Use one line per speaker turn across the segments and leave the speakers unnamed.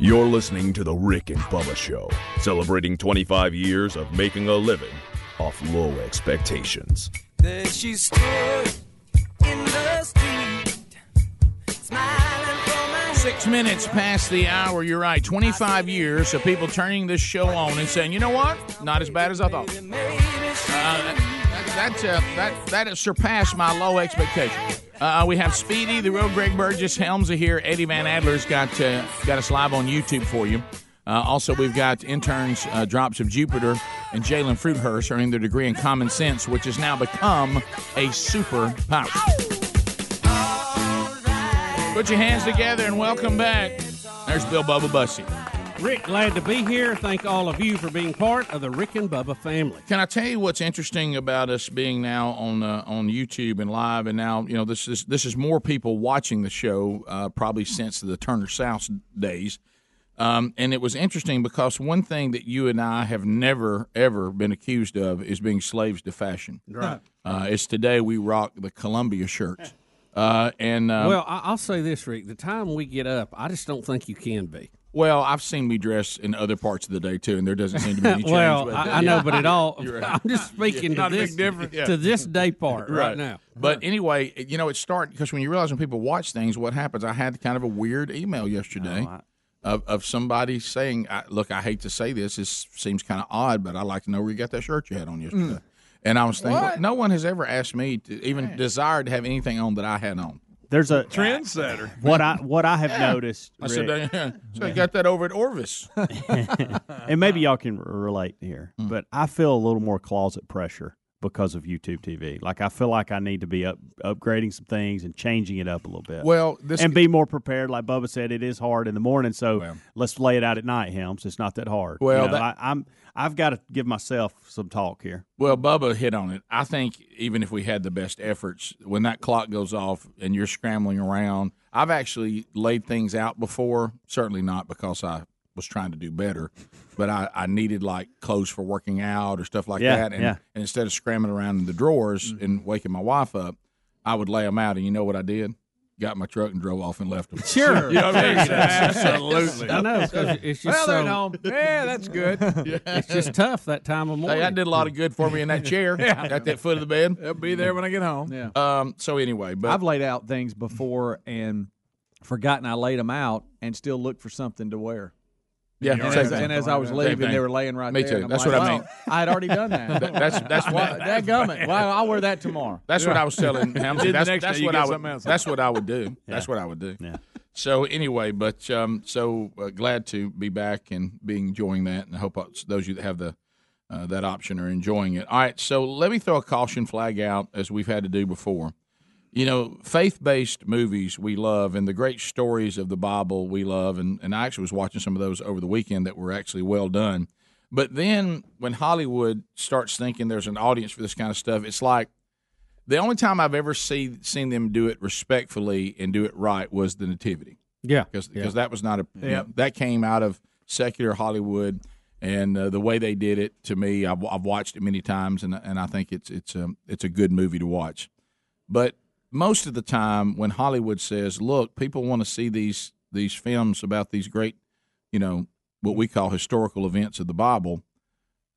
You're listening to The Rick and Bubba Show, celebrating 25 years of making a living off low expectations.
There she stood in the street, smiling for my
Six minutes past the hour, you're right. 25 years of people turning this show on and saying, you know what? Not as bad as I thought. Uh, That, that, uh, that, that has surpassed my low expectation. Uh, we have Speedy, the real Greg Burgess, Helms are here. Eddie Van Adler's got uh, got us live on YouTube for you. Uh, also, we've got interns uh, Drops of Jupiter and Jalen Fruithurst earning their degree in common sense, which has now become a superpower. Put your hands together and welcome back. There's Bill Bubba Bussy.
Rick, glad to be here. Thank all of you for being part of the Rick and Bubba family.
Can I tell you what's interesting about us being now on uh, on YouTube and live, and now you know this is this is more people watching the show uh, probably since the Turner South days. Um, and it was interesting because one thing that you and I have never ever been accused of is being slaves to fashion.
Right.
Uh, it's today we rock the Columbia shirts, uh, and uh,
Well, I- I'll say this, Rick. The time we get up, I just don't think you can be.
well, I've seen me dress in other parts of the day too, and there doesn't seem to be any change.
well,
but,
I,
uh,
I know,
yeah.
but it all.
You're right.
I'm just speaking
Not a
to
big
this
difference, yeah.
to this day part right, now.
But anyway, you know, it started because when you realize when people watch things, what happens? I had kind of a weird email yesterday
Oh,
of, of somebody saying, I, "Look, I hate to say this. This seems kind of odd, but I'd like to know where you got that shirt you had on yesterday." And I was thinking, no one has ever asked me to even desired to have anything on that I had on.
There's a
Trendsetter.
What I what I have noticed,
I said,
Rick,
"Yeah." so I got that over at Orvis.
and maybe
Uh-huh.
y'all can r- relate here,
Mm.
but I feel a little more closet pressure because of YouTube TV. Like I feel like I need to be up upgrading some things and changing it up a little bit.
Well, this
and be more prepared. Like Bubba said, it is hard in the morning, so
Well.
let's lay it out at night, Helms. It's not that hard.
Well,
know,
that-
I, I'm I've got to give myself some talk here.
Well, Bubba hit on it. I think even if we had the best efforts, when that clock goes off and you're scrambling around, I've actually laid things out before. Certainly not because I was trying to do better, but I, I needed like clothes for working out or stuff like
Yeah,
that. And,
yeah.
and instead of scrambling around in the drawers
Mm-hmm.
and waking my wife up, I would lay them out. And you know what I did? Got in my truck and drove off and left them.
Sure.
You know what I mean? Absolutely.
I know. 'cause It's just so,
Yeah, that's good.
It's just tough that time of
Hey,
morning.
that did a lot of good for me in that chair at that foot of the bed.
They'll be there when I get home.
Yeah.
Um, so anyway, but
I've laid out things before and forgotten I laid them out and still looked for something to wear.
yeah,
And,
same
as,
thing.
and as I was
Same
leaving,
thing.
they were laying right
Me
there.
too.
and I'm
That's
like,
what I
"Oh,
mean."
I had already done that.
That's that's
Why-
what
that gummit. Well, I'll wear that tomorrow.
that's what I was telling him.
Then the
That's,
next
that's
day you
what
get
I would.
something else.
That's what I would do. That's what I would do.
Yeah.
So anyway, but um, so uh, glad to be back and be enjoying that, and I hope those of you that have the uh, that option are enjoying it. All right, so let me throw a caution flag out as we've had to do before. You know, faith based movies we love, and the great stories of the Bible we love, and and I actually was watching some of those over the weekend that were actually well done. But then when Hollywood starts thinking there's an audience for this kind of stuff, it's like the only time I've ever see, seen them do it respectfully and do it right was the Nativity
yeah.
because that was not a you know, that came out of secular Hollywood and uh, the way they did it to me I've, I've watched it many times and and I think it's it's a, it's a good movie to watch but most of the time when Hollywood says look people want to see these these films about these great you know what we call historical events of the Bible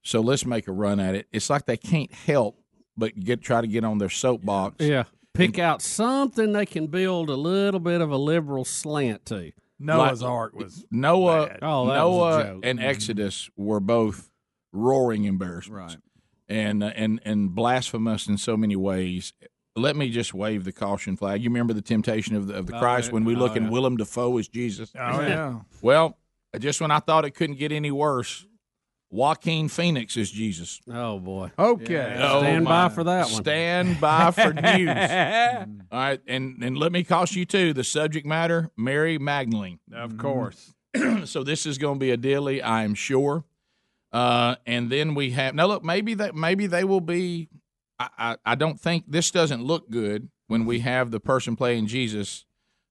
so let's make a run at it it's like they can't help but get try to get on their soapbox
Yeah. Pick out something they can build a little bit of a liberal slant to.
Noah's Ark was.
Noah,
Bad.
Oh, that was a
Noah,
joke.
and Exodus were both roaring embarrassments, and uh, and and blasphemous in so many ways. Let me just wave the caution flag. You remember the temptation of the,
Oh,
of the Christ when we look and Willem Dafoe as Jesus.
Oh yeah.
Well, just when I thought it couldn't get any worse, Joaquin Phoenix is Jesus.
Oh boy.
Okay.
Oh,
Stand
my.
by for that one.
Stand by for news. All right, and and let me caution you too. The subject matter: Mary Magdalene.
Of course.
so this is going to be a dilly, I'm sure. Uh, and then we have now. Look, maybe that maybe they will be. I, I I don't think this doesn't look good when we have the person playing Jesus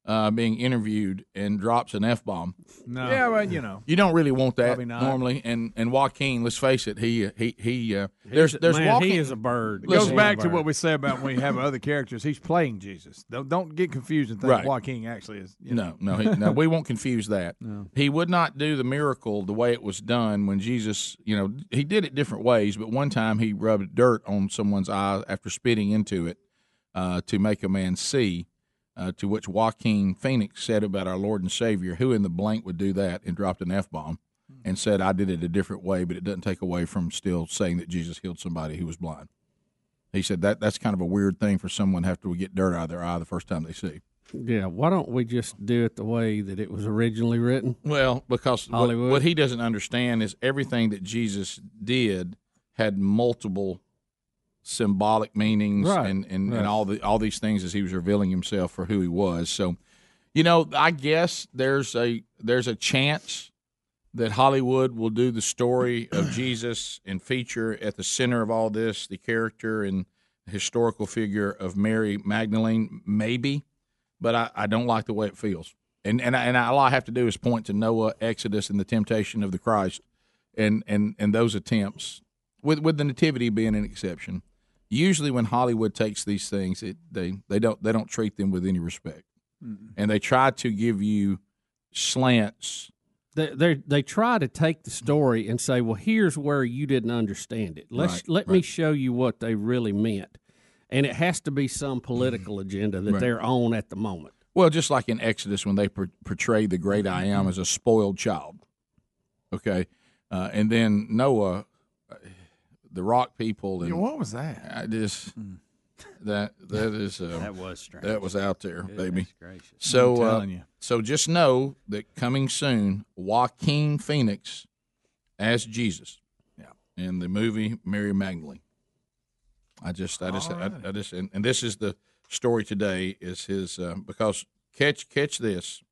uh, being interviewed and drops an f bomb.
No.
Yeah, well, you know.
You don't really want that
Probably not.
normally. And and Joaquin, let's face it, he he he. Uh, there's there's
Man,
Joaquin.
he is a bird.
It goes
Listen.
back to what we said about when we have other characters. He's playing Jesus. Don't, don't get confused and think
Right.
Joaquin actually is. You know.
No, no, he, no. We won't confuse that. He would not do the miracle the way it was done when Jesus. You know, he did it different ways, but one time he rubbed dirt on someone's eye after spitting into it uh, to make a man see. Uh, to which Joaquin Phoenix said about our Lord and Savior, "Who in the blank would do that?" and dropped an f bomb,
Hmm.
and said, "I did it a different way," but it doesn't take away from still saying that Jesus healed somebody who was blind. He said that that's kind of a weird thing for someone to have to get dirt out of their eye the first time they see.
Yeah, why don't we just do it the way that it was originally written?
Well, because what,
Hollywood.
what he doesn't understand is everything that Jesus did had multiple symbolic meanings
Right,
and, and,
right.
and all the all these things as he was revealing himself for who he was. So, you know, I guess there's a there's a chance that Hollywood will do the story of Jesus and feature at the center of all this the character and historical figure of Mary Magdalene, maybe, but I, I don't like the way it feels. And and I, and I, all I have to do is point to Noah, Exodus, and the temptation of the Christ, and and and those attempts, with with the Nativity being an exception. Usually, when Hollywood takes these things, it they they don't they don't treat them with any respect, and they try to give you slants.
They they they try to take the story and say, well, here's where you didn't understand it. Let's
Right,
let me
right.
show you what they really meant, and it has to be some political agenda that
Mm-hmm. Right.
they're on at the moment.
Well, just like in Exodus when they por- portrayed the great I am as a spoiled child. Okay, uh, and then Noah, uh, the rock people, and
Yeah, what was that?
I just that that is uh, that, was
strange.
that was out there, baby.
gracious.
So uh,
telling you.
so just know that coming soon, Joaquin Phoenix as Jesus, yeah, in the movie Mary Magdalene. I just I just I- I, just and, and this is the story today is his uh, because catch catch this,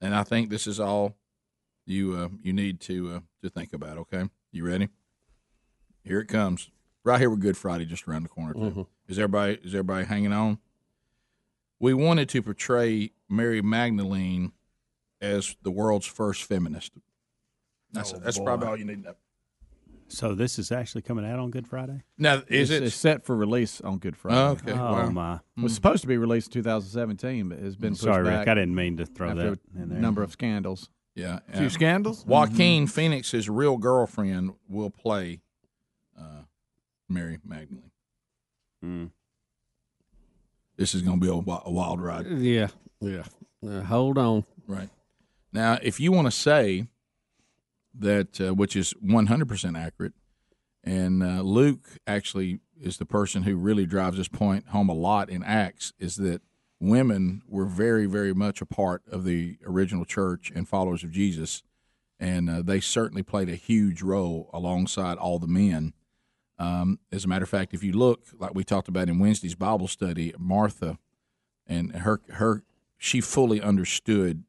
and I think this is all you uh, you need to uh, to think about. Okay, you ready? Here it comes. Right here with Good Friday just around the corner. Too. Is everybody is everybody hanging on? We wanted to portray Mary Magdalene as the world's first feminist. That's
Oh,
that's probably all you need to know.
So this is actually coming out on Good Friday.
Now
it's,
is it
it's set for release on Good Friday.
okay?
oh
wow.
my!
It was supposed to be released in 2017, but has been pushed
Sorry,
back
Rick. I didn't mean to throw
after
that
a
in there.
number of scandals.
Yeah.
A few
yeah.
scandals? Mm-hmm.
Joaquin Phoenix's real girlfriend will play uh, Mary Magdalene.
Mm.
This is going to be a, wi- a wild ride,
Yeah, yeah. Uh, hold on.
right? Now, if you want to say that, uh, which is one hundred percent accurate, and uh, Luke actually is the person who really drives this point home a lot in Acts, is that women were very, very much a part of the original church and followers of Jesus, and uh, they certainly played a huge role alongside all the men. Um, as a matter of fact, if you look, like we talked about in Wednesday's Bible study, Martha and her her she fully understood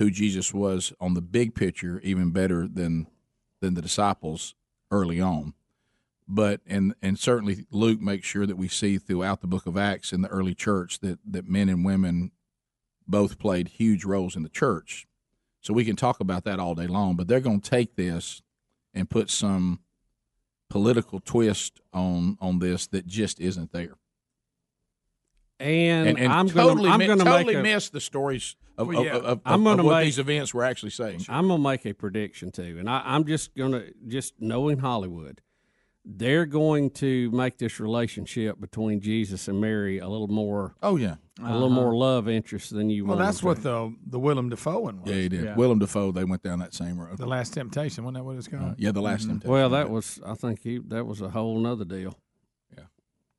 who Jesus was on the big picture even better than than the disciples early on. But and and certainly Luke makes sure that we see throughout the book of Acts in the early church that that men and women both played huge roles in the church. So we can talk about that all day long, but they're going to take this and put some political twist on on this that just isn't there.
And,
And, and
I'm
totally,
gonna, I'm
mi-
gonna
totally
make a,
miss the stories of,
Well,
of-
yeah.
of, of-
I'm gonna
of what
make-
these events were actually saying.
I'm gonna make a prediction too, and I, I'm just gonna just knowing Hollywood, they're going to make this relationship between Jesus and Mary a little more
Oh yeah,
a little more love interest than you.
Well,
want
that's
them to.
what the the Willem Dafoe one was.
yeah, he did. Willem Dafoe. They went down that same road.
The Last Temptation. Wasn't that what it's called? Mm-hmm.
yeah, the last temptation.
Well, that was I think he, that was a whole nother deal.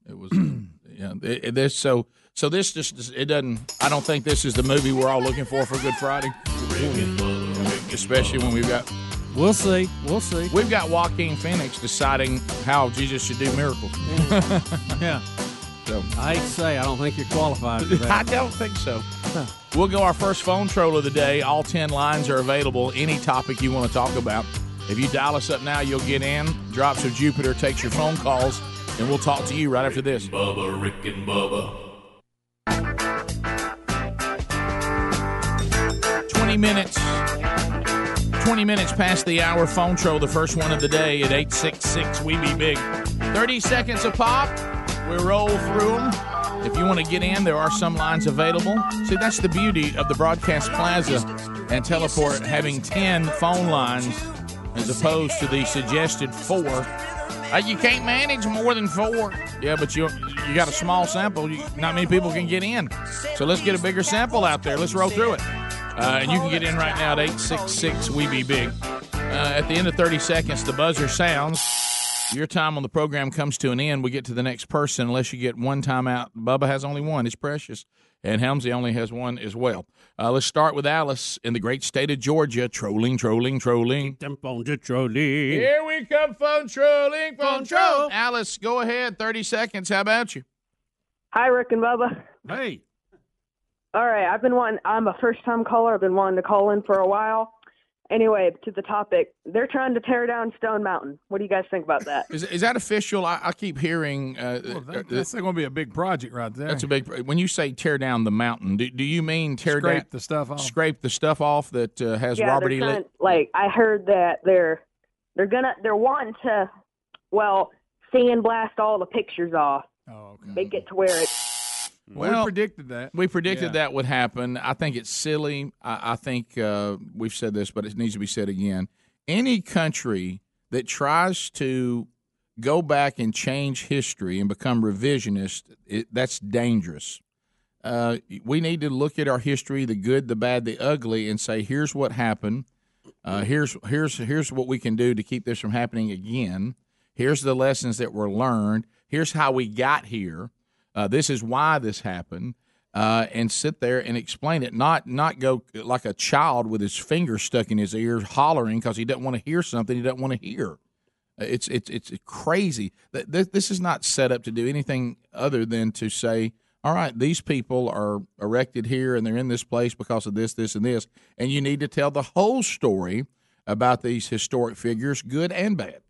it was. yeah, it, it- this so so this just it doesn't. I don't think this is the movie we're all looking for for Good Friday, especially when we've got
We'll see. We'll see.
we've got Joaquin Phoenix deciding how Jesus should do miracles.
Yeah.
So
I hate to say I don't think you're qualified for
I
that.
don't think so. We'll go our first phone troll of the day. All 10 lines are available. Any topic you want to talk about. If you dial us up now, you'll get in. Drops of Jupiter takes your phone calls, and we'll talk to you right after this.
Bubba, Rick and Bubba.
20 minutes. 20 minutes past the hour. Phone troll, the first one of the day at 866 We Be Big. 30 seconds a pop. We roll through them. If you want to get in, there are some lines available. See, that's the beauty of the Broadcast Plaza and Teleport having 10 phone lines as opposed to the suggested four. Uh, you can't manage more than four. Yeah, but you you got a small sample. You, not many people can get in. So let's get a bigger sample out there. Let's roll through it. Uh, and you can get in right now at 866 We Be Big. Uh, at the end of 30 seconds, the buzzer sounds. Your time on the program comes to an end. We get to the next person unless you get one time out. Bubba has only one. It's precious. And Helmsy only has one as well. Uh, let's start with Alice in the great state of Georgia. Trolling, trolling, trolling.
Them phones are trolling.
Here we come, phone trolling, phone
Phone
troll.
troll.
Alice, go ahead. 30 seconds. How about you?
Hi, Rick and Bubba.
Hey,
All right, I've been wanting. I'm a first-time caller. I've been wanting to call in for a while. Anyway, to the topic, they're trying to tear down Stone Mountain. What do you guys think about that?
Is, is that official? I, I keep hearing. Uh,
Well,
uh,
that, that's going to be a big project right there.
That's a big. When you say tear down the mountain, do, do you mean tear
Scrape
down,
the stuff off.
scrape the stuff off that uh, has
yeah,
Robert
they're
E.
trying,
Lee?
like I heard that they're they're gonna they're wanting to well sandblast all the pictures off,
oh, okay.
make it to where it's
we
Well,
predicted that.
we predicted
Yeah.
that would happen. I think it's silly. I, I think uh, we've said this, but it needs to be said again. Any country that tries to go back and change history and become revisionist, it, that's dangerous. Uh, we need to look at our history, the good, the bad, the ugly, and say, here's what happened. Uh, here's here's here's what we can do to keep this from happening again. Here's the lessons that were learned. Here's how we got here. Uh, this is why this happened. Uh, and sit there and explain it. Not not go like a child with his finger stuck in his ear, hollering because he doesn't want to hear something he doesn't want to hear. Uh, It's it's it's crazy. Th- th- This is not set up to do anything other than to say, all right, these people are erected here and they're in this place because of this, this, and this, and you need to tell the whole story about these historic figures, good and bad.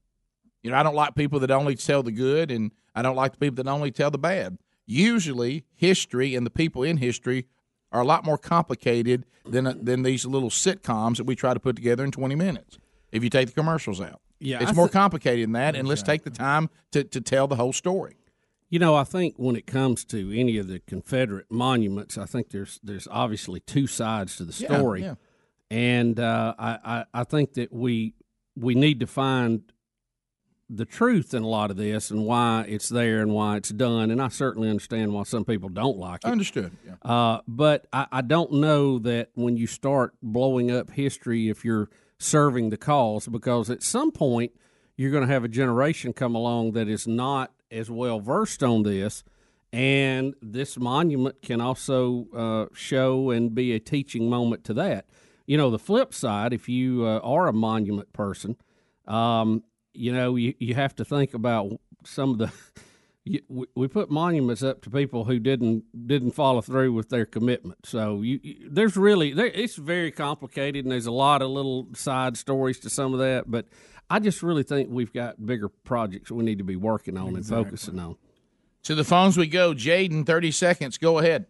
You know, I don't like people that only tell the good, and I don't like the people that only tell the bad. Usually, history and the people in history are a lot more complicated than uh, than these little sitcoms that we try to put together in twenty minutes. If you take the commercials out,
Yeah,
it's
I
more
thi-
complicated than that. And let's take the time to to tell the whole story.
You know, I think when it comes to any of the Confederate monuments, I think there's there's obviously two sides to the
Yeah,
story,
yeah.
and uh, I, I I think that we we need to find the truth in a lot of this and why it's there and why it's done. And I certainly understand why some people don't like it.
Understood. Yeah.
Uh, but I, I don't know that when you start blowing up history, if you're serving the cause, because at some point you're going to have a generation come along that is not as well versed on this. And this monument can also uh, show and be a teaching moment to that. You know, the flip side, if you uh, are a monument person, um, you know, you, you have to think about some of the. You, we, we put monuments up to people who didn't didn't follow through with their commitment. So you, you there's really there, it's very complicated, and there's a lot of little side stories to some of that. But I just really think we've got bigger projects we need to be working on and focusing on.
To the phones we go. Jaden, thirty seconds. Go ahead.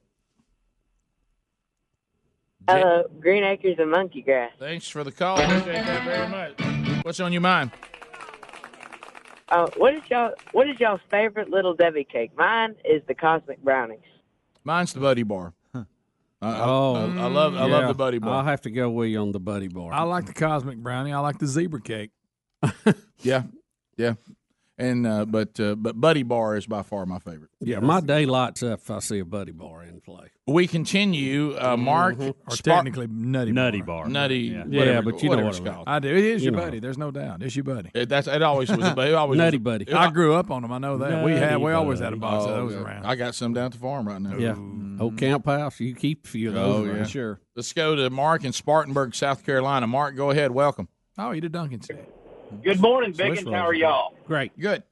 uh, Green Acres and Monkey Grass.
Thanks for the call. Appreciate that very much. What's on your mind?
Uh, what is y'all what is y'all's favorite little Debbie cake? Mine is the Cosmic Brownies.
Mine's the Buddy Bar. I- I-
Oh,
I, I love I love the Buddy Bar.
I'll have to go with you on the buddy bar.
I like the cosmic brownie. I like the zebra cake.
Yeah, yeah, and uh, but uh, but Buddy Bar is by far my favorite.
yeah, my day lights up if I see a buddy bar in play.
We continue, uh, Mark
Mm-hmm. Or
Spark-
technically nutty
Nutty
bar.
bar.
Nutty.
Yeah,
whatever-
but you know
whatever
what
it's
I mean.
called.
I do. It is your
You know.
buddy. There's no doubt. It's your buddy.
It, that's it. Always was a it always
Nutty
was a-
buddy.
I grew up on them. I know that. we had. We
Nutty
always had a
Buddy.
box
Oh,
of those
yeah.
around.
I got some down at the farm right now.
yeah, old camp house. You keep a few of those.
Oh,
around.
yeah.
Sure.
Let's go to Mark in Spartanburg, South Carolina. Mark, go ahead. Welcome.
oh, you did Duncan's.
Good morning, Big and How are y'all?
Great.
Good.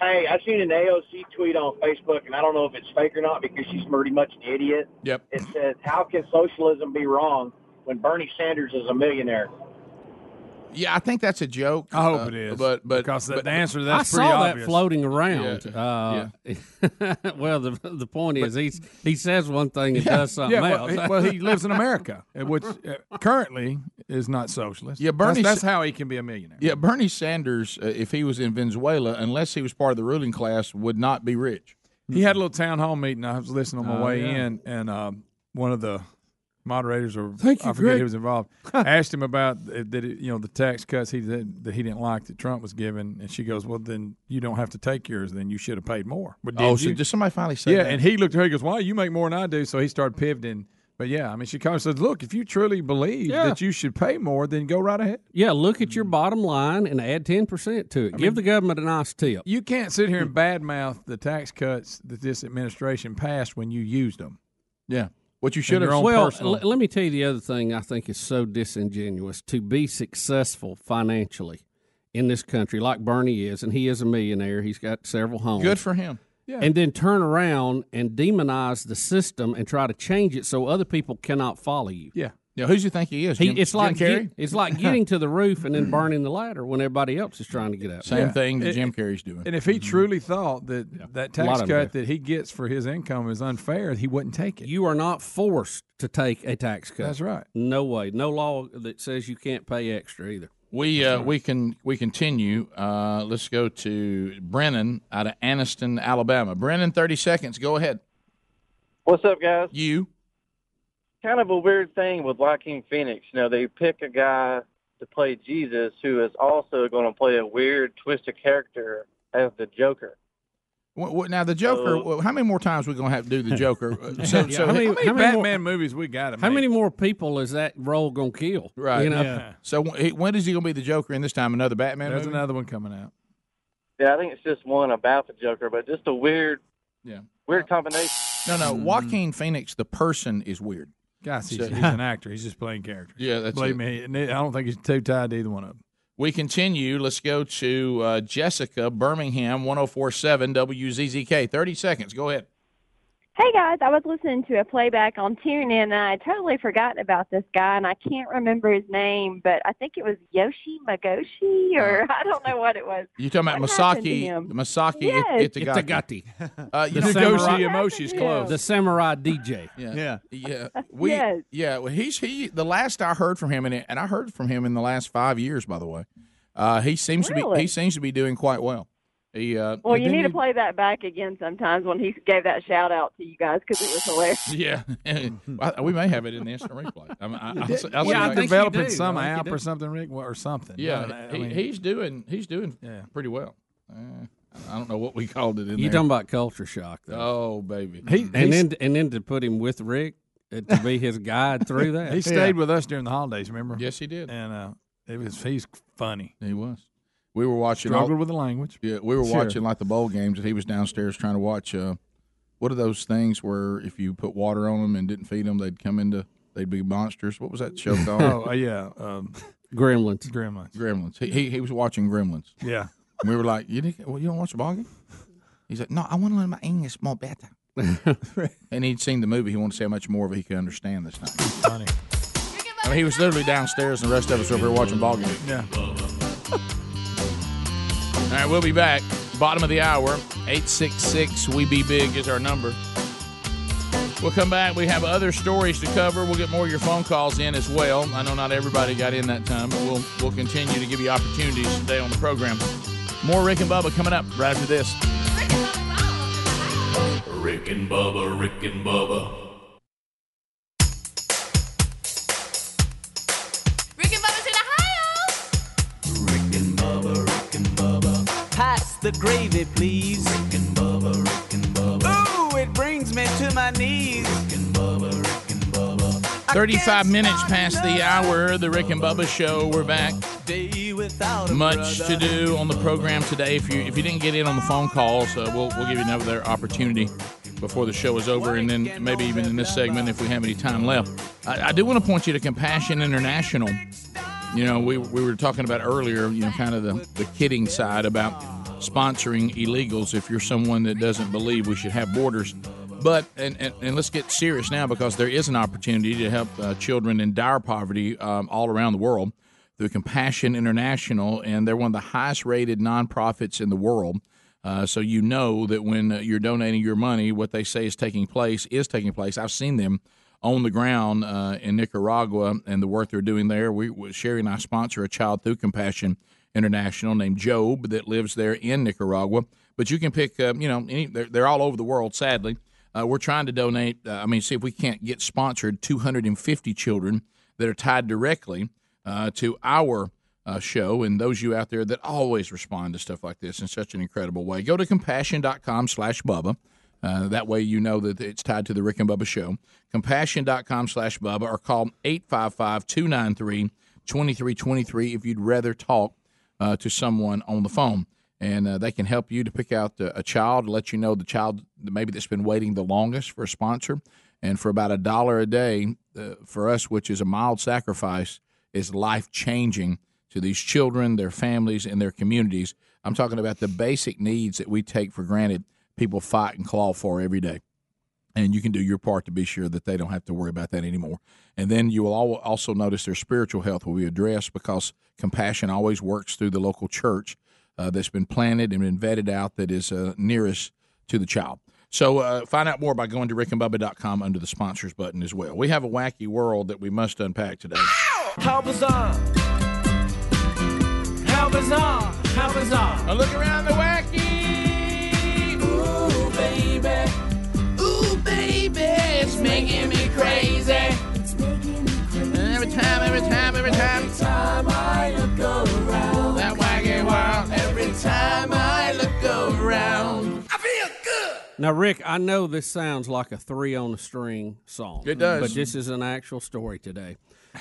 Hey, I seen an AOC tweet on Facebook, and I don't know if it's fake or not because she's pretty much an idiot.
Yep.
It says, "How can socialism be wrong when Bernie Sanders is a millionaire?"
Yeah, I think that's a joke.
I hope
uh,
it is,
But but
because the,
but-
the answer to
I
that's pretty
saw
obvious.
that floating around. Uh, well, the the point is, he's, he says one thing and does something
Yeah, well,
else.
he, well, he lives in America, uh, which uh, currently is not socialist.
Yeah,
That's-
Bernie
That's,
sa-
how he can be a millionaire.
Yeah, Bernie Sanders, uh, if he was in Venezuela, unless he was part of the ruling class, would not be rich.
He had a little town hall meeting. I was listening on my
Oh,
way
yeah.
in, and um, one of the moderators, or
Thank you,
I forget
Greg.
who was involved, asked him about uh, that. it- You know, the tax cuts he did, that he didn't like that Trump was giving, and she goes, "Well, then you don't have to take yours. Then you should have paid more." But
oh,
did
so
you?
did somebody finally say
yeah,
that?
and he looked at her. He goes, "Why you make more than I do?" So he started pivoting. But yeah, I mean, she kind of says, "Look, if you truly believe
Yeah.
that you should pay more, then go right ahead."
yeah, look at your bottom line and add ten percent to it. Give the government a nice tip.
You can't sit here and badmouth the tax cuts that this administration passed when you used them.
yeah. What you should
your
have
own
Well,
personal-
l- let me tell you the other thing I think is so disingenuous to be successful financially in this country, like Bernie is, and he is a millionaire. He's got several homes.
good for him.
and then turn around and demonize the system and try to change it so other people cannot follow you.
Yeah.
Yeah, who's you think he is?
He,
Jim-
it's
Jim
like
Carrey.
get- it's like getting to the roof and then burning the ladder when everybody else is trying to get up.
Same thing that Jim Carrey's doing.
And if he truly thought that that
Mm-hmm. lot
tax
of them
cut that he gets for his income is unfair, he wouldn't take it.
You are not forced to take a tax cut.
That's right.
No way. No law that says you can't pay extra either.
we uh, we can we continue. Uh, let's go to Brennan out of Anniston, Alabama. Brennan, thirty seconds. Go ahead.
What's up, guys?
You.
kind of a weird thing with Joaquin Phoenix. You know, they pick a guy to play Jesus who is also going to play a weird, twisted character as the Joker.
What, what, now the Joker.
Uh,
well, how many more times we gonna have to do the Joker? Uh, so, so
How many-
How many,
how many more-
Batman movies we got? to
How
make?
many more people is that role gonna kill?
Right.
You know.
so wh- he- when is he gonna be the Joker? And this time another Batman
There's
movie?
another one coming out.
Yeah, I think it's just one about the Joker, but just a weird,
Yeah.
weird combination.
No, no. Joaquin Phoenix, the person, is weird.
Guys, he's,
So-
he's an actor. He's just playing characters.
Yeah, that's
Believe me, and I don't think he's too tied to either one of them.
We continue. Let's go to uh, Jessica, Birmingham, 1047 WZZK. 30 seconds. Go ahead.
Hey guys, I was listening to a playback on TuneIn and I totally forgot about this guy and I can't remember his name, but I think it was Yoshi Magoshi or I don't know what it was.
You talking about
What happened to
Masaki?
him?
Masaki
Yes.
it,
It's a
Itagaki.
gatti.
Uh, you
The
know,
samurai-
Yoshi
What happened
Emoshi's
to
close.
him?
The samurai DJ.
yeah,
Yeah.
yeah. We,
Yes.
yeah. Well, he's he. The last I heard from him, and and I heard from him in the last five years, by the way. Uh, he seems to be
Really?
he seems to be doing quite well. He uh,
Well,
and
you
then
need to
he-
play that back again sometimes when he gave that shout out to you guys because it was hilarious.
Yeah,
Mm-hmm.
I- we may have it in the instant replay. I mean, I, I'll, s- I'll see if
Like
Yeah, I
can-
think you
developing
do.
some
I think you
app
do.
or something, Rick, or something.
Yeah,
I
he,
mean,
he's doing he's doing
Yeah.
pretty well. Uh, I don't know what we called it in
You
there.
talking about culture shock though?
Oh baby,
he,
and
he's-
then and then to put him with Rick uh, to be his guide through that.
he stayed with us during the holidays. Remember?
yes he did.
And uh, it was he's funny.
He was. We were watching. All,
Struggled with the language.
yeah, we were
Sure.
watching like the bowl games, and he was downstairs trying to watch. Uh, what are those things where if you put water on them and didn't feed them, they'd come into they'd be monsters? What was that show called?
Oh uh, yeah, um,
Gremlins.
Gremlins.
Gremlins. He, he he was watching Gremlins.
Yeah.
And we were like, you didn't, well, you don't watch the ball game? He's like, no, I want to learn my English more better. and he'd seen the movie. He wanted to see how much more of it he could understand this time.
Funny.
I mean, he was literally downstairs, and the rest of us were over here watching ball game.
Yeah.
All right, we'll be back. Bottom of the hour, 866 We Be Big is our number. We'll come back. We have other stories to cover. We'll get more of your phone calls in as well. I know not everybody got in that time, but we'll, we'll continue to give you opportunities today on the program. More Rick and Bubba coming up right after this.
Rick and Bubba, Rick and Bubba.
Rick and Bubba's in Ohio.
Pass the gravy, please. Rick and Bubba, Rick and Bubba. Ooh, it brings me to my knees.
35 minutes past the hour, the Rick and Bubba show. We're back.
Day without a
Much
brother.
to do on the program today. If you if you didn't get in on the phone calls, uh, we'll we'll give you another opportunity before the show is over, and then maybe even in this segment if we have any time left. I, I do want to point you to Compassion International. You know, we we were talking about earlier. You know, kind of the the kidding side about sponsoring illegals. If you're someone that doesn't believe we should have borders. But and, and, and let's get serious now because there is an opportunity to help uh, children in dire poverty um, all around the world through Compassion International, and they're one of the highest rated nonprofits in the world. Uh, so you know that when uh, you're donating your money, what they say is taking place is taking place. I've seen them on the ground uh, in Nicaragua and the work they're doing there. We, we- Sherry and I sponsor a child through Compassion International named Job that lives there in Nicaragua. But you can pick, uh, you know, any, they're, they're all over the world. Sadly, uh, we're trying to donate. Uh, I mean, see if we can't get sponsored 250 children that are tied directly uh, to our uh, show and those you out there that always respond to stuff like this in such an incredible way. Go to compassion.com slash Bubba. Uh, that way you know that it's tied to the Rick and Bubba show. Compassion.com slash Bubba or call 855 293 2323 if you'd rather talk uh, to someone on the phone. And uh, they can help you to pick out uh, a, a child, let you know the child that maybe that's been waiting the longest for a sponsor. And for about a dollar a day uh, for us, which is a mild sacrifice, is life changing to these children, their families, and their communities. I'm talking about the basic needs that we take for granted, people fight and claw for every day. And you can do your part to be sure that they don't have to worry about that anymore. And then you will al- also notice their spiritual health will be addressed because compassion always works through the local church uh, that's been planted and been vetted out that is uh, nearest to the child. So uh, find out more by going to rickandbubba.com under the sponsors button as well. We have a wacky world that we must unpack today.
How bizarre. How bizarre. How bizarre.
I look around the wacky.
Ooh, baby. Ooh, baby. It's making me crazy. Every time, every time, every time. Every time I look around. That wacky world. Every time I look around. I feel
Now, Rick, I know this sounds like a three on a string song.
It does.
But this is an actual story today.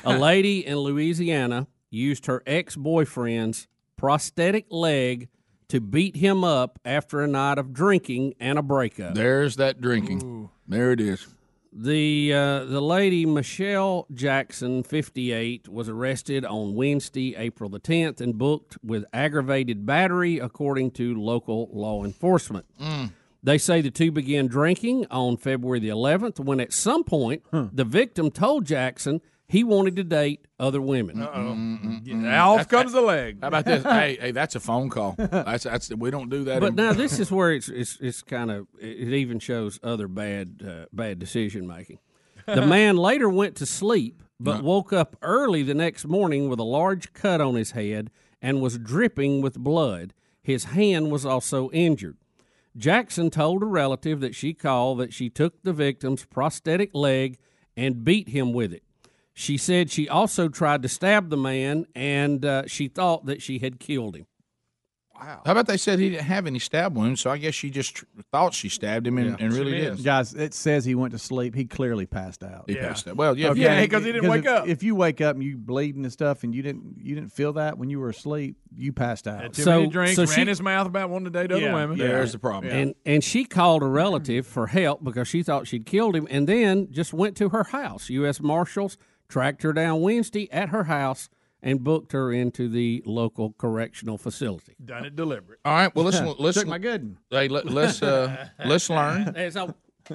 A lady in Louisiana used her ex boyfriend's prosthetic leg to beat him up after a night of drinking and a breakup.
There's that drinking. There it is.
The uh, the lady Michelle Jackson, 58, was arrested on Wednesday, April the 10th, and booked with aggravated battery, according to local law enforcement.
Mm.
They say the two began drinking on February the 11th when, at some point, the victim told Jackson he wanted to date other women.
Off comes the leg. How about this? hey, hey, that's a phone call. That's that's we don't do that.
But
in-
now this is where it's it's, it's kind of it even shows other bad uh, bad decision making. The man later went to sleep, but woke up early the next morning with a large cut on his head and was dripping with blood. His hand was also injured. Jackson told a relative that she called that she took the victim's prosthetic leg and beat him with it. She said she also tried to stab the man and uh, she thought that she had killed him.
How about they said he didn't have any stab wounds, so I guess she just tr- thought she stabbed him and, and really did.
Guys, it says he went to sleep. He clearly passed out.
He Yeah. passed out. Well, yeah, if you- Yeah, 'cause he didn't wake
if,
up.
If you wake up and you bleeding and stuff, and you didn't you didn't feel that when you were asleep, you passed out.
Too many drinks, ran his mouth about wanting to date other women.
And and she called a relative for help because she thought she'd killed him, and then just went to her house. U.S. Marshals tracked her down Wednesday at her house and booked her into the local correctional facility.
Done it deliberate.
All right, well let's let's
Took my good.
Hey, let, us uh, let's learn.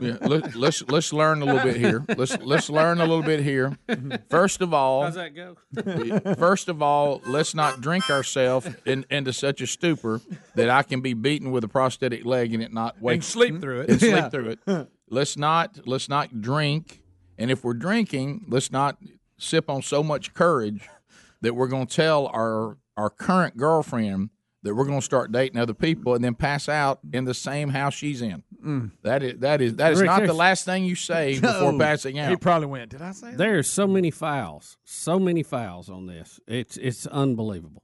Yeah, let, let's let's learn a little bit here. Let's let's learn a little bit here. First of all,
How's that go?
First of all, let's not drink ourselves in, into such a stupor that I can be beaten with a prosthetic leg and it not wake
And sleep through it.
Hmm? and sleep
Yeah.
through it. Let's not let's not drink, and if we're drinking, let's not sip on so much courage that we're going to tell our our current girlfriend that we're going to start dating other people and then pass out in the same house she's in.
Mm.
That is that is that is
Rick,
not the
there's-
last thing you say before passing out.
went. Did I say
There's so many fouls, so many fouls on this. It's it's unbelievable.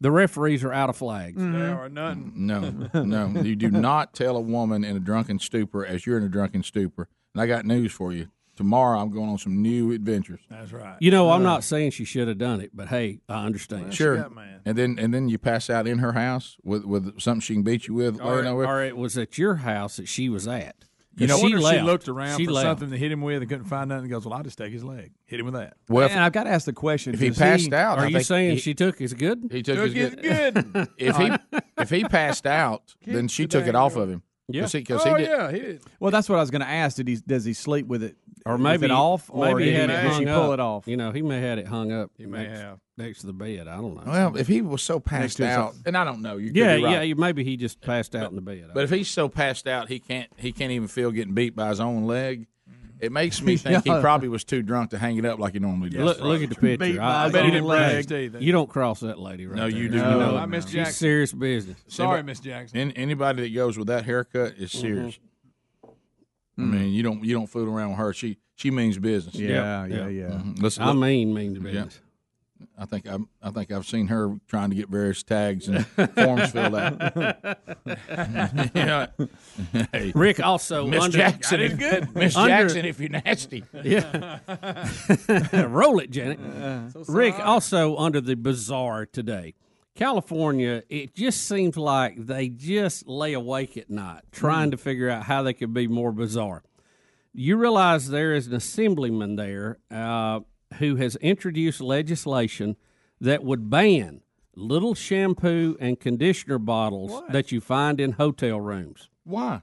The referees are out of flags.
Mm-hmm.
There are none.
No, no. You do not tell a woman in a drunken stupor as you're in a drunken stupor. And I got news for you. Tomorrow I'm going on some new adventures.
That's right.
You know, I'm not saying she should have done it, but hey, I understand.
Uh. sure. And then and then you pass out in her house with, with something she can beat you with.
Or,
laying over.
or it was at your house that she was at.
You know,
I
she
wonder if she
left.
looked around
She
for
left.
something to hit him with and couldn't find nothing. Goes, well, I will just take his leg, hit him with that.
Well,
and I've got to ask the question:
if he
does
passed out,
are
I
you
think
saying
he-
she
took his good?
He took,
Took
his,
his good.
if he if he passed out, then she took it off of him. 'Cause he- 'cause he did-
he did.
Well, that's what I was going to ask. Did he? Does he sleep with it
or maybe
it off, or
maybe he
did
had
he-
it
did
hung
she
up.
pull it off?
You know, he may had it hung up. He
may
next,
have.
next to the bed. I don't know.
Well, if he was so passed
to his-
out, and I don't know, you could
yeah,
be right.
yeah, you- maybe he just passed out in the bed.
But if he's so passed out, he can't he can't even feel getting beat by his own leg. It makes me think he
Yeah.
probably was too drunk to hang it up like he normally does.
look, look at the picture. I, I don't- hey, You don't cross that lady, right?
No,
there.
you do No, not. I miss
She's
Jackson.
serious business.
Sorry, Miss Jackson.
An- anybody that goes with that haircut is
Mm-hmm.
Mhm.
serious.
Mm.
I mean, you don't you don't fool around with her. She she means business.
Yeah, Yep. yeah, yeah.
Mhm. Let's
I
look.
mean means
Yeah.
business.
I think I'm, I think I've seen her trying to get various tags and forms filled out. Yeah. Hey.
Rick also
Miss
under-
Jackson
That
if-
is good.
Miss
Under-
Jackson if you're nasty.
Yeah. Roll it, Janet. Rick also under the bizarre today. California, it just seems like they just lay awake at night trying to figure out how they could be more bizarre. You realize there is an assemblyman there uh, who has introduced legislation that would ban little shampoo and conditioner bottles that you find in hotel rooms.
Why?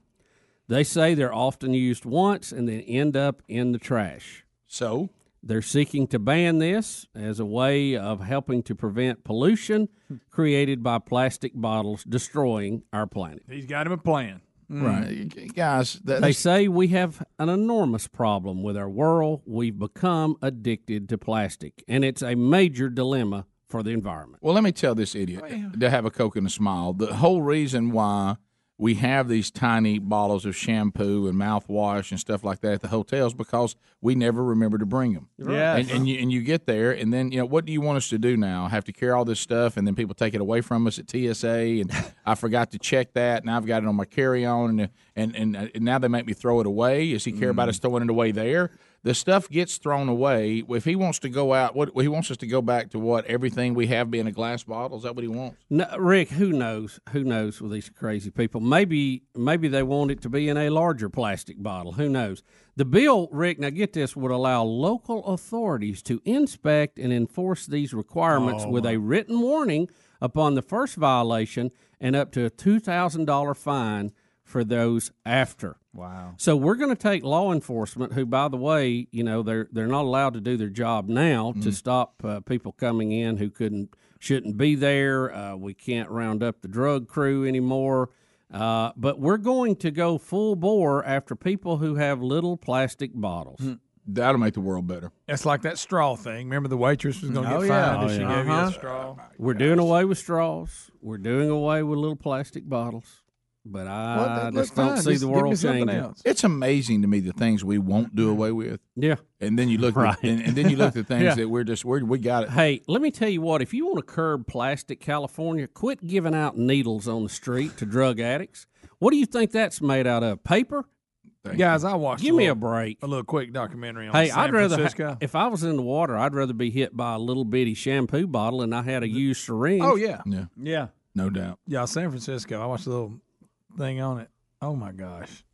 They say they're often used once and then end up in the trash.
So?
They're seeking to ban this as a way of helping to prevent pollution created by plastic bottles destroying our planet.
He's got him a plan. Mm.
Right. Guys, that,
They say we have an enormous problem with our world. We've become addicted to plastic, and it's a major dilemma for the environment.
Well, let me tell this idiot to have a Coke and a smile. The whole reason why we have these tiny bottles of shampoo and mouthwash and stuff like that at the hotels because we never remember to bring them.
Yes.
And, and you and you get there, and then you know what do you want us to do now? Have to carry all this stuff, and then people take it away from us at TSA, and I forgot to check that, and I've got it on my carry on, and and and, uh, and now they make me throw it away. Does he care
Mm.
about us throwing it away there? The stuff gets thrown away. If he wants to go out, what he wants us to go back to what everything we have being a glass bottle. Is that what he wants?
No, Rick, who knows? Who knows with these crazy people? Maybe, maybe they want it to be in a larger plastic bottle. Who knows? The bill, Rick. Now get this: would allow local authorities to inspect and enforce these requirements
Oh,
with a written warning upon the first violation and up to a two thousand dollar fine for those after.
Wow.
So we're going to take law enforcement, who, by the way, you know they're they're not allowed to do their job now to stop uh, people coming in who couldn't shouldn't be there. Uh, we can't round up the drug crew anymore. Uh, but we're going to go full bore after people who have little plastic bottles.
That'll make the world better.
That's like that straw thing. Remember the waitress was going to
Oh,
get
yeah.
fined if
Oh,
she
yeah.
gave you
Uh-huh.
a straw.
We're doing away with straws. We're doing away with little plastic bottles. But I
Well, that-
Uh, just
that's
don't
fine.
see
Just
the
give me
world
something
changing.
else.
It's amazing to me the things we won't do away with.
Yeah.
And then you look,
Right.
at, and, and then you look at things
Yeah.
that we're just we we got it.
Hey, let me tell you what. If you want to curb plastic, California, quit giving out needles on the street to drug addicts. What do you think that's made out of? Paper?
Guys, I watched.
Give me a
little-
break.
A little quick documentary on
Hey,
San
I'd rather ha-
Francisco.
if I was in the water, I'd rather be hit by a little bitty shampoo bottle and I had a used syringe.
Oh yeah,
yeah,
yeah,
no doubt.
yeah. San Francisco. I watched a little thing on it. Oh my gosh!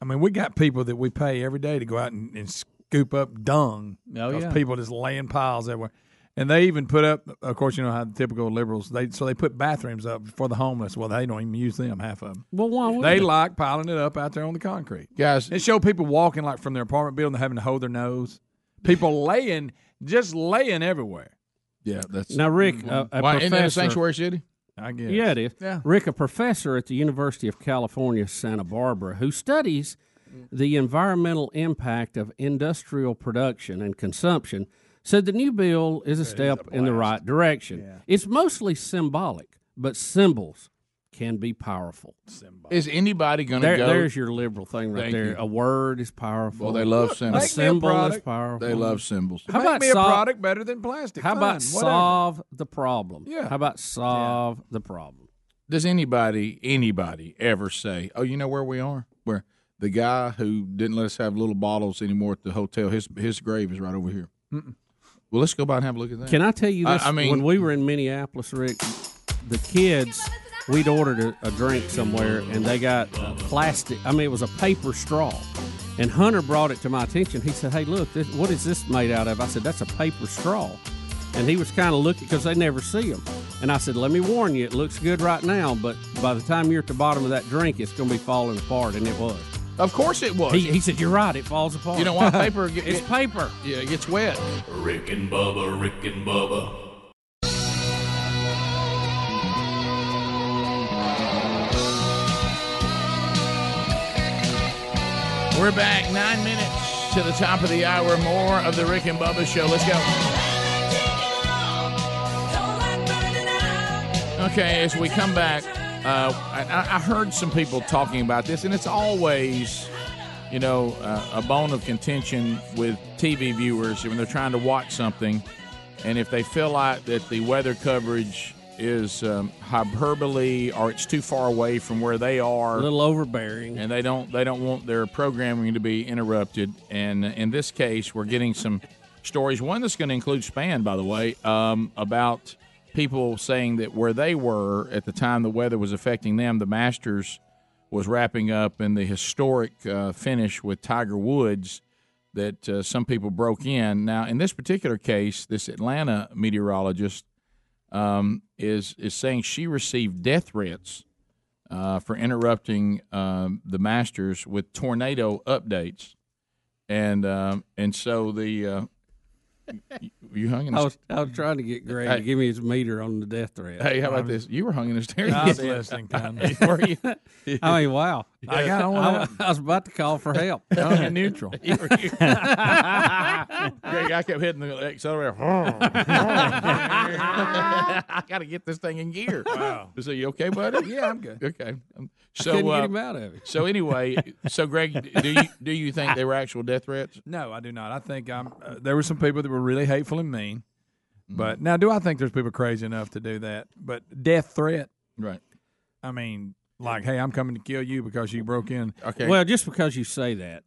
I mean, we got people that we pay every day to go out and, and scoop up dung.
Oh,
'Cause
yeah.
people just laying piles everywhere. And they even put up, of course, you know how the typical liberals they so they put bathrooms up for the homeless. Well, they don't even use them, half of them.
Well, why would
They like piling it up out there on the concrete.
Guys,
it showed people walking like from their apartment building, having to hold their nose. People laying, just laying everywhere.
Yeah, that's Mm-hmm.
Now, Rick, uh, a- a
Why, isn't that a
professor-
sanctuary city?
I guess.
Yeah, it is. Rick, a professor at the University of California, Santa Barbara, who studies the environmental impact of industrial production and consumption, said the new bill is a step in the right direction. It's mostly symbolic, but symbols can be powerful.
Is anybody going to
There-
go?
There's your liberal thing right
Thank
there.
you.
A word is powerful.
Well, they love
A
symbols. Make me a
symbol is
product.
powerful.
They love symbols.
How
Make
about
me a
sol-
product better than plastic.
How about
Fine, whatever.
solve the problem?
Yeah.
How about solve the problem?
Does anybody, anybody ever say, "Oh, you know where we are? Where the guy who didn't let us have little bottles anymore at the hotel, his his grave is right over here."
Mm-mm.
Well, let's go by and have a look at that.
Can I tell you
I-
this?
I, mean,
when we were in Minneapolis, Rick, the kids, we'd ordered a, a drink somewhere and they got a plastic. I mean, it was a paper straw. And Hunter brought it to my attention. He said, "Hey, look, this, what is this made out of?" I said, "That's a paper straw." And he was kind of looking because they never see them. And I said, "Let me warn you, it looks good right now, but by the time you're at the bottom of that drink, it's going to be falling apart." And it was.
Of course it was.
He, he said, "You're right. It falls apart."
You know why paper? Get,
it's paper.
Yeah, it gets wet.
Rick and Bubba, Rick and Bubba.
We're back nine minutes to the top of the hour. More of the Rick and Bubba show. Let's go. Okay, as we come back, uh, I, I- I heard some people talking about this, and it's always, you know, uh, a bone of contention with TV viewers when they're trying to watch something, and if they feel like that the weather coverage is um, hyperbole or it's too far away from where they are,
A little overbearing.
and they don't they don't want their programming to be interrupted. And in this case, we're getting some stories. One that's going to include Span, by the way, um, about people saying that where they were at the time the weather was affecting them, the Masters was wrapping up, and the historic uh, finish with Tiger Woods that uh, some people broke in. Now, in this particular case, this Atlanta meteorologist um, is is saying she received death threats uh, for interrupting um, the Masters with tornado updates, and um, and so the uh, y- you hung in.
I was, I was trying to get Greg
Hey.
to give me his meter on the death threat.
Hey, how about this? You were hung in a stereo.
I was
listening, Con.
Were you?
I mean, wow.
I got on
I,
with
I was about to call for help.
Hung in neutral. You were- you- Greg, I kept hitting the accelerator. I got to get this thing in gear. Wow. So you okay, buddy?
Yeah, I'm good.
Okay. Um, So
couldn't get
uh,
him out of it.
So anyway, so Greg, do you do you think they were actual death threats?
No, I do not. I think I'm. Uh, there were some people that were really hateful and mean, but now do I think there's people crazy enough to do that? But death threat.
Right.
I mean, like, hey, I'm coming to kill you because you broke in.
Okay.
Well, just because you say that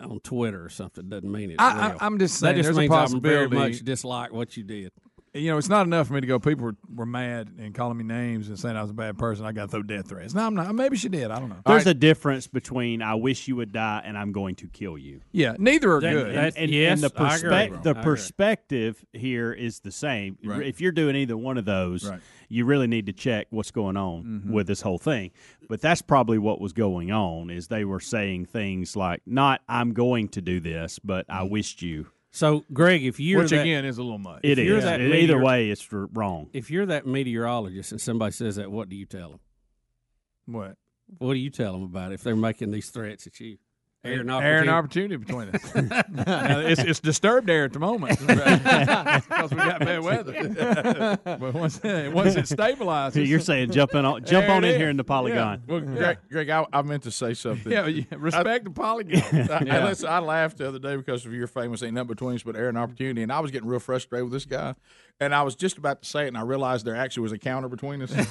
on Twitter or something doesn't mean it's
I- I-
real.
I'm just
that
saying
just
there's a
means I
possibility-
very much dislike what you did.
you know, it's not enough for me to go. People were, were mad and calling me names and saying I was a bad person. I got to throw death threats. No, I'm not. Maybe she did. I don't know.
There's a difference between "I wish you would die" and "I'm going to kill you."
Yeah, neither are
And-
good.
And, and-
yes,
and the,
I agree.
perspec-
I
the
agree.
perspective here is the same.
Right.
If you're doing either one of those,
Right.
you really need to check what's going on
Mm-hmm.
with this whole thing. But that's probably what was going on is they were saying things like, "Not I'm going to do this, but I wished you."
So, Greg, if you're
Mm-hmm. Which
that,
again is a little much.
It
If you're
is.
that
It- either
meteor-
way, it's r- wrong.
if you're that meteorologist and somebody says that, what do you tell them?
what?
What do you tell them about it if they're making these threats at you? Air and
Air and
opportunity.
opportunity between us. Now, it's, it's disturbed air at the moment because we got bad weather. but once, once it stabilizes,
You're saying jump in on jump
There
on
it
in
is.
here in the
Yeah.
Polygon.
Well, Greg, Greg I, I meant to say something.
yeah, yeah, respect the polygon.
I, I, listen, I laughed the other day because of your famous ain't number twenties, but air and opportunity, and I was getting real frustrated with this guy, and I was just about to say it, and I realized there actually was a counter between us.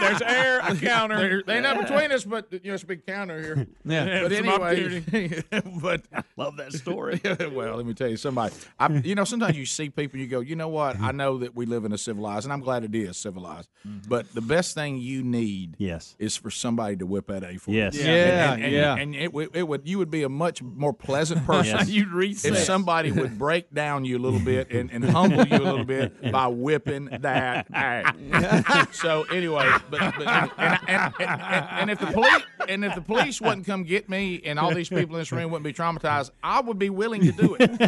There's air, a counter.
There- they ain't not between us, but you know it's a big counter here.
Yeah,
but
some
anyway, but
Love that story.
well, let me tell you, somebody, I, you know, sometimes you see people, and you go, you know what? I know that we live in a civilized, and I'm glad it is civilized. But the best thing you need
Mm-hmm. yes.
is for somebody to whip that A for
Yes.
you. And-
Yeah,
and, and,
yeah.
And it, would- it would you would be a much more pleasant person.
Yes.
You'd reset.
If somebody would break down you a little bit and, and humble you a little bit by whipping that ass. so anyway, but, but and, and, and, and, and if the police and if the police wouldn't come get me and all these people in this room wouldn't be traumatized, I would be willing to do it.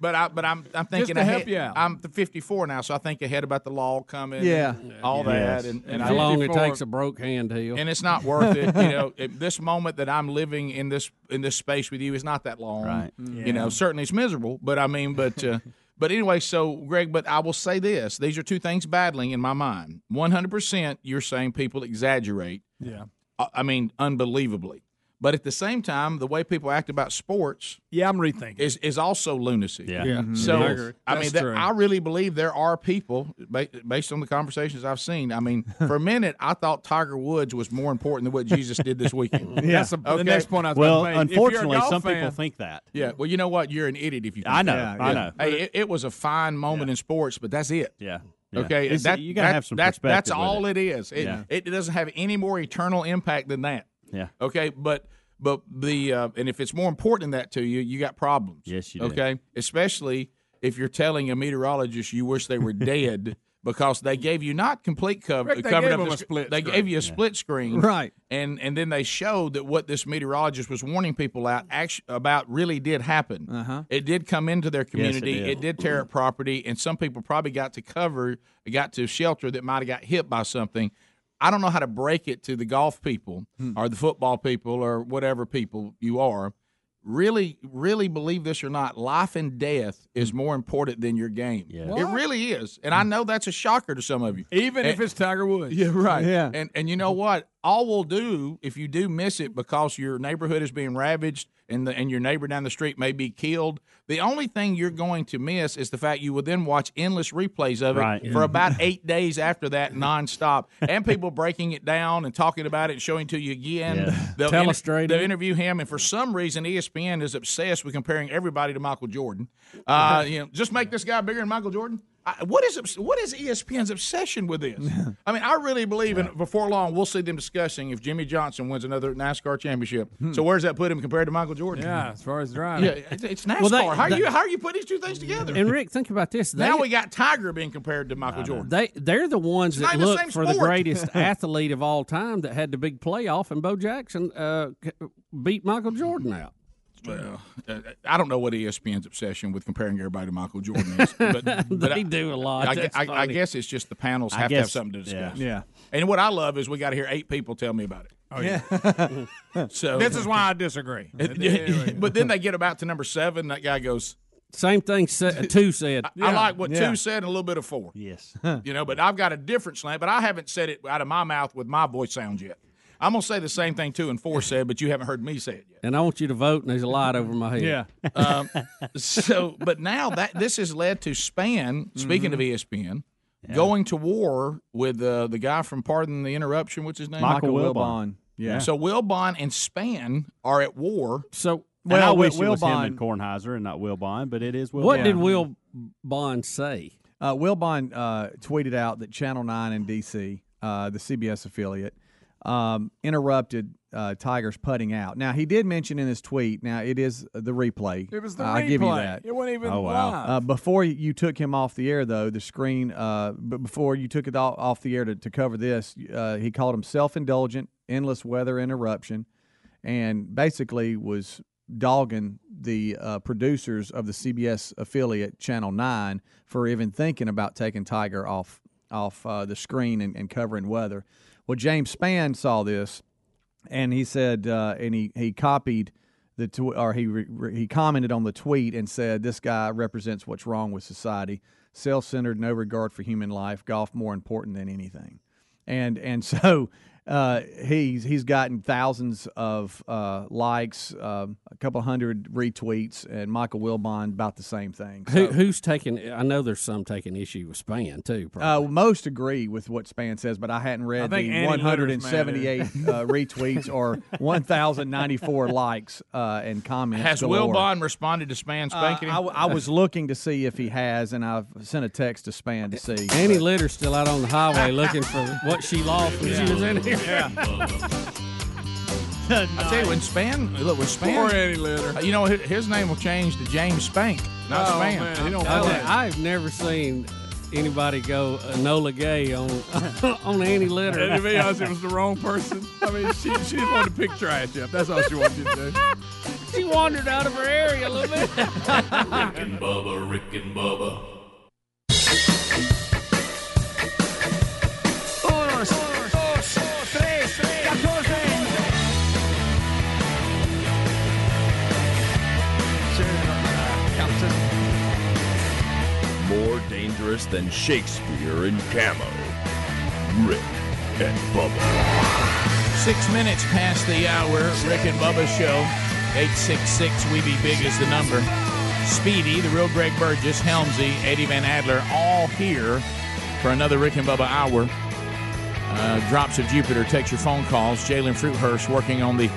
but I but I'm I'm thinking
to help
ahead.
you out.
I'm 54 now, so I think ahead about the law coming.
Yeah.
and all
Yes.
that and, and
How long it
54.
takes a broke hand to heal.
and it's not worth it. You know, If this moment that I'm living in this in this space with you is not that long.
Right.
You know, certainly it's miserable, but I mean, but uh, but anyway. So, Greg, but I will say this: these are two things battling in my mind. One hundred percent, you're saying people exaggerate. uh,
Yeah.
I- I mean, unbelievably. But at the same time, the way people act about sports
Yeah, I'm rethinking.
is is also lunacy.
Yeah.
So I
I agree.
Mm-hmm. That's
mean, that,
true.
I really believe there are people ba- based on the conversations I've seen. I mean, for a minute, I thought Tiger Woods was more important than what Jesus did this weekend.
Yeah.
That's the,
Okay.
the next point I was
Well,
about to make. If you're a
unfortunately,
golf
some
fan-
people think that.
Yeah. Well, you know what? You're an idiot if you. Think
I know.
that.
I know.
Hey, it, it was a fine moment in sports, but that's it.
Yeah. yeah.
Okay,
It's-
that,
you gotta
that-
have some
that-
perspective.
That's
with
all
it.
it is. It,
Yeah.
it doesn't have any more eternal impact than that.
Yeah.
Okay, but but the uh, and if it's more important than that to you, you got problems.
Yes, you do.
Okay, especially if you're telling a meteorologist you wish they were dead because they gave you not complete cover,
Rick, they
covered up.
gave them
the
a
sc-
split
they
screen.
gave you a
Yeah.
split screen,
Right.
And and then they showed that what this meteorologist was warning people out actu- about really did happen. Uh-huh. It did come into their community.
did.
it did tear up property, and some people probably got to cover, got to shelter that might have got hit by something. I don't know how to break it to the golf people
Hmm.
or the football people or whatever people you are. Really, really believe this or not, life and death
Mm.
is more important than your game. It
What?
really is, and I know that's a shocker to some of you.
Even if
And-
it's Tiger Woods. Mm-hmm.
yeah, right.
Yeah.
And and you know what? All we'll do if you do miss it because your neighborhood is being ravaged and the, and your neighbor down the street may be killed, the only thing you're going to miss is the fact you will then watch endless replays of it
Right.
Mm-hmm.
for about eight days after that nonstop. And people breaking it down and talking about it and showing to you again.
Yeah.
They'll
Telestrated.
they'll interview him, and for some reason, E ESPN is obsessed with comparing everybody to Michael Jordan. Uh, you know, just make this guy bigger than Michael Jordan. I, what is obs- what is E ESPN's obsession with this? I mean, I really believe, and before long, we'll see them discussing if Jimmy Johnson wins another NASCAR championship.
Hmm.
So where does that put him compared to Michael Jordan?
Yeah, as far as driving.
yeah, it's, it's NASCAR.
Well, they-
how are
they-
you how are you putting these two things together?
And Rick, think about this. They,
now we got Tiger being compared to Michael Jordan.
they they're the ones
It's not
that
even the
look
same
for the
sport.
greatest athlete of all time that had the big playoff, and Bo Jackson uh, c- beat Michael Jordan out.
Well, uh, I don't know what ESPN's obsession with comparing everybody to Michael Jordan is, but, but
They do a lot.
I, gue-
That's
I- I
funny.
guess it's just the panels
I
have to have
guess-
something to discuss.
yeah. Yeah.
And what I love is we got to hear eight people tell me about it. Oh yeah. so
This is why I disagree.
but then they get about to number seven. That guy goes.
Same thing sa- two said.
I like what two said and a little bit of four.
Yes.
you know, but I've got a different slant, but I haven't said it out of my mouth with my voice sounds yet. I'm gonna say the same thing two and four said, but you haven't heard me say it yet.
And I want you to vote, and there's a light over my head.
Um, so, but now that this has led to Span, speaking
Mm-hmm.
of E ESPN, going to war with uh, the guy from Pardon the Interruption, what's his name?
Michael Michael Wilbon. Wilbon. Yeah.
So Wilbon and Span are at war.
So,
Well, I wish it was him and Kornheiser and not Will Bond, but it is Will.
What did
Will Bond say?
Uh, Will Bond uh, tweeted out that Channel 9 in D.C., uh, the CBS affiliate, um, interrupted uh, Tiger's putting out. Now, he did mention in his tweet, now it is the replay.
It was the
I'll give you
replay.
that.
It wasn't even Oh, wow. live.
Uh, before you took him off the air, though, the screen, uh, b- before you took it off- off the air to, to cover this, uh, he called him self indulgent, endless weather interruption, and basically was dogging the uh, producers of the CBS affiliate, Channel 9, for even thinking about taking Tiger off, off uh, the screen and, and covering weather. Well, James Spann saw this and he said, uh, and he he copied the tw- or he re- re- he commented on the tweet and said, "This guy represents what's wrong with society: self-centered, no regard for human life, golf more important than anything." And and so uh, he's he's gotten thousands of uh, likes, um a couple hundred retweets, and Michael Wilbon about the same thing.
Who, who's taking? I know there's some taking issue with Span too. Probably.
Uh, most agree with what Span says, but I hadn't read
I think
the
Annie Litter's mad at him.
178 uh, retweets or 1,094 likes uh, and comments.
Has
galore.
Wilbon responded to Span
Uh,
spanking? him?
I, I was looking to see if he has, and I've sent a text to Span to see.
Annie Litter's still out on the highway looking for what she lost when she was in here.
I tell you, when Span, look, when Span,
Poor Eddie
Uh, you know, hi- his name will change to James Spank, not
Oh.
Span.
I- I've never seen anybody go Enola Gay on on Annie Litter.
And to be honest, it was the wrong person. I mean, she, she just wanted to pick trash up. That's all she wanted to do.
she wandered out of her area a little bit.
Rick and Bubba, Rick and Bubba.
More dangerous than Shakespeare in camo. Rick and Bubba.
Six minutes past the hour. Rick and Bubba show. 866 We Be Big is the number. Speedy, the real Greg Burgess, Helmsy, Eddie Van Adler, all here for another Rick and Bubba hour. Uh, Drops of Jupiter takes your phone calls. Jalen Fruithurst working on the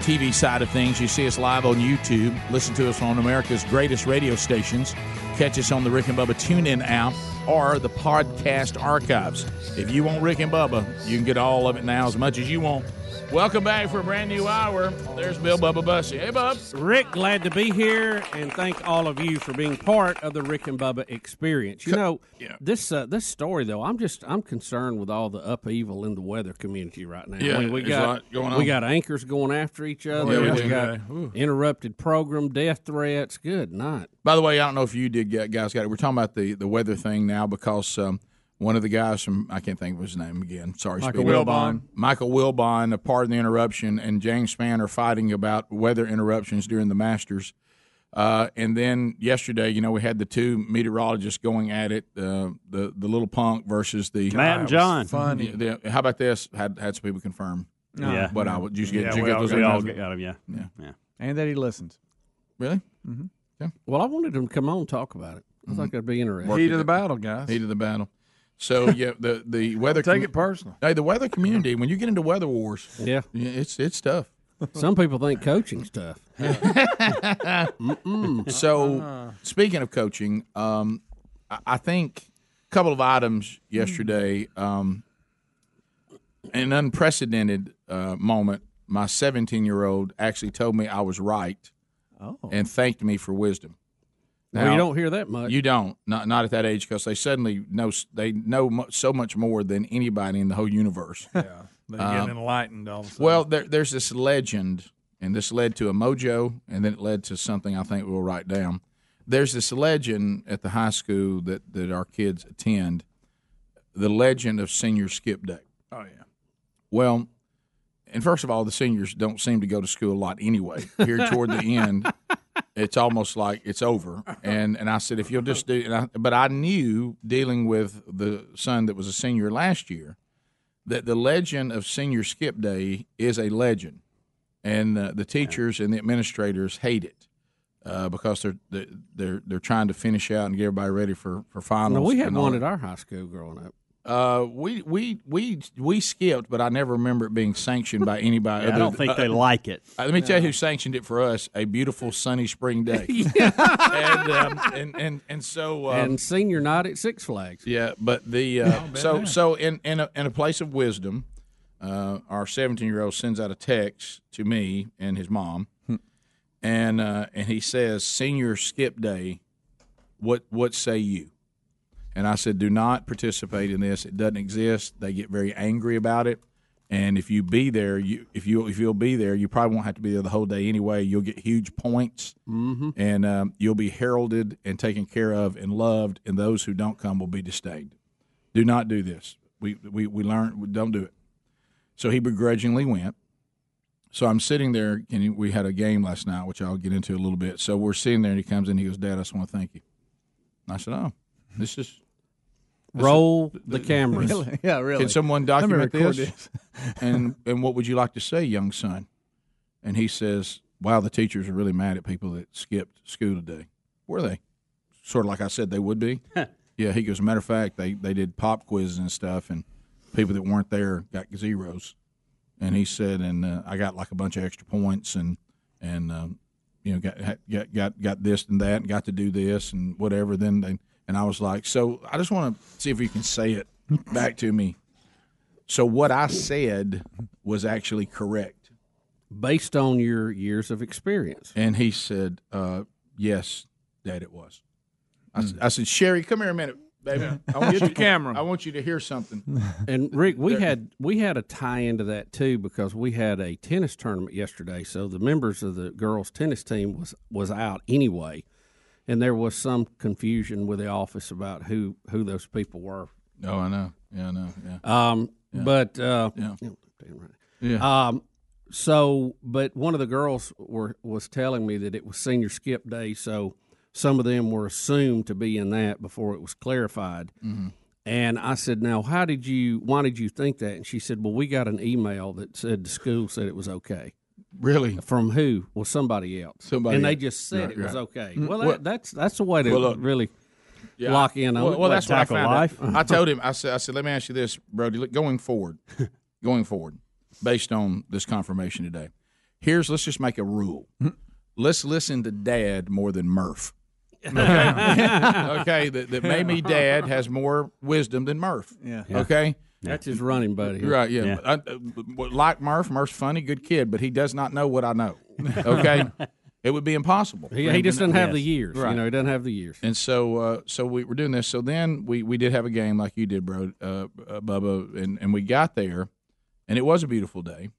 TV side of things. You see us live on YouTube. Listen to us on America's greatest radio stations. Catch us on the Rick and Bubba TuneIn app or the podcast archives. If you want Rick and Bubba, you can get all of it now as much as you want. Welcome back for a brand new hour. There's Bill Bubba Bussy. Hey, Bub.
Rick, glad to be here, and thank all of you for being part of the Rick and Bubba experience. You know, this uh, this story though, I'm just I'm concerned with all the upheaval in the weather community right now.
Yeah,
I mean, we
there's a
got
lot going on. Oh,
we got anchors going after each other.
Yeah, we
we,
do.
got
Yeah. Ooh.
interrupted program, death threats. Good night.
By the way, I don't know if you did, get, guys. Got it. We're talking about the, the weather thing now because um, one of the guys from I can't think of his name again. Sorry,
Michael
Speedy.
Wilbon.
Michael Wilbon, a pardon the interruption, and James Spann are fighting about weather interruptions during the Masters. Uh, and then yesterday, you know, we had the two meteorologists going at it uh, the the little punk versus the
Matt
God, it
and
was
John.
Funny. The- the- how about this? Had had some people confirm.
Yeah.
but I would. You get,
Yeah,
did you
we
get
all-
those
we all
emails?
got them, yeah.
yeah,
yeah.
and that he listens.
Really?
Mm-hmm.
Well, I wanted him to come on and talk about it. I
Mm-hmm.
thought that'd be interesting.
Heat of the battle, guys. Heat of the battle. So yeah, the the weather
Take it
personal. Hey, the weather community. When you get into weather wars,
Yeah.
it's it's tough.
Some people think coaching's tough. Uh-huh.
So speaking of coaching, um, I, I think a couple of items yesterday. Um, an unprecedented uh, moment. My 17 year old actually told me I was right,
Oh.
Oh.
and thanked me for wisdom.
Well, you don't hear that much.
You don't. Not not at that age because they suddenly know s- they know mu- so much more than anybody in the whole universe. Yeah,
They're getting enlightened all of a sudden.
um, well, there, there's this legend, and this led to a mojo, and then it led to something I think we'll write down. There's this legend at the high school that, that our kids attend, the legend of senior skip day.
Oh yeah.
Well, and first of all, the seniors don't seem to go to school a lot anyway. Here toward the end, it's almost like it's over. And and I said, if you'll just do, and I, but I knew dealing with the son that was a senior last year that the legend of senior skip day is a legend, and uh, the teachers and the administrators hate it. Uh, because they're they're- they're they're trying to finish out and get everybody ready for for finals.
No, we had
and all
one
that.
at our high school growing up.
Uh, we we we we skipped, but I never remember it being sanctioned by anybody.
Yeah, I
other
don't
th-
think
uh,
they like it.
uh, let me tell you who sanctioned it for us: a beautiful sunny spring day. and, um, and and and so uh,
and senior night at Six Flags.
yeah, but the
I'll
uh,
bet
so
that.
so in in a, in a place of wisdom, uh, our 17 year old sends out a text to me and his mom, and uh, and he says, "Senior skip day, what what say you?" And I said, "Do not participate in this. It doesn't exist. They get very angry about it." And if you be there, you if you if you'll be there, you probably won't have to be there the whole day anyway. You'll get huge points,
Mm-hmm.
and um, you'll be heralded and taken care of and loved, and those who don't come will be disdained. Do not do this. We we we learn. we Don't do it. So he begrudgingly went. So I'm sitting there, and we had a game last night, which I'll get into a little bit. So we're sitting there, and he comes in. He goes, "Dad, I just want to thank you." And I said, "Oh, this is." this
Roll
is-
the cameras. Really? Yeah, really.
Can someone
Let me
document
record
this?
this.
and and what would you like to say, young son? And he says, "Wow, the teachers are really mad at people that skipped school today. Were they? Sort of like I said they would be. yeah." He goes, "Matter of fact, they they did pop quizzes and stuff, and people that weren't there got zeros." And he said, "And uh, I got like a bunch of extra points, and and um, you know got got got got this and that, and got to do this and whatever." Then they and I was like, "So I just want to see if you can say it back to me." So what I said was actually correct.
Based on your years of experience.
And he said, uh, yes, Dad, it was. I,
Hmm.
s- I said, Sherry, come here a minute, baby. I want
Get
you
the
to-
camera.
I want you to hear something.
And Rick, we
There-
had we had a tie into that too because we had a tennis tournament yesterday. So the members of the girls' tennis team was was out anyway, and there was some confusion with the office about who who those people were.
Oh, I know. Yeah, I know. Yeah.
Um,
Yeah.
but uh,
Yeah.
damn right.
Yeah.
Um, so, but one of the girls were was telling me that it was senior skip day, so some of them were assumed to be in that before it was clarified.
Mm.
Mhm.
And I said, "Now, how did you? Why did you think that?" And she said, "Well, we got an email that said the school said it was okay."
Really?
From who? Well, somebody else.
Somebody
and they
else.
just said
Right,
it was
right.
okay.
Mm,
Well,
well-
that, that's that's the way to
Well, look.
really
Yeah,
lock in. on
Well, well, that's what I found. out. I told
him.
him. I said. I said. Let me ask you this, Brody. Look, going forward, going forward, based on this confirmation today,
Mm-hmm.
here's. Let's just make a rule. let's listen to Dad more than Murph. Okay, okay that, that maybe Dad has more wisdom than Murph.
Yeah.
Okay.
That's his running buddy.
Right. Yeah. I- uh, like Murph, Murph's funny, good kid, but he does not know what I know. Okay. it would be impossible.
He- he just doesn't have the years, you know, he doesn't have the years.
And so, uh, so we were doing this. So then we we did have a game like you did, bro, uh, uh, Bubba, and and we got there, and it was a beautiful day.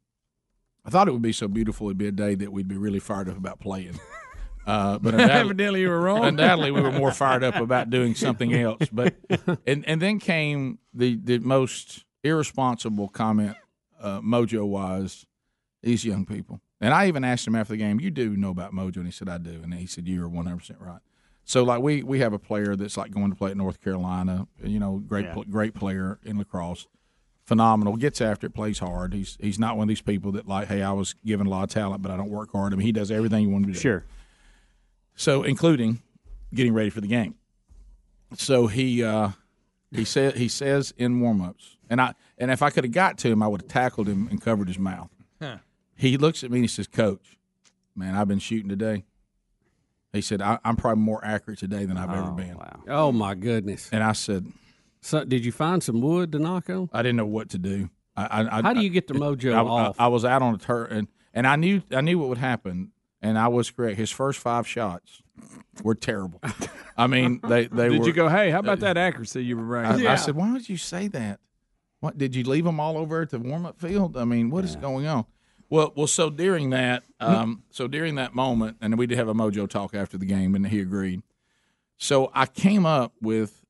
I thought it would be so beautiful. It'd be a day that we'd be really fired up about playing. Uh, but
Evidently you were wrong.
Undoubtedly, we were more fired up about doing something else. But and and then came the the most irresponsible comment, uh, Mojo wise, these young people. And I even asked him after the game, "You do know about Mojo?" And he said, "I do." And he said, "You are one hundred percent right." So like we we have a player that's like going to play at North Carolina. You know, great
Yeah.
pl- great player in lacrosse, phenomenal. Gets after it, plays hard. He's he's not one of these people that like, hey, I was given a lot of talent, but I don't work hard. I mean, he does everything you want him to do. Sure. So including getting ready for the game. So he uh, he said he says in warmups, and I and if I could have got to him, I would have tackled him and covered his mouth.
Huh.
He looks at me and he says, Coach, man, I've been shooting today. He said, I, I'm probably more accurate today than I've ever been.
Oh my goodness!
And I said,
so, "Did you find some wood to knock on?"
I didn't know what to do. I, I, I,
How do you get the mojo
I, I-
off?
I, was out on a turn, and, and I knew I knew what would happen, and I was correct. His first five shots were terrible. I mean, they they
Did
were- Uh,
you go, hey, how about that accuracy you were
I,
bringing?
I said, why would you say that? What did you leave them all over at the warm up field? I mean, what is going on? Well, well. So during that, um, so during that moment, and we did have a mojo talk after the game, and he agreed. So I came up with,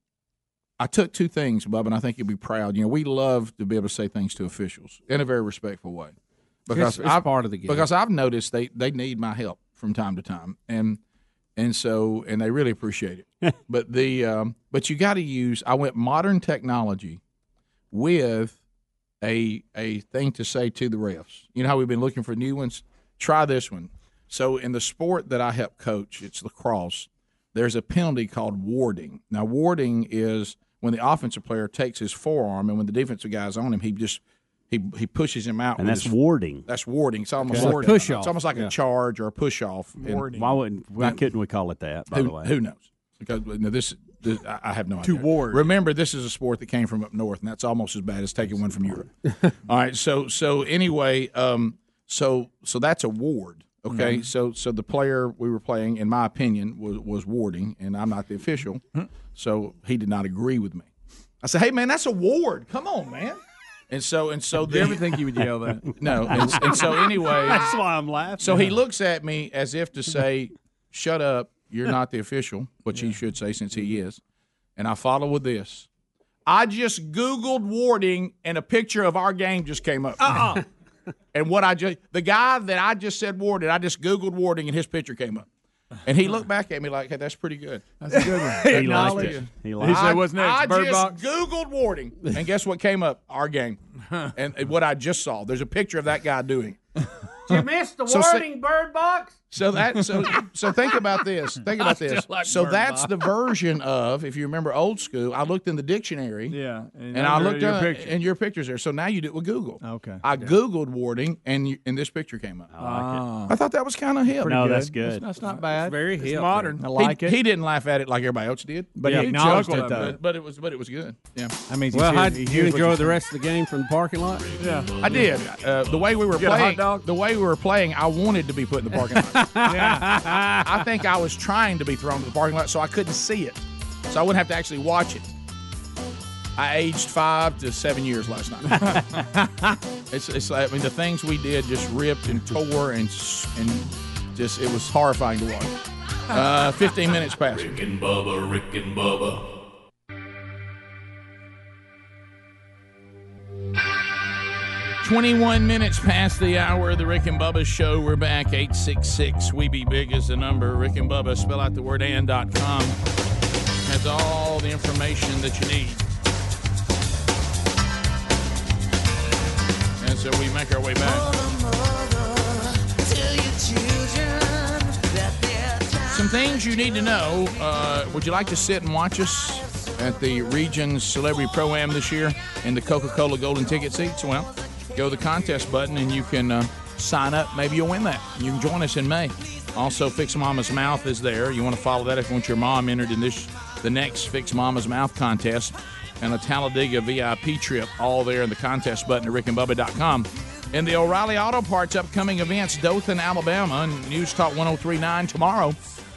I took two things, Bub, and I think you'll be proud. You know, we love to be able to say things to officials in a very respectful way,
It's- it's part of the game.
Because I've noticed they they need my help from time to time, and and so and they really appreciate it. but the um, but you got to use. I went modern technology with a a thing to say to the refs. You know how we've been looking for new ones. Try this one. So in the sport that I help coach, it's lacrosse. There's a penalty called warding. Now warding is when the offensive player takes his forearm and when the defensive guy's on him, he just he he pushes him out.
And
with
that's
his-
warding.
That's warding. It's almost
It's like
like
push-off.
It's almost like
Yeah.
a charge or a push off.
Why wouldn't why couldn't we call it that? By
who,
the way,
who knows? Because you know, this, this, I I have no
To
idea. ward. Remember, this is a sport that came from up north, and that's almost as bad as taking one from Europe. All right. So so anyway, um, so so that's a ward. Okay.
Mhm.
So so the player we were playing, in my opinion, was was warding, and I'm not the official, so he did not agree with me. I said, hey man, that's a ward. Come on, man. And so and so,
Did you ever think you would yell that?
No. And, and so anyway,
That's
why I'm laughing.
So he looks at me as if to say, "Shut up, you're not the official," which he should say since he is. And I follow with this. I just Googled warding, and a picture of our game just came up. Uh-uh. and what I just the guy that I just said warded, I just Googled warding, and his picture came up. And he looked back at me like, "Hey, that's pretty good." That's
a good one. He liked it. He liked He said, it. "What's next,
I
Bird
just
Box?"
Googled warding, and guess what came up? Our game, and what I just saw. There's a picture of that guy doing. it.
you missed
the So say- wording,
bird box.
So that so so think about this. Think
I
about
still
this.
like
so
Bird
that's
Box.
the version of if you remember old school. I looked in the dictionary.
Yeah,
And, I
under
looked
your
up
picture.
and your pictures there. So now you do it with Google.
Okay.
I googled warding and you, and this picture came up.
Ah.
I thought that was kind of hip.
Pretty That's, that's not bad.
very
it's modern.
he, He didn't laugh at it like everybody else did,
But he acknowledged
chuckled
it,
at
though.
But, but it was but it was good. Yeah.
That means he
well,
hears-
how'd
he
you
hears what
enjoy
you're
the rest of the game from the parking lot?
Yeah,
I did. Uh, the way we were
You got a hot
playing, the way we were playing, I wanted to be put in the parking lot. yeah. I, I think I was trying to be thrown to the parking lot, so I couldn't see it, so I wouldn't have to actually watch it. I aged five to seven years last night. it's, it's like, I mean, the things we did just ripped and tore and s- and just it was horrifying to watch. Uh, Fifteen minutes passed.
Rick and Bubba, Rick and Bubba.
Twenty-one minutes past the hour of the Rick and Bubba show. We're back eight six six. We be big is the number. Rick and Bubba. Spell out the word and dot com has all the information that you need. And so we make our way back. Some things you need to know. Uh, would you like to sit and watch us at the Regions Celebrity Pro Am this year in the Coca Cola Golden Ticket seats? Well, go to the contest button and you can uh, sign up. Maybe you'll win that. You can join us in May. Also, Fix Mama's Mouth is there. You want to follow that if you want your mom entered in this the next Fix Mama's Mouth contest and a Talladega VIP trip, all there in the contest button at rickandbubba.com. And the O'Reilly Auto Parts upcoming events, Dothan, Alabama, and News Talk 1039 tomorrow.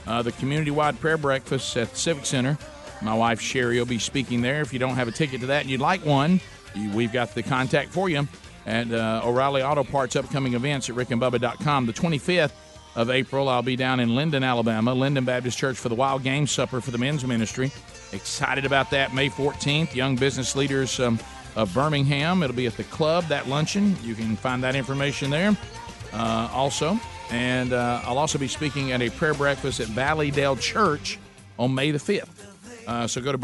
Uh, the community wide prayer breakfast at the Civic Center. My wife Sherry will be speaking there. If you don't have a ticket to that and you'd like one, you, we've got the contact for you at uh, O'Reilly Auto Parts upcoming events at rickandbubba.com. The 25th of April, I'll be down in Linden, Alabama, Linden Baptist Church for the Wild Game Supper for the men's ministry. Excited about that. May 14th, Young Business Leaders um, of Birmingham. It'll be at the club, that luncheon. You can find that information there uh, also. And uh, I'll also be speaking at a prayer breakfast at Valleydale Church on May the 5th. Uh, so go to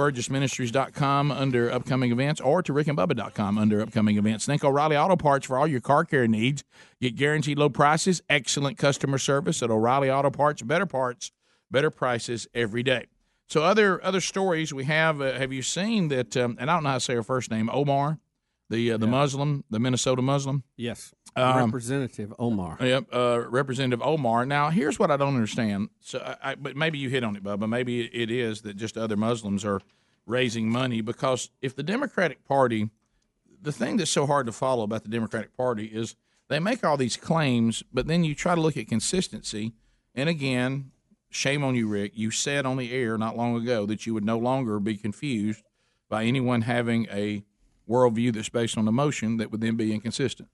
burgessministries.com under upcoming events or to rickandbubba.com under upcoming events. Thank O'Reilly Auto Parts for all your car care needs. Get guaranteed low prices, excellent customer service at O'Reilly Auto Parts. Better parts, better prices every day. So other other stories we have. Uh, have you seen that? Um, and I don't know how to say her first name. Omar, the uh, the Muslim, the Minnesota Muslim.
Yes.
Um,
Representative Omar.
Yep, uh, Representative Omar. Now, here's what I don't understand. So, I, I, but maybe you hit on it, Bubba. Maybe it is that just other Muslims are raising money because if the Democratic Party, the thing that's so hard to follow about the Democratic Party is they make all these claims, but then you try to look at consistency. And again, shame on you, Rick. You said on the air not long ago that you would no longer be confused by anyone having a worldview that's based on emotion that would then be inconsistent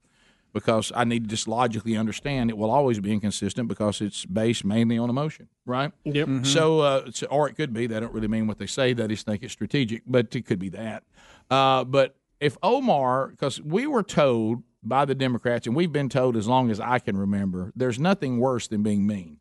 because I need to just logically understand it will always be inconsistent because it's based mainly on emotion, right?
Yep.
Mm-hmm.
Mhm.
So, uh, so- or it could be they don't really mean what they say. They just think it's strategic, but it could be that. Uh, but if Omar, because we were told by the Democrats, and we've been told as long as I can remember, there's nothing worse than being mean,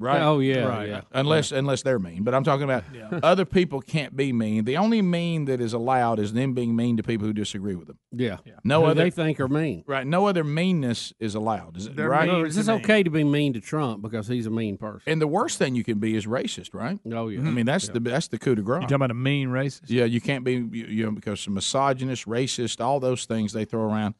right?
Oh, yeah, Right. yeah.
Unless unless they're mean, but I'm talking about other people can't be mean. The only mean that is allowed is them being mean to people who disagree with them.
Yeah.
No
Who
other
they think are mean.
Right. No other meanness is allowed. Is it
They're
right?
mean No, it's to just me. okay to be mean to Trump because he's a mean person.
And the worst thing you can be is racist, right?
Oh yeah.
I mean that's the that's the coup de grace. You talking
about a mean racist?
Yeah, you can't be you, you know because misogynist, racist, all those things they throw around.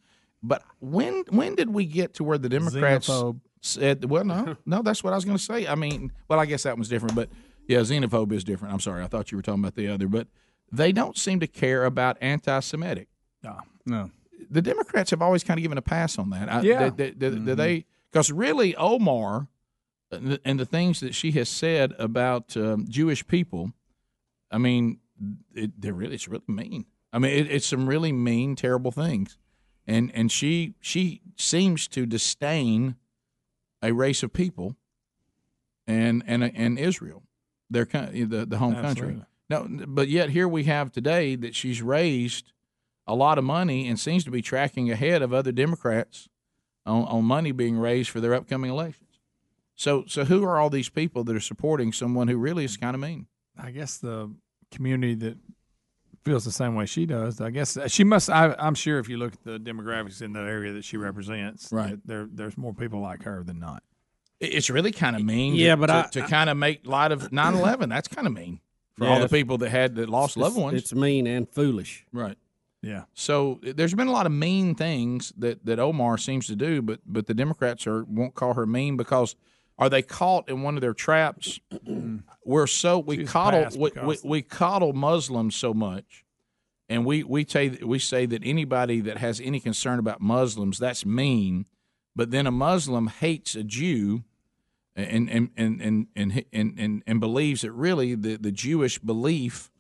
But when when did we get to where the Democrats
Xenophobe.
said, well, no, no, that's what I was going to say. I mean, well, I guess that one's different, but yeah, xenophobe is different. I'm sorry, I thought you were talking about the other, but they don't seem to care about anti-Semitic.
No.
No. The Democrats have always kind of given a pass on that. I,
Yeah. Mm-hmm.
they- they- they- they- they because really Omar and the, and the things that she has said about um, Jewish people, I mean, it, they're really it's really mean. I mean, it, it's some really mean, terrible things, and and she she seems to disdain a race of people, and and and Israel, their coun- the the home country.
Absolutely.
No, but yet here we have today that she's raised a lot of money and seems to be tracking ahead of other Democrats on, on money being raised for their upcoming elections. So, so who are all these people that are supporting someone who really is kind of mean?
I guess the community that feels the same way she does. I guess uh, she must. I, I'm sure if you look at the demographics in the area that she represents,
Right.
that there there's more people like her than not.
It- It's really kind of mean.
Yeah,
to,
but
to, to
I-
kind of make light of 9-11, that's kind of mean for all the
Yes.
people that had that lost loved
It's-
ones.
It's mean and foolish.
Right.
Yeah.
So i- there's been a lot of mean things that, that Omar seems to do, but but the Democrats are won't call her mean because are they caught in one of their traps? We're so we
She's passed
coddle we, we,
because-
we coddle Muslims so much, and we we say we say that anybody that has any concern about Muslims that's mean, but then a Muslim hates a Jew and and and and and and, and, and believes that really the, the Jewish belief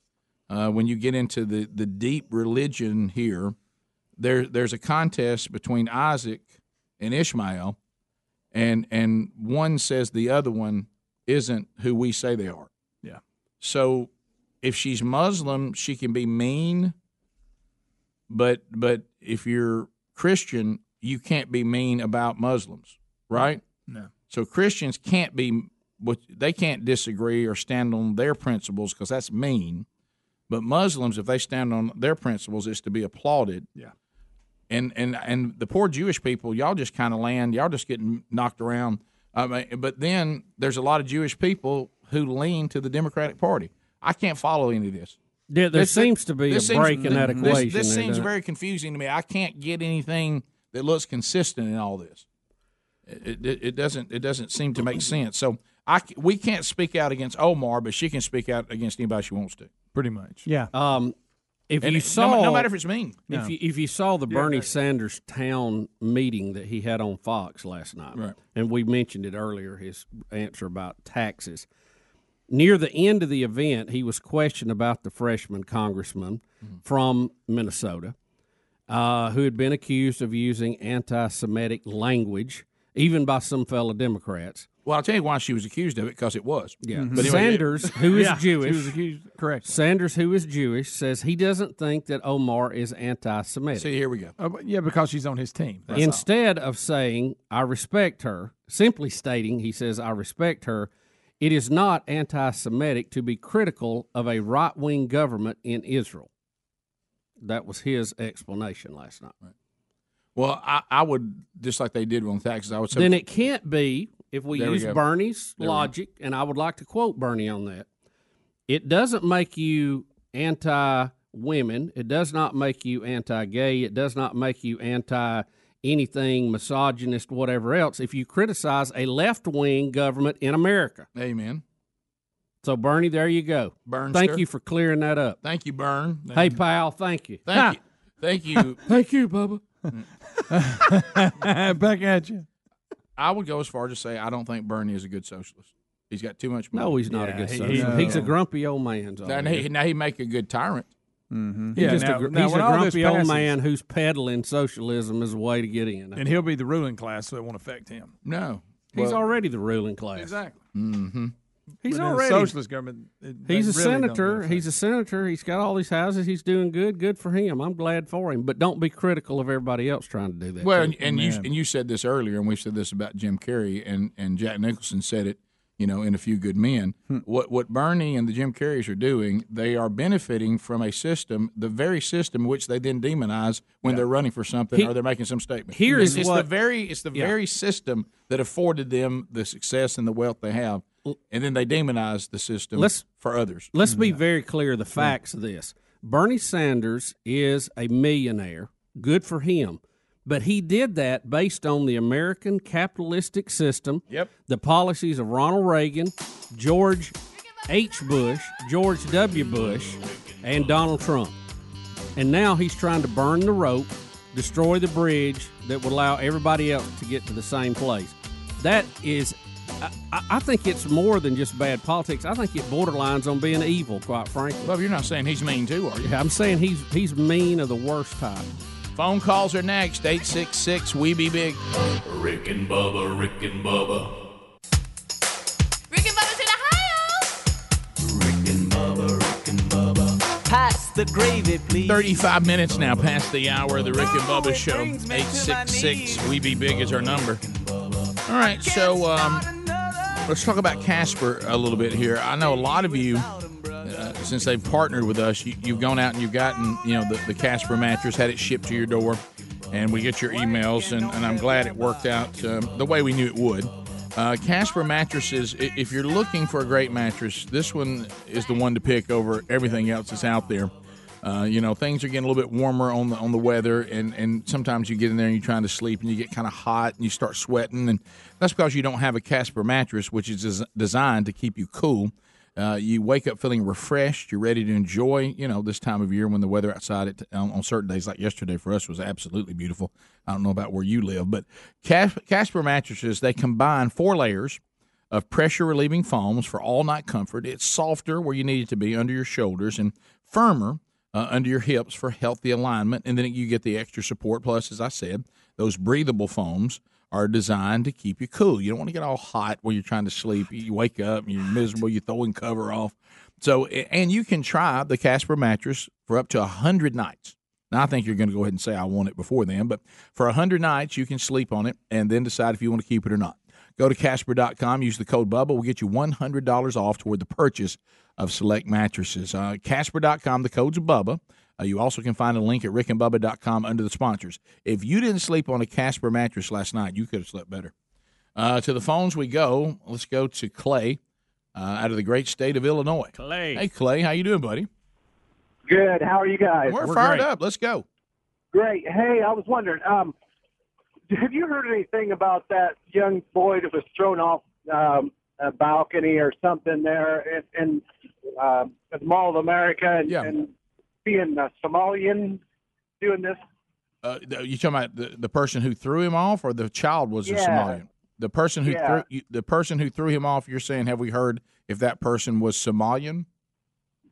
uh, when you get into the, the deep religion here there there's a contest between Isaac and Ishmael and and one says the other one isn't who we say they are
Yeah.
so if she's Muslim she can be mean but but if you're Christian you can't be mean about Muslims right
No.
so Christians can't be what they can't disagree or stand on their principles because that's mean. But Muslims, if they stand on their principles, it's to be applauded.
Yeah.
And and and the poor Jewish people, y'all just kind of land. Y'all just getting knocked around. I mean, but then there's a lot of Jewish people who lean to the Democratic Party. I can't follow any of this.
There- there seems to be
this
a break in that
this-
equation
This,
there,
seems
doesn't it?
very confusing to me. I can't get anything that looks consistent in all this. It, it, it doesn't it doesn't seem to make sense. So I c- we can't speak out against Omar, but she can speak out against anybody she wants to.
Pretty much.
Yeah.
Um, if
And
you
it- no
saw,
ma- no matter if it's mean. No.
if you, if you saw the
Yeah,
Bernie
right.
Sanders town meeting that he had on Fox last night,
Right.
and we mentioned it earlier, his answer about taxes. Near the end of the event, he was questioned about the freshman congressman
Mm-hmm.
from Minnesota uh, who had been accused of using anti Semitic language, even by some fellow Democrats.
Well, I'll tell you why she was accused of it because it was.
Yeah.
Mhm. But anyway,
Sanders,
it-
who is
Yeah, she
Jewish,
was accused- correct.
Sanders, who is Jewish, says he doesn't think that Omar is anti-Semitic.
See, here we go.
Uh, but- yeah, because she's on his team. That's all.
Instead of saying I respect her, simply stating he says I respect her, it is not anti-Semitic to be critical of a right-wing government in Israel. That was his explanation last night.
Well, I, I would just like they did on taxes. I would say
then it can't be if we
There we
use
go.
Bernie's
There we go.
logic, and I would like to quote Bernie on that. It doesn't make you anti women. It does not make you anti gay. It does not make you anti anything misogynist, whatever else, if you criticize a left wing government in America.
Amen.
So, Bernie, there you go. Thank
Bernster.
you for clearing that up.
Thank you, Bern.
Hey, pal, thank you.
Thank you. Thank you.
Thank you, Bubba.
Back at you.
I would go as far as to say I don't think Bernie is a good socialist. He's got too much money.
No, he's not a good son. he's a grumpy old man.
Now, now he, now he make a good tyrant.
Mm-hmm.
He's just a, gr- he's a grumpy old man who's peddling socialism as a way to get in.
And he'll be the ruling class, so it won't affect him.
No,
he's
Well-
already the ruling class.
Exactly.
Mm-hmm.
He's
But in a
already
socialist government. it-
He's a
that really don't do
senator.
anything.
He's a senator. He's got all these houses. He's doing good. Good for him. I'm glad for him. But don't be critical of everybody else trying to do that.
Well,
too.
and, and you and you said this earlier, and we said this about Jim Carrey, and, and Jack Nicholson said it, you know, in A Few Good Men.
Hmm.
What what Bernie and the Jim Carreys are doing, they are benefiting from a system, the very system which they then demonize when they're running for something
He-
or they're making some statement.
here
it's,
is
it's the
what-
very it's the
Yeah.
very system that afforded them the success and the wealth they have, and then they demonize the system
Let's-
for others.
Let's
Mm-hmm.
be very clear of the facts of this. Bernie Sanders is a millionaire. Good for him. But he did that based on the American capitalistic system,
Yep.
the policies of Ronald Reagan, George H. Bush, George W. Bush, and Donald Trump. And now he's trying to burn the rope, destroy the bridge that would allow everybody else to get to the same place. That is, I, I- I think it's more than just bad politics. I think it borderlines on being evil, quite frankly.
Well, you're not saying he's mean too, are you?
I'm saying he's he's mean of the worst type.
Phone calls are next. Eight six six. We be big.
Rick and Bubba, Rick and Bubba,
Rick and Bubba's in Ohio.
Pass the gravy, please.
35 minutes now past the hour of the Rick and Bubba Show. 866 We Be Big is our number. All right, so um, let's talk about Casper a little bit here. I know a lot of you, uh, since they've partnered with us, you, you've gone out and you've gotten you know the, the Casper mattress, had it shipped to your door, and we get your emails, and, and I'm glad it worked out um, the way we knew it would. Uh, Casper mattresses. i- If you're looking for a great mattress, this one is the one to pick over everything else that's out there. Uh, you know, things are getting a little bit warmer on the on the weather, and and sometimes you get in there and you're trying to sleep, and you get kind of hot, and you start sweating, and that's because you don't have a Casper mattress, which is des- designed to keep you cool. Uh, you wake up feeling refreshed. You're ready to enjoy, you know, this time of year when the weather outside at, on, on certain days, like yesterday for us, was absolutely beautiful. I don't know about where you live, but Cas- Casper mattresses they combine four layers of pressure relieving foams for all night comfort. It's softer where you need it to be under your shoulders and firmer uh, under your hips for healthy alignment. And then you get the extra support. Plus, as I said, those breathable foams are designed to keep you cool. You don't want to get all hot when you're trying to sleep. You wake up, you're miserable, you're throwing cover off. So, a- and you can try the Casper mattress for up to 100 nights. Now, I think you're going to go ahead and say, I want it before then, but for 100 nights, you can sleep on it and then decide if you want to keep it or not. Go to Casper.com, use the code Bubba. We'll get you $100 off toward the purchase of select mattresses. Uh, Casper.com, the code's Bubba. Uh, you also can find a link at rickandbubba.com under the sponsors. If you didn't sleep on a Casper mattress last night, you could have slept better. Uh, to the phones we go. Let's go to Clay uh, out of the great state of Illinois. Clay. Hey, Clay. How you doing, buddy?
Good. How are you guys?
We're, fired up. Let's go.
Great. Hey, I was wondering. Um, have you heard anything about that young boy that was thrown off um, a balcony or something there in, in uh, at the Mall of America and,
Yeah.
and being a Somalian doing this?
Uh, th- you talking about the, the person who threw him off, or the child was a
Yeah.
Somalian? The person who
Yeah.
threw you- the person who threw him off. You're saying, have we heard if that person was Somalian?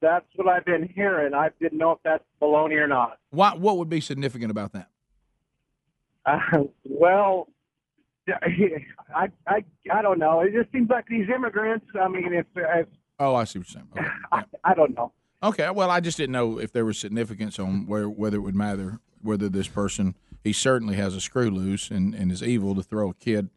That's what I've been hearing. I didn't know if that's baloney or not.
Why, what would be significant about that?
Uh, well, I, I I don't know. It just seems like these immigrants. I mean, if, if
Oh, I see what you're saying. Okay.
I don't know.
Okay, well, I just didn't know if there was significance on where whether it would matter whether this person he certainly has a screw loose and, and is evil to throw a kid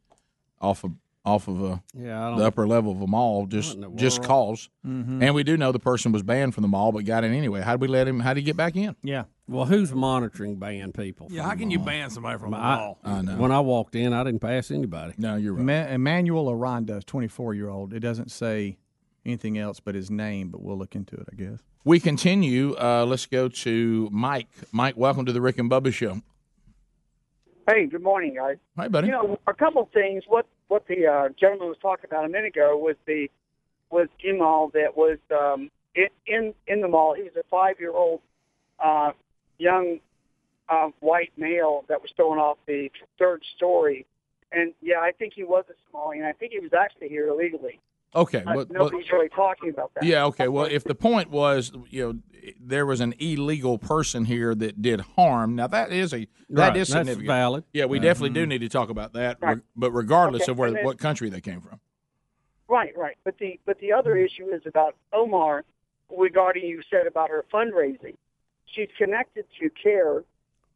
off of off of a
Yeah, I don't-
the upper level of a mall just
What in the
just
world?
cause.
Mhm.
And we do know the person was banned from the mall, but got in anyway. How did we let him? How did he get back in?
Yeah.
Well, who's monitoring ban people?
Yeah,
from
how
the
can you
mall?
ban somebody from the
I-
mall?
When I walked in, I didn't pass anybody.
No, you're
Ma- Emmanuel Aranda, 24 year old. It doesn't say anything else but his name, but we'll look into it, I guess.
We continue. Uh, let's go to Mike. Mike, welcome to the Rick and Bubba Show.
Hey, good morning, guys.
Hi, buddy.
You know, a couple things. What what the uh, gentleman was talking about a minute ago was the was in mall that was um, in, in in the mall. He was a five year old uh, young uh, white male that was thrown off the third story, and yeah, I think he was a Somali, and I think he was actually here illegally.
Okay,
But
well- well-
nobody's really talking about that.
Yeah, okay. Well, if the point was, you know, there was an illegal person here that did harm. Now that is a that is
Right, that's
significant.
valid.
Yeah, we
Right.
definitely do need to talk about that.
Right.
reg- But regardless
Okay,
of where
and then-
what country they came from.
Right, right. But the but the other issue is about Omar regarding you said about her fundraising. She's connected to CARE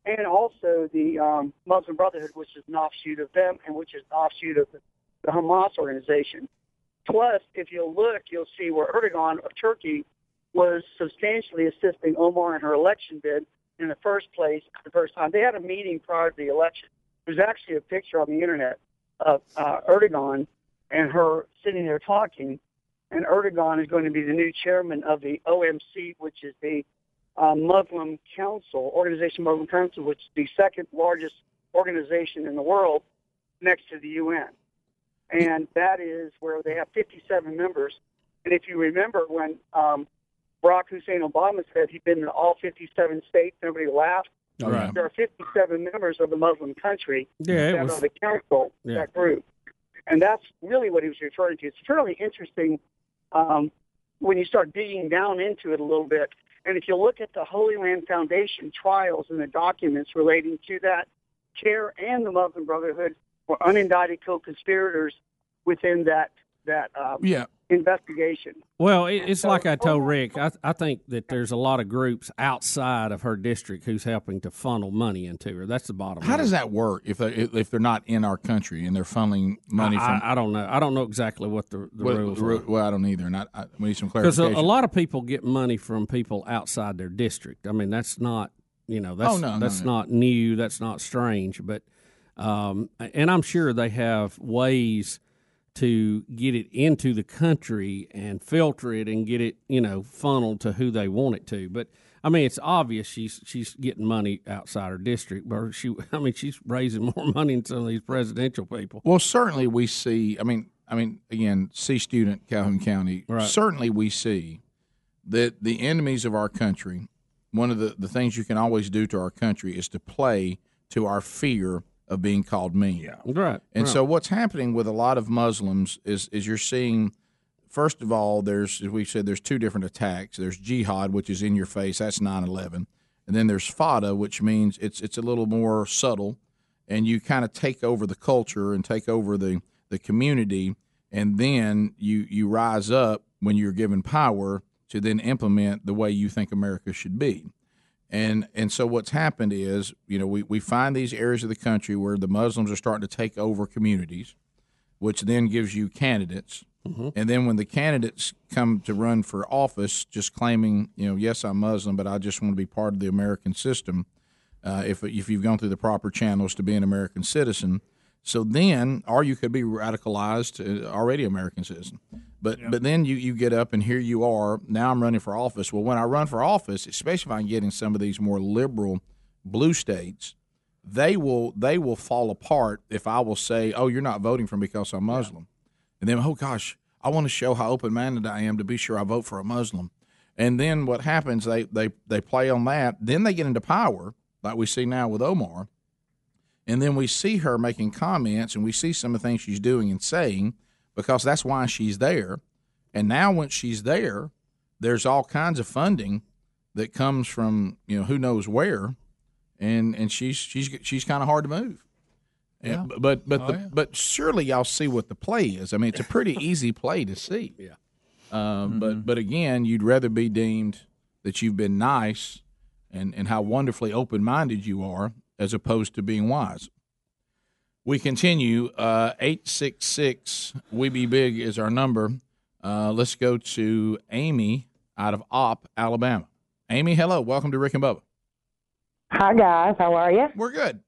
and also the um, Muslim Brotherhood, which is an offshoot of them and which is an offshoot of the, the Hamas organization. Plus, if you look, you'll see where Erdogan of Turkey was substantially assisting Omar in her election bid in the first place, the first time. They had a meeting prior to the election. There's actually a picture on the internet of uh, Erdogan and her sitting there talking. And Erdogan is going to be the new chairman of the OMC, which is the uh, Muslim Council, Organization Muslim Council, which is the second largest organization in the world next to the UN. And that is where they have 57 members. And if you remember when um, Barack Hussein Obama said he'd been in all 57 states, nobody laughed.
Oh, yeah.
There are 57 members of the Muslim country
Yeah, it
that
was-
are the council,
Yeah.
that group. And that's really what he was referring to. It's fairly interesting um, when you start digging down into it a little bit. And if you look at the Holy Land Foundation trials and the documents relating to that, CARE and the Muslim Brotherhood were unindicted co-conspirators within that that uh,
Yeah.
investigation.
Well, it, it's like I told Rick. I, I think that there's a lot of groups outside of her district who's helping to funnel money into her. That's the bottom.
How does that work if they if they're not in our country and they're funneling money
I-
from?
I, I don't know. I don't know exactly what the, the
Well,
rules
ru-
are.
well, I don't either, and I, I, we need some
Because a,
clarification.
a lot of people get money from people outside their district. I mean, that's not you know that's
Oh, no, no,
that's
no.
not new. That's not strange. But um, and I'm sure they have ways to get it into the country and filter it and get it you know funneled to who they want it to. But I mean, it's obvious she's she's getting money outside her district. But she, I mean, she's raising more money than some of these presidential people.
Well, certainly we see. I mean, I mean, again, C student Calhoun County.
Right.
Certainly we see that the enemies of our country. One of the the things you can always do to our country is to play to our fear of being called mean. Yeah.
Right.
And so what's happening with a lot of Muslims is is you're seeing first of all there's as we said there's two different attacks. There's jihad which is in your face, that's 9/11. And then there's fada which means it's it's a little more subtle and you kind of take over the culture and take over the the community and then you you rise up when you're given power to then implement the way you think America should be. And and so what's happened is, you know, we, we find these areas of the country where the Muslims are starting to take over communities, which then gives you candidates. And then when the candidates come to run for office, just claiming, you know, yes, I'm Muslim, but I just want to be part of the American system. Uh, if if you've gone through the proper channels to be an American citizen, so then, or you could be radicalized, uh, already American citizen. But but then you, you get up and here you are. Now I'm running for office. Well, when I run for office, especially if I can get in some of these more liberal blue states, they will they will fall apart if I will say, "Oh, you're not voting for me because I'm Muslim," and then, "Oh gosh, I want to show how open minded I am to be sure I vote for a Muslim." And then what happens? They they they play on that. Then they get into power, like we see now with Omar. And then we see her making comments, and we see some of the things she's doing and saying, because that's why she's there. And now, once she's there, there's all kinds of funding that comes from you know who knows where, and and she's she's she's kind of hard to move.
Yeah.
And, but but
Oh,
the,
yeah.
but surely y'all see what the play is. I mean, it's a pretty easy play to see. Yeah. Uh,
Mm-hmm.
But but again, you'd rather be deemed that you've been nice and and how wonderfully open minded you are as opposed to being wise. We continue. uh, Eight six six. We be big is our number. Uh, let's go to Amy out of Op, Alabama. Amy, hello. Welcome to Rick and Bubba.
Hi guys, how are you?
We're good.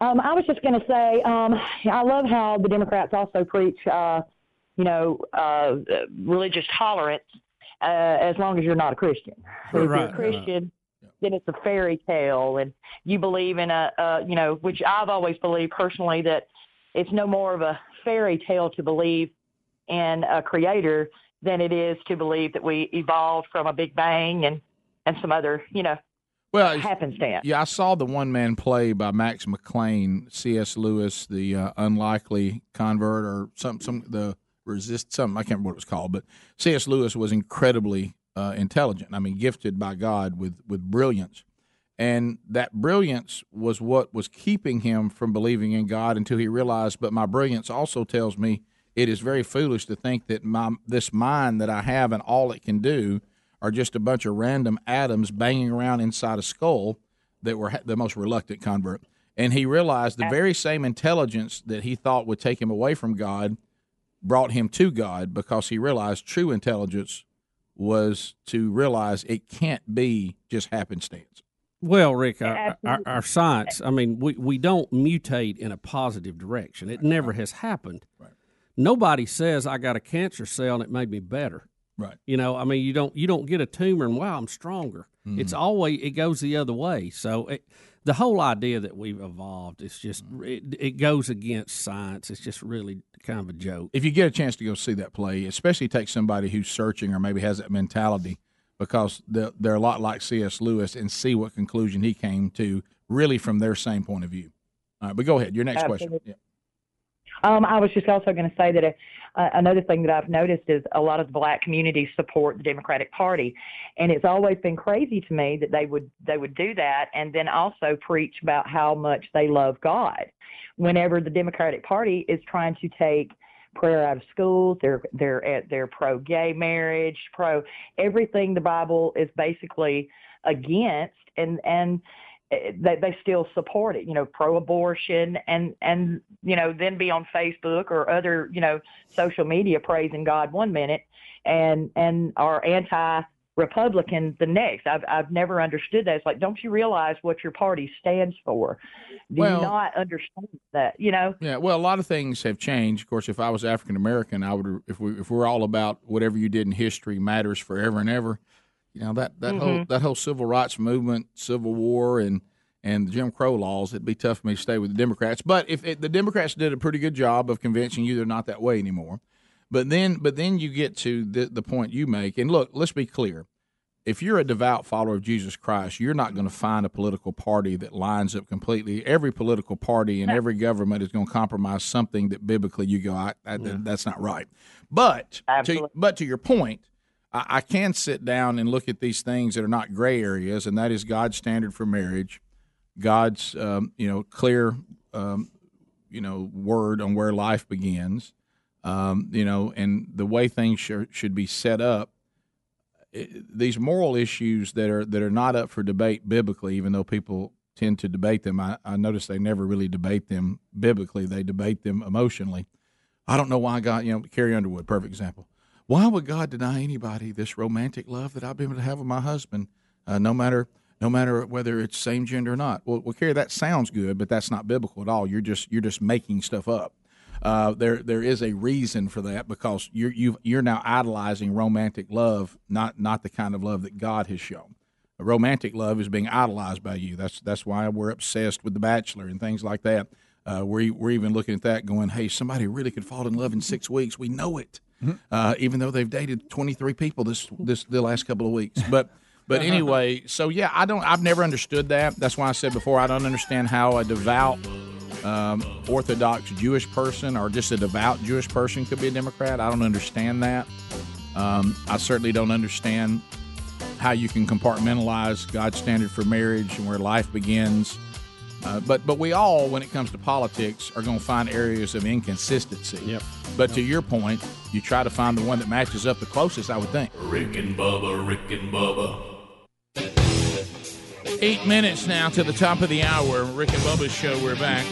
Um, I was just going to say, um, I love how the Democrats also preach, uh, you know, uh, religious tolerance. Uh, as long as you're not a Christian, So if you're
Right,
a
right.
Christian, then it's a fairy tale, and you believe in a, uh, you know, which I've always believed personally that it's no more of a fairy tale to believe in a creator than it is to believe that we evolved from a Big Bang and and some other, you know,
well,
happenstance.
Yeah, I saw the one man play by Max McLean, C.S. Lewis, the uh, unlikely convert, or some some the resist something. I can't remember what it was called, but C.S. Lewis was incredibly uh, intelligent. I mean, gifted by God with with brilliance, and that brilliance was what was keeping him from believing in God until he realized. But my brilliance also tells me it is very foolish to think that my this mind that I have and all it can do are just a bunch of random atoms banging around inside a skull that were ha- the most reluctant convert. And he realized the very same intelligence that he thought would take him away from God brought him to God because he realized true intelligence was to realize it can't be just happenstance.
Well, Rick, our, our, our science, I mean, we, we don't mutate in a positive direction. It never has happened. Right. Nobody says, I got a cancer cell and it made me better.
Right.
You know, I mean, you don't you don't get a tumor and wow, I'm stronger. It's always it goes the other way. So it, the whole idea that we've evolved is just it, it goes against science. It's just really kind of a joke.
If you get a chance to go see that play, especially take somebody who's searching or maybe has that mentality, because they're, they're a lot like C.S. Lewis and see what conclusion he came to really from their same point of view. All right, but go ahead. Your next question.
Absolutely. Um, I was just also going to say that uh, another thing that I've noticed is a lot of the black community support the Democratic Party, and it's always been crazy to me that they would they would do that and then also preach about how much they love God, whenever the Democratic Party is trying to take prayer out of schools, they're they're at they're pro gay marriage, pro everything the Bible is basically against, and and eh, they they still support it, you know, pro abortion, and and you know then be on Facebook or other you know social media praising God one minute, and and are anti. Republican the next. I've I've never understood that. It's like, don't you realize what your party stands for? Do
Well-
you not understand that? You know,
Yeah, well, a lot of things have changed. Of course, if I was African American, I would. If we if we're all about whatever you did in history matters forever and ever, you know that that whole
Mhm.
that whole civil rights movement, Civil War, and and the Jim Crow laws, it'd be tough for me to stay with the Democrats. But if it, the Democrats did a pretty good job of convincing you they're not that way anymore, but then but then you get to the the point you make. And look, let's be clear: if you're a devout follower of Jesus Christ, you're not going to find a political party that lines up completely. Every political party and every government is going to compromise something that biblically you go, I, I, that's not right. But to, but to your point, I, I can sit down and look at these things that are not gray areas, and that is God's standard for marriage, God's um, you know clear um, you know word on where life begins, um, you know, and the way things should should be set up it- these moral issues that are that are not up for debate biblically, even though people tend to debate them. I, I notice they never really debate them biblically; they debate them emotionally. I don't know why God, you know, Carrie Underwood, perfect example. Why would God deny anybody this romantic love that I've been able to have with my husband, uh, no matter no matter whether it's same gender or not? Well, well, Carrie, that sounds good, but that's not biblical at all. You're just you're just making stuff up. Uh, there there is a reason for that because you're you you're now idolizing romantic love, not not the kind of love that God has shown. romantic love is being idolized by you. That's that's why we're obsessed with The Bachelor and things like that. Uh, we're we're even looking at that, going, "Hey, somebody really could fall in love in six weeks. We know it, uh, even though they've dated twenty three people this this the last couple of weeks." But but anyway, so yeah, I don't. I've never understood that. That's why I said before, I don't understand how a devout um, Orthodox Jewish person or just a devout Jewish person could be a Democrat. I don't understand that. Um, I certainly don't understand how you can compartmentalize God's standard for marriage and where life begins. Uh, but but we all, when it comes to politics, are going to find areas of inconsistency. Yep. But to your point, you try to find the one that matches up the closest. I would think.
Rick and Bubba, Rick and Bubba,
Eight minutes now to the top of the hour. Rick and Bubba's show. We're back.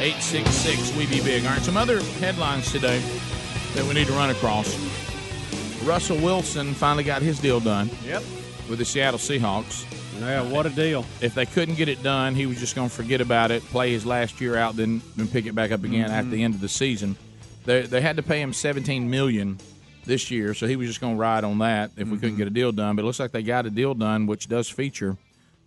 866 We Be Big. All right, some other headlines today that we need to run across. Russell Wilson finally got his deal done.
Yep.
With the Seattle Seahawks.
Yeah, what a deal.
If they couldn't get it done, he was just going to forget about it, play his last year out, then, then pick it back up again at
Mhm.
the end of the season. They, they had to pay him $17 million this year, so he was just going to ride on that if we couldn't
Mm-hmm.
get a deal done. But it looks like they got a deal done, which does feature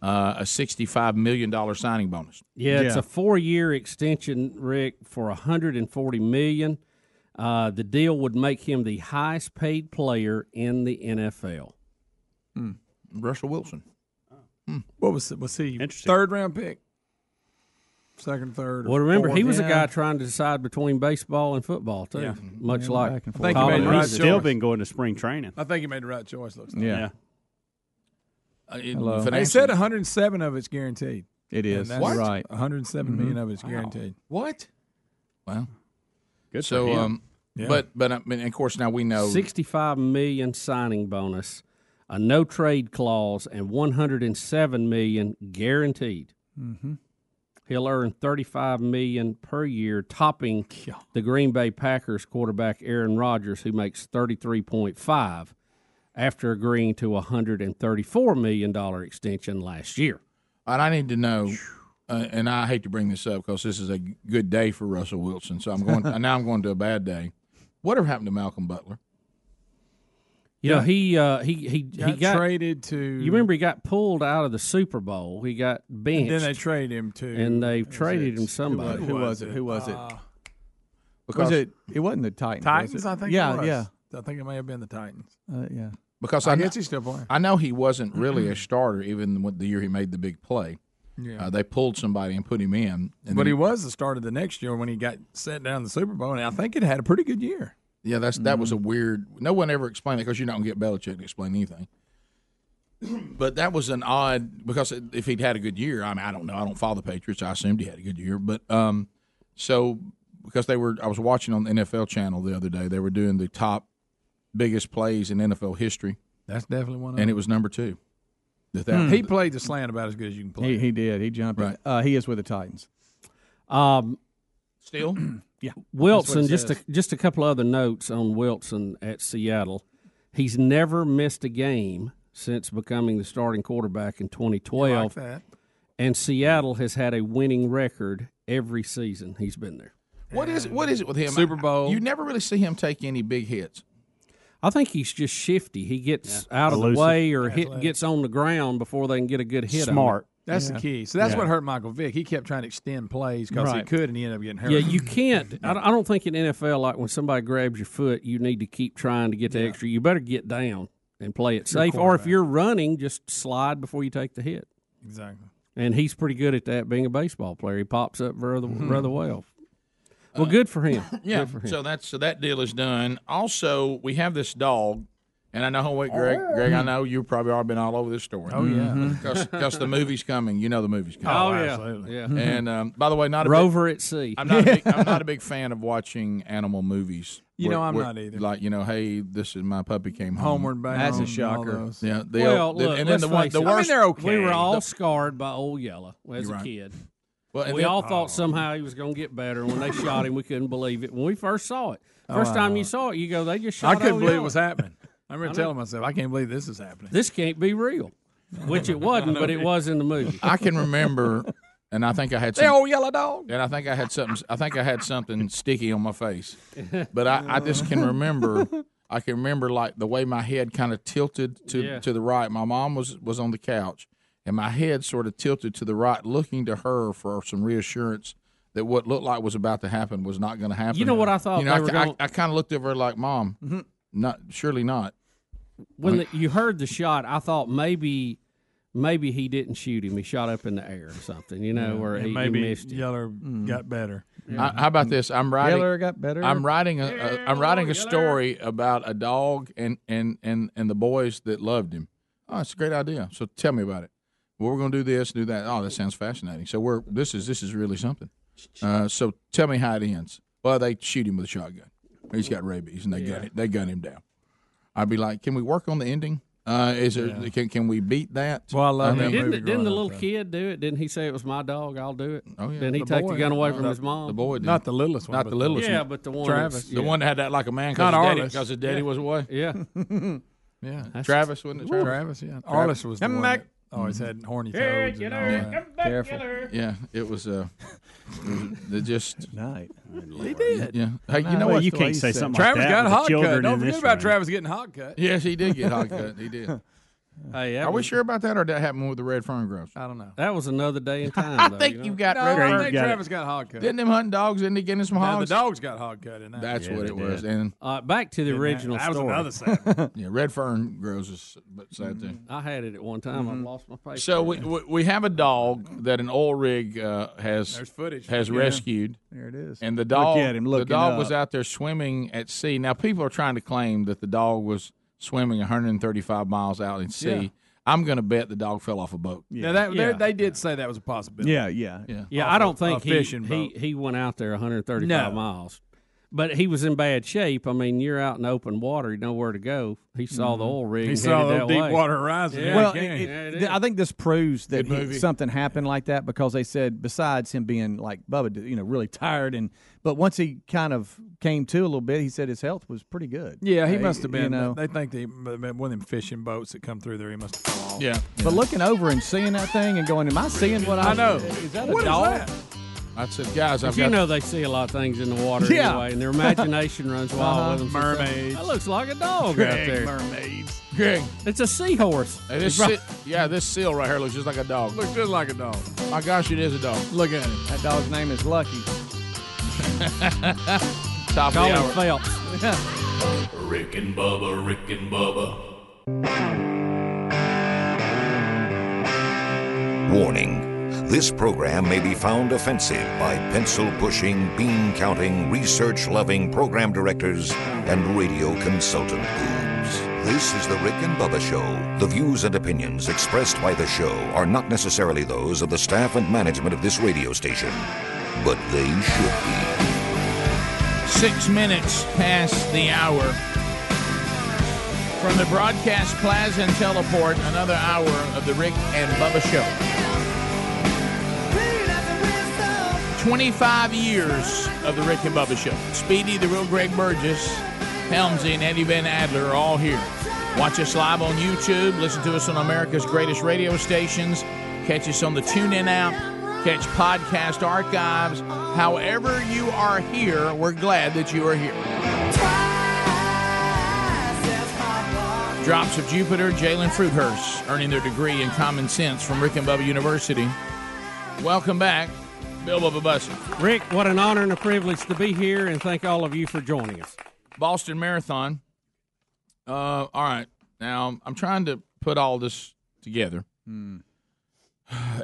uh, a $65 million signing bonus.
Yeah, it's a four-year extension, Rick, for 140 million. Uh, the deal would make him the highest-paid player in the NFL.
Hmm.
Russell Wilson.
What was was he? Third round pick, second, third. or
Well, remember he
fourth?
was a
Yeah.
guy trying to decide between baseball and football too,
Yeah.
much
Yeah,
like
back and
I think he
Colin
made the
Murray.
right Still choice. been going to spring training.
I think he made the right choice. Looks like.
Yeah. Yeah.
Uh, in
They
financially-
said 107 of it's guaranteed.
It
And
is.
that's
What?
right. 107 million of it's
Wow.
guaranteed.
What? Wow.
Good
so,
for him.
um,
Yeah.
but but I mean, of course, now we know.
65 million signing bonus, a no trade clause, and 107 million guaranteed.
Mm-hmm.
He'll earn 35 million per year, topping the Green Bay Packers quarterback Aaron Rodgers, who makes 33.5 after agreeing to a 134 million dollar extension last year.
And I need to know. Uh, and I hate to bring this up because this is a good day for Russell Wilson. So I'm going now. I'm going to a bad day. Whatever happened to Malcolm Butler?
You know, he uh, he he he
Got
got
traded to.
You remember he got pulled out of the Super Bowl. He got benched.
then they traded him to.
And they
who was
traded
it?
him somebody.
Who was it?
Who was it?
Uh,
was it? It wasn't the Titans. was
Titans,
it?
I think. it
Yeah,
was.
yeah,
I think it may have been the Titans.
uh, yeah.
Because
I
kn-
guess he's still playing. Mm-hmm.
I know he wasn't really a starter, even with the year he made the big play.
Yeah.
Uh, they pulled somebody and put him in. And
but
then-
he was the starter the next year when he got sent down in the Super Bowl, and I think it had a pretty good year.
Yeah, that's that was a weird. No one ever explained it because you're not gonna get Belichick to explain anything. But that was an odd because if he'd had a good year, I mean, I don't know. I don't follow the Patriots. I assumed he had a good year, but um, so because they were, I was watching on the NFL channel the other day. They were doing the top biggest plays in NFL history,
That's definitely one. Of
and it was number two. That that-
them. he played the slant about as good as you can play.
He, he did. He jumped. in.
Right.
Uh, he is with the Titans.
Um,
Still?
yeah.
Wilson,
That's what it
just a,
says.
just a couple other notes on Wilson at Seattle. He's never missed a game since becoming the starting quarterback in 2012.
You like that.
And Seattle has had a winning record every season he's been there.
What is what is it with him?
Super Bowl.
You never really see him take any big hits.
I think he's just shifty. He gets out of
Elusive.
the way or hit,
Athletic.
gets on the ground before they can get a good hit. on it.
That's the key. So that's
Yeah.
what hurt Michael Vick. He kept trying to extend plays because he
Right.
could, and he ended up getting hurt.
Yeah, you can't. I don't- I don't think in NFL, like when somebody grabs your foot, you need to keep trying to get the extra. You better get down and play it
You're a
safe. Or if you're running, just slide before you take the hit.
exactly.
And he's pretty good at that, being a baseball player. He pops up rather, rather well. Well, good for him.
Yeah.
Good for him.
So that's so that deal is done. Also, we have this dog, and I know wait, Greg. Greg, I know you probably already been all over this story.
Oh, yeah.
because the movie's coming. You know the movie's
Oh,
coming.
yeah. absolutely.
Mm-hmm.
Yeah.
And um, by the way, not a
Rover
big,
at sea.
I'm not. A big, I'm not a big fan of watching animal movies.
You know, I'm not either.
Like you know, hey, this is my puppy came home.
Homeward Bound That's a and all shocker. those.
Yeah. the-
well,
the-
look,
and then the
let's
one,
face
the
it.
worst.
We were all
the-
scarred by Old Yeller as
You're
a
right.
kid.
Well, and
we
then-
all thought somehow he was going to get better. And when they shot him, we couldn't believe it. When we first saw it,
Oh,
first
I
time
know
you
it.
saw it, you go, they just
I
shot
couldn't
Old
believe it
Yeller.
was happening. I remember
I know.
telling myself, I can't believe this is happening.
This can't be real, which it wasn't, but it was in the movie.
I can remember, and I think I had
The
some,
old yellow dog.
and I think I had something. I think I had something sticky on my face, but I, I just can remember I can remember like the way my head kind of tilted to
Yeah.
to the right. My mom was was on the couch, and my head sort of tilted to the right, looking to her for some reassurance that what looked like was about to happen was not going to happen.
You know what I thought
You know,
they
I,
were
I-
gonna- Mm-hmm.
I kind of looked over her like, "Mom, not surely not."
when
I
the, you heard the shot, I thought maybe maybe he didn't shoot him. He shot up in the air or something, you know, or
And
he, he
maybe
missed Mm-hmm. him.
Yeller got better.
I- how about this? I'm writing.
Yeller got better.
I'm writing a, a I'm writing a story about a dog and and and and the boys that loved him. Oh, it's a great idea. So tell me about it. Well, we're going to do this, do that. Oh, that sounds fascinating. So we're this is this is really something. Uh, so tell me how it ends. Well, they shoot him with a shotgun. He's got rabies, and they gun it. They gun him down. I'd be like, can we work on the ending? Uh, is there can can we beat that? Well, I
I mean, didn't didn't the little kid do it? Didn't he say it was my dog? I'll do it.
Oh, yeah.
Didn't he take the gun away from his mom?
The boy, did.
Not the littlest one,
Not
but
the
the-
littlest one.
Yeah, but the one Travis. that's-
the
yeah.
one that had that like a man
Not
because
Arliss.
his daddy
Yeah.
was away.
Yeah,
Yeah.
Travis wasn't it?
Woo. Travis, yeah. Arliss was the one that always had horny
Yeah,
toads and
get
all
her,
that.
come back, Careful. get her. Yeah, it was. Uh, they just night. They
did.
Yeah. Hey,
I
you know
know.
what?
You can't say something like Travis that got with the hot cut. children Don't in forget this about room. Travis getting hot cut.
Yes, he did get hot cut. He did.
Hey, that
Are we
was-
sure about that, or did that happen with the red fern groves?
I don't know.
That was another day in time.
I
though,
think
you
you
know?
got
No,
red
I
fern.
think Travis got hot cut.
Didn't them hunting dogs? Didn't they get him some
No, the
hogs?
dogs got hot cut in that.
That's
Yeah,
what
they
it was.
did.
And
Uh, back to the
Didn't that-
original
that was
story.
another sad-
yeah, red fern grows is but sad thing.
I had it at one time.
Mm-hmm.
Mhm.
I lost my paper.
So we, we we have a dog that an oil rig uh, has
There's footage.
has
Yeah.
rescued.
There it is.
And the
Look
dog
at him
the
looking
dog
up.
was out there swimming at sea. Now people are trying to claim that the dog was swimming 135 miles out in sea.
Yeah.
I'm going to bet the dog fell off a boat.
Yeah, that, they- they did say that was a possibility.
yeah.
Yeah,
Off
I
a-
don't
a
think he,
fishing
he
boat.
he went out there 135
No.
miles, but he was in bad shape. I mean, you're out in open water; you know where to go. He saw
Mm-hmm.
the
Mhm.
oil rig.
He
headed
saw the
that
deep
way.
water horizon.
Yeah.
well,
yeah,
it- it-
it
th- I think this proves that
Good
he-
movie.
something happened like that because they said besides him being like Bubba, you know, really tired and but once he kind of came to a little bit, he said his health was pretty good.
Yeah, he
Uh,
must have been.
You know,
they think they one of them fishing boats that come through there. He must have fallen.
Yeah.
but looking over and seeing that thing and going, "Am I seeing what I,
I know.
Is that a
What is
dog?
that?
I said, guys, I've
But you
got
know they see a lot of things in the water
Yeah.
anyway, and their imagination runs wild
Uh-huh.
with them. sometimes.
Mermaids.
That looks like a dog out
Greg,
there.
Mermaids.
Greg.
It's a seahorse.
Hey, this
Right.
se- yeah, this seal right here looks just like a dog.
Looks just like a dog.
My gosh, it is a dog.
Look at him.
That dog's name is Lucky.
Top
Colin
of the hour.
Phelps.
Rick and Bubba, Rick and Bubba,
Warning This program may be found offensive by pencil pushing, bean counting, research loving program directors and radio consultant boobs. This is The Rick and Bubba Show. The views and opinions expressed by the show are not necessarily those of the staff and management of this radio station, but they should be.
Six minutes past the hour. From the broadcast plaza and teleport, another hour of the Rick and Bubba Show. 25 years of the Rick and Bubba Show. Speedy, the real Greg Burgess, Helmsy, and Eddie Van Adler are all here. Watch us live on YouTube. Listen to us on America's greatest radio stations. Catch us on the TuneIn app. Catch podcast archives. However, you are here, we're glad that you are here. Drops of Jupiter, Jalen Fruithurst, earning their degree in common sense from Rick and Bubba University. Welcome back, Bill Bubba Bussy.
Rick, what an honor and a privilege to be here, and thank all of you for joining us.
Boston Marathon. Uh, all right. Now I'm trying to put all this together.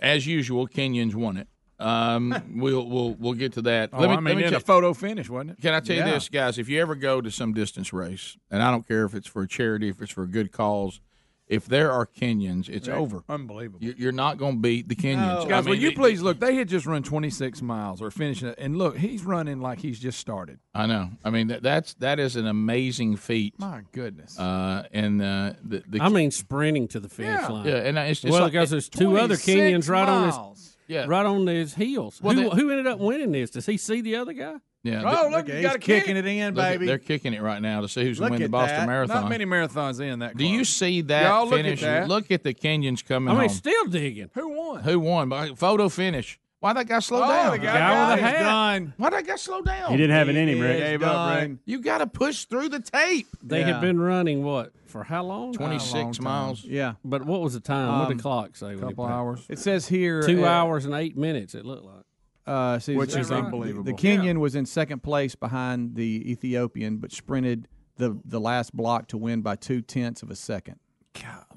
As usual, Kenyans won it. Um, we'll we'll we'll get to that.
Oh, I mean, in a
tell-
photo finish, wasn't it?
Can I tell
Yeah.
you this, guys? If you ever go to some distance race, and I don't care if it's for a charity, if it's for a good cause, if there are Kenyans, it's
Right.
over.
Unbelievable.
You- You're not going to beat the Kenyans.
Guys,
I
will
mean,
you
it-
please look? They had just run 26 miles or finishing it, and look, he's running like he's just started.
I know. I mean, that, that's that is an amazing feat.
My goodness.
Uh, and uh, the, the
I mean, sprinting to the finish
Yeah.
line.
Yeah, and it's- it's
well,
like-
because there's two other
26
Kenyans right on his,
miles. Yeah.
right on his heels.
Well,
who,
they-
who ended up winning this? Does he see the other guy?
Yeah.
Oh, look, you got a kick.
Look at- They're kicking it right now to see who's going to win the Boston Marathon.
Not many marathons in that.
Do you see that
Y'all look at
finish?
that.
Look at the Kenyans coming
I mean,
home.
still digging.
Who won?
Who won? By- Photo finish. Why that guy slow
Oh,
down?
the guy got it. He's
done. Why that guy slow down?
He didn't have it in him, Rick. He
gave up, Rick. done.
You got to push through the tape.
They had been running what for how long?
26 A long time. miles.
Yeah,
but what was the time? what did
Um,
the clock say? when he
couple
put it?
hours. It says here,
two
uh,
hours and eight minutes. It looked like.
Uh, see,
Which
the-
is
the-
unbelievable.
The, Kenyan was in second place behind the Ethiopian, but sprinted the, the last block to win by two tenths of a second.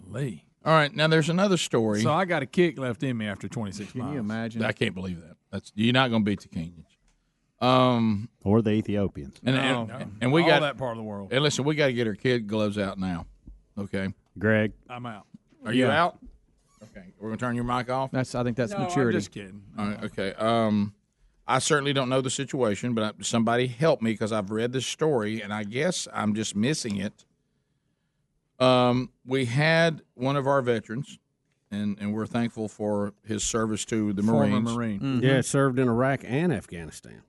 Lee.
All right, now there's another story.
So I got a kick left in me after 26 miles.
Can you imagine?
I can't believe that. That's you're not going to beat the Kenyans. Um,
or the Ethiopians.
and
No,
and,
no.
and we
All
got
that part of the world.
And listen, we got to get our kid gloves out now. Okay,
Greg.
I'm out.
Are you
Yeah.
out? Okay, we're gonna turn your mic off.
That's I think that's
No, I'm
maturity.
just kidding.
All right, okay. Um, I certainly don't know the situation, but I, somebody help me because I've read this story and I guess I'm just missing it. Um, we had one of our veterans, and and we're thankful for his service to the Marines.
Mm-hmm.
Yeah, served in Iraq and Afghanistan.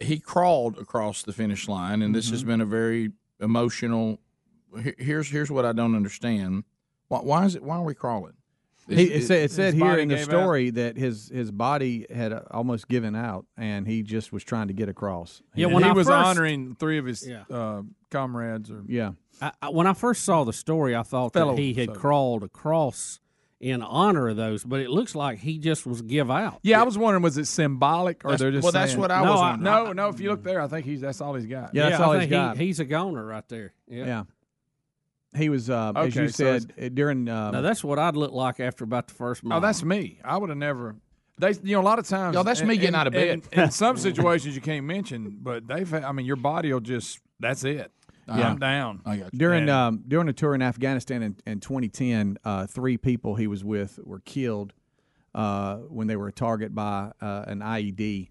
he crawled across the finish line, and this has
Mhm.
been a very emotional. he- Here's here's what I don't understand. Why, why is it? Why are we crawling?
He, it, said, it said here in the story that his his body had uh, almost given out, and he just was trying to get across.
Yeah,
And
when
he
I
was
first-
Honoring three of his
Yeah.
uh, comrades. Or
Yeah.
I, I, when I first saw the story, I thought
Fellow
that he had
soldier.
crawled across in honor of those, but it looks like he just was give out.
Yeah, I was wondering, was it symbolic or
That's-
they're just?
well, that's
saying-
what I No, was I- wondering.
No, no. If you look there, I think he's that's all he's got.
I think He, he's a goner right there. Yeah.
Yeah. He was, uh, as
Okay,
you
so
said, uh, during. Um,
Now that's what I'd look like after about the first mile.
Oh, that's me. I would have never. They, you know, a lot of times.
Yo, that's me getting out of bed.
In, in some situations, you can't mention, but they've. Had, I mean, your body will just. That's it.
Yeah.
I'm down.
I got
During
uh,
um, during a tour in Afghanistan in, in 2010, uh, three people he was with were killed uh, when they were a target by uh, an IED.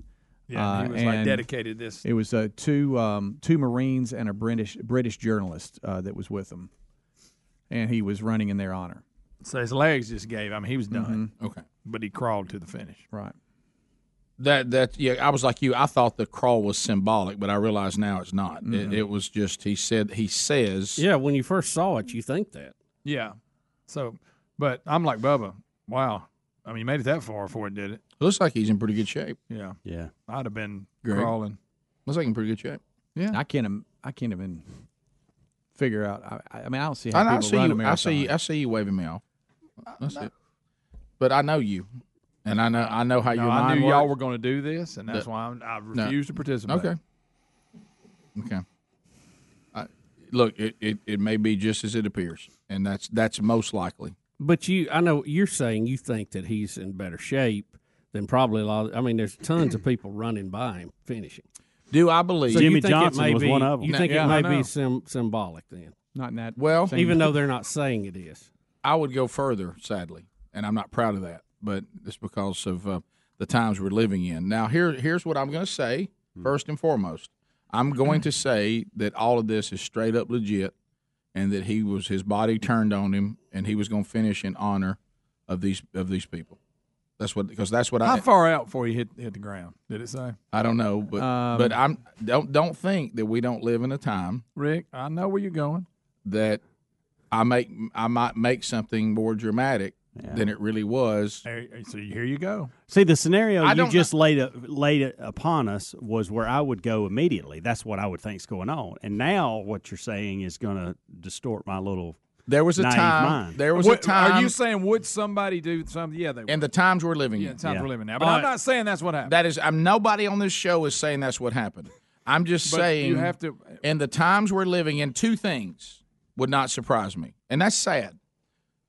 Yeah, and he
Uh,
was, like,
and
dedicated this-
It was uh, two um, two Marines and a British British journalist uh, that was with him, and he was running in their honor.
So his legs just gave. I mean, he was done.
Mm-hmm. Okay,
but he crawled to the finish.
Right.
That that yeah, I was like you. I thought the crawl was symbolic, but I realize now it's not. It, it was just he said he says.
Yeah, when you first saw it, you think that.
Yeah. So, but I'm like Bubba. Wow. I mean, you made it that far before it did it.
Looks like he's in pretty good shape.
Yeah.
Yeah.
I'd have been
Greg?
crawling.
Looks like in pretty good shape.
Yeah.
I can't. im- I can't even figure out. I, I mean, I don't see how
I, I
people
see
run a
you. I
marathon.
see. I see you waving me off. That's it. But I know you, and I know I know how
No,
your mind
I knew y'all were
works.
going to do this, and that's
No.
why I'm, I
No.
refuse to participate.
Okay. Okay. I, look, it, it, it may be just as it appears, and that's that's most likely.
But you, I know you're saying you think that he's in better shape than probably a lot. I mean, there's tons of people running by him finishing.
Do I believe
So you think it may be- You think
Yeah, I
it may
know.
be sym- symbolic then?
Not in that.
Well,
even though they're not saying it is.
I would go further, sadly, and I'm not proud of that, but it's because of uh, the times we're living in. Now, here, here's what I'm going to say
Hmm.
first and foremost. I'm going to say that all of this is straight up legit, and that he was his body turned on him, and he was going to finish in honor of these of these people. That's what because that's what
How
I
far out before you hit hit the ground? Did it say?
I don't know, but
Um,
but I'm don't don't think that we don't live in a time
Rick, I know where you're going.
that I make I might make something more dramatic than it really was.
So here you go.
See, the scenario
I
you
don't
just laid a, laid it upon us was where I would go immediately. That's what I would think's going on. And now what you're saying is going to distort my little.
There was a
naive
time.
Mind.
There was a
What-
time.
Are you saying would somebody do something? Yeah, they.
and the times we're living
yeah,
in.
the times we're living now. But I'm not saying that's what happened.
That is, I'm nobody on this show is saying that's what happened. I'm just
But you
saying
have to-
In the times we're living in, two things would not surprise me, and that's sad.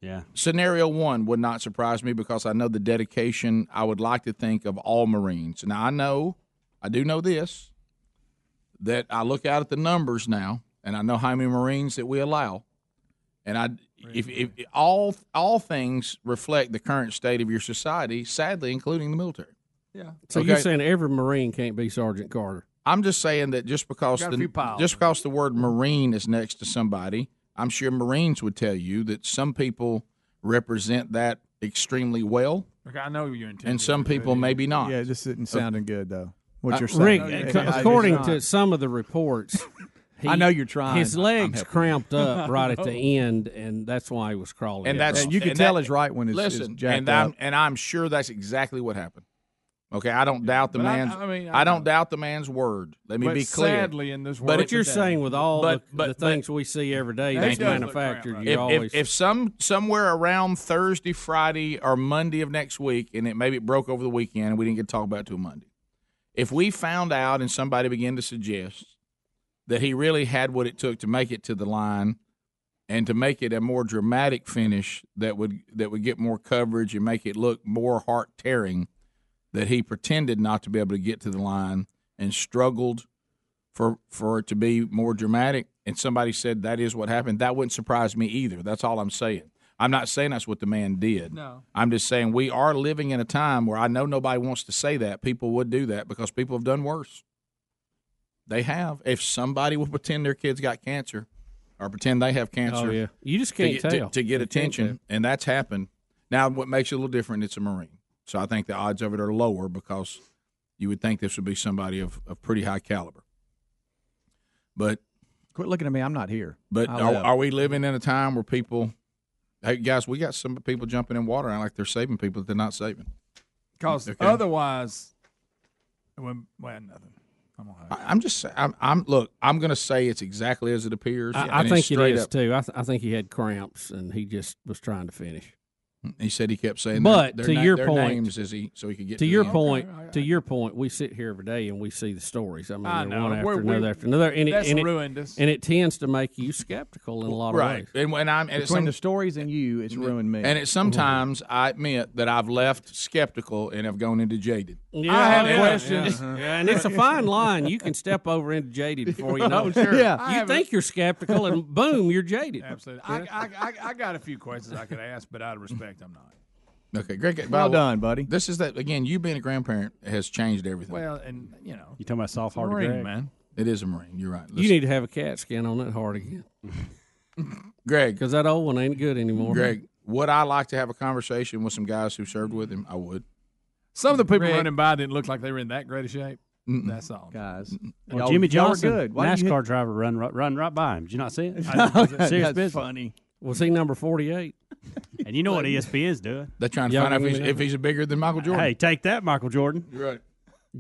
Yeah.
Scenario one would not surprise me because I know the dedication. I would like to think of all Marines. Now I know, I do know this, that I look out at the numbers now, and I know how many Marines that we allow, and I. If, if all all things reflect the current state of your society, sadly, including the military.
Yeah.
So you're
Okay.
saying every Marine can't be Sergeant Carter?
I'm just saying that just because
Got a few
the
piles.
just because the word Marine is next to somebody, I'm sure Marines would tell you that some people represent that extremely well,
Okay, I know you're intending.
and some people maybe not.
Yeah, this isn't sounding good though.
Uh,
What you're
Rick,
saying,
uh,
It-
co-
it- it's
According
not.
to some of the reports,
I know you're trying.
His
I'm
legs
helping.
cramped up right at the end, and that's why he was crawling.
and that's
across.
and that- Listen, and I'm and I'm sure that's exactly what happened. Okay, I don't doubt the
But I-
man's.
I mean,
I, don't doubt the man's word. Let me
But
be clear.
sadly in this
But you're saying with all
But-
the,
but-
the
but-
things we see every day
Thank
that's
you.
manufactured, you
if,
always
if, if some somewhere around Thursday, Friday, or Monday of next week, and it maybe it broke over the weekend, and we didn't get to talk about it till Monday. If we found out and somebody began to suggest that he really had what it took to make it to the line, and to make it a more dramatic finish that would that would get more coverage and make it look more heart tearing, that he pretended not to be able to get to the line and struggled for for it to be more dramatic and somebody said that is what happened that wouldn't surprise me either that's all i'm saying i'm not saying that's what the man did
No.
i'm just saying we are living in a time where i know nobody wants to say that people would do that because people have done worse they have if somebody will pretend their kids got cancer or pretend they have cancer
Oh, yeah. You just
to
can't
get- to-
tell.
to, get
You can't
attention and that's happened now what makes it a little different it's a marine so i think the odds of it are lower because you would think this would be somebody of, of pretty high caliber but
Quit looking at me. I'm not here.
but
I
are,
left.
are we living in a time where people, hey guys, we got some people jumping in water and like they're saving people that they're not saving.
Because
Okay.
otherwise, when, well, nothing.
I, I'm just, I'm, I'm look, I'm going to say it's exactly as it appears.
I, I
and it's
think it
straight
is
up-
too. I, th- I think he had cramps and he just was trying to finish.
Mm, He said he kept saying, their-
but
their
to
na-
your
their
point,
names as he so he could get
to
to
your
the end.
point, to your point, we sit here every day and we see the stories. I mean,
I
they're
know.
one after
We're-
another
we-
after another, and it,
that's
and it-
ruined us.
and it tends to make you skeptical in a lot
right?
of ways.
And when I'm and it's
Between
some-
the Mm-hmm. stories and you, it's ruined me.
and it sometimes I admit that I've left skeptical and I've gone into jaded.
Yeah,
I have
yeah,
questions.
yeah. uh-huh. Yeah, and it's a fine line. You can step over into jaded before you know.
Oh,
it.
sure. Yeah. I
you
have a-
think you're skeptical, and boom, you're jaded.
Absolutely. I, I, I, I got a few questions I could ask, but out of respect, I'm not.
Okay, Greg.
Well
by-
done, buddy.
This is that again. You being a grandparent has changed everything.
Well, and, you know.
You talking about soft hearted
Marine,
Greg?
man.
It is a marine. You're right.
You need to have a CAT scan on that heart again,
Greg.
because that old one ain't good anymore.
Greg, would I like to have a conversation with some guys who served with him? I would.
Some of the people
Rick.
running by didn't look like they were in that great a shape.
Mm-mm.
That's all.
Guys.
Well,
Y'all-
Jimmy
y'all were
Johnson,
good. Why you
NASCAR
hit-
driver, run right, run right by him. Did you not see it?
That's
Serious business.
funny.
Was he number forty-eight?
And you know what E ESPN's doing?
They're trying to
Y'all
find out
gonna
if he's,
get
if he's bigger than Michael Jordan.
Hey, take that, Michael Jordan.
You're right.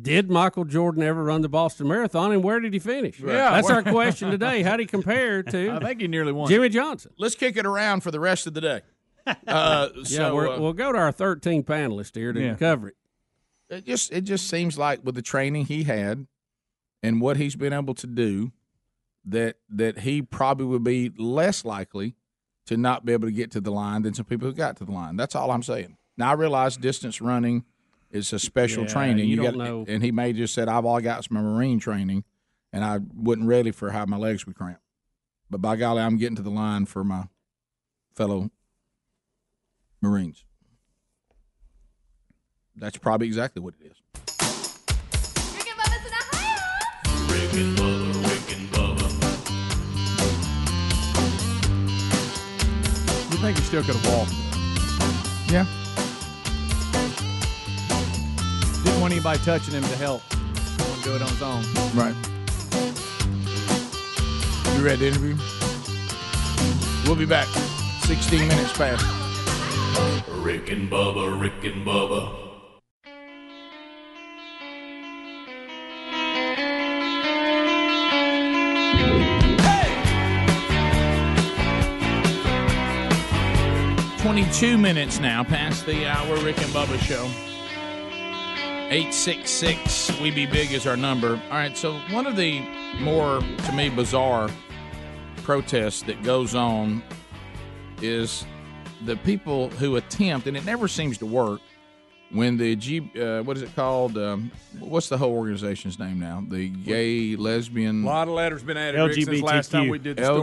Did Michael Jordan ever run the Boston Marathon, and where did he finish?
Yeah.
that's our question today. How would he compare
I
to
think he nearly won.
Jimmy Johnson?
Let's kick it around for the rest of the day. Uh,
Yeah,
so
we're,
uh,
we'll go to our 13 panelists here to cover it.
it just it just seems like with the training he had and what he's been able to do, that that he probably would be less likely to not be able to get to the line than some people who got to the line. That's all I'm saying. Now I realize distance running is a special
Yeah,
training.
you don't
gotta-
know.
and he may just said, "I've all got some marine training, and I wasn't ready for how my legs would cramp." But by golly, I'm getting to the line for my fellow Marines. That's probably exactly what it is.
Rick and Bubba's in Ohio.
Rick and Bubba, Rick and Bubba,
You think he still could have walked?
Yeah.
Didn't want anybody touching him to help. Wanted to do it on his own.
Right. You read the interview? We'll be back. 16 minutes past.
Rick and Bubba, Rick and Bubba,
Hey!
22 minutes now past the hour. Rick and Bubba show. 866 We Be Big is our number. All right, so one of the more, to me, bizarre protests that goes on is the people who attempt, and it never seems to work, when the G, uh, what is it called? Um, what's the whole organization's name now? The gay,
Mm.
lesbian,
A lot of letters been added Rick, since last time we did the story.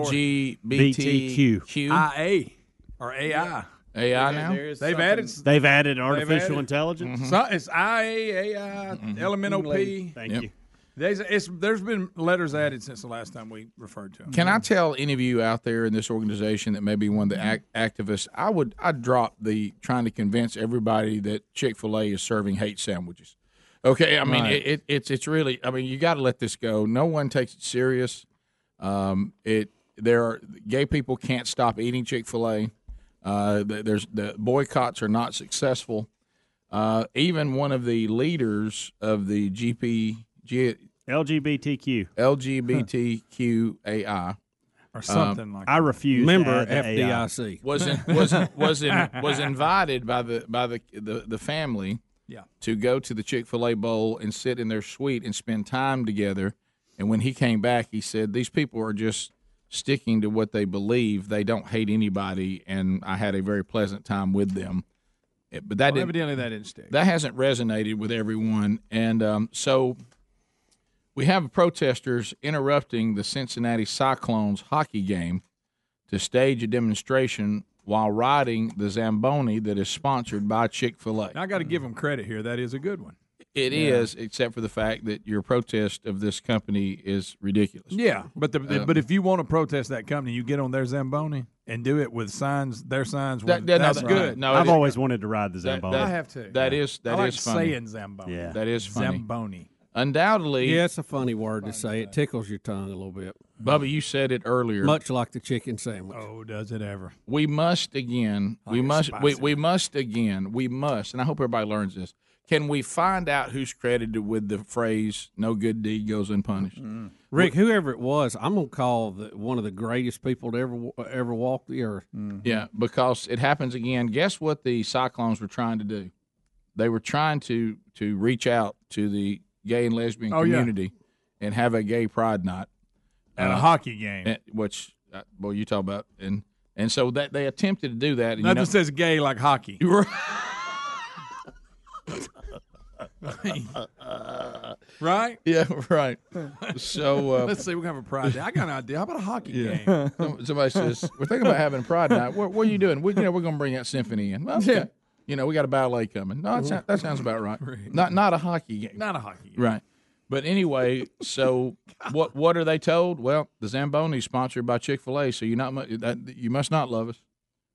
LGBTQ.
IA or AI.
AI now?
They've added.
They've added
They've
artificial
added-
intelligence. Mm-hmm.
So it's IA, AI, LMNOP.
Thank
Yep.
you.
There's, it's, there's been letters added since the last time we referred to them.
Can I tell any of you out there in this organization that may be one of the ac activists? I would I would drop the trying to convince everybody that Chick Fil A is serving hate sandwiches. Okay, I mean it, it, it's it's really I mean you got to let this go. No one takes it serious. Um, it there are gay people can't stop eating Chick Fil A. Uh, th- there's the boycotts are not successful. Uh, even one of the leaders of the GP G,
LGBTQ
LGBTQAI
Or
um,
something like I that. refuse to Member add the AI. FDIC.
was in, was in- was in, was invited by the by the the, the family
Yeah.
to go to the Chick fil A Bowl and sit in their suite and spend time together. And when he came back, he said, These people are just sticking to what they believe. They don't hate anybody. And I had a very pleasant time with them. It- but that
Well,
didn't,
evidently that didn't stick.
that hasn't resonated with everyone. And um, so we have protesters interrupting the Cincinnati Cyclones hockey game to stage a demonstration while riding the Zamboni that is sponsored by Chick fil A.
I got to give them credit here. That is a good one.
It is, except for the fact that your protest of this company is ridiculous.
Yeah, but the,
Um,
but if you want to protest that company, you get on their Zamboni and do it with signs. Their signs.
That-
with-
that- no,
that's
that-
good.
no,
I've
it-
always wanted to ride the
That-
Zamboni.
that-
I have to.
That is that
I like
is funny.
saying Zamboni.
Yeah.
That is funny.
Zamboni.
Undoubtedly,
Yeah, it's a funny word to say. It tickles your tongue a little bit.
Bubba, you said it earlier.
Much like the chicken sandwich.
Oh, does it ever?
we must again.
I
we
like it
must. We,
spicy.
we must again. We must. And I hope everybody learns this. Can we find out who's credited with the phrase "No good deed goes unpunished"?
Rick, whoever it was, I'm gonna call the, one of the greatest people to ever wa- ever walk the earth.
Yeah, because it happens again. Guess what the Cyclones were trying to do? They were trying to to reach out to the gay and lesbian
Oh, yeah.
community and have a gay pride night
At a hockey game.
and- which uh, well, you talk about and and so that they attempted to do that. And, you
Nothing
know-
says gay like hockey.
You were
right.
Yeah, right. So uh,
let's see. We're gonna have a pride. Day. I got an idea. How about a hockey game?
Yeah. Some- Somebody says we're thinking about having pride night. What, what are you doing? We, you know, we're going to bring that symphony in. Well, okay.
Yeah.
You know, we got a ballet coming. No, that, sound, that sounds about right.
Right.
Not not a hockey game.
Not a hockey game.
Right. But anyway, so what what are they told? Well, the Zamboni is sponsored by Chick Fil A, so you're not mu- that, you must not love us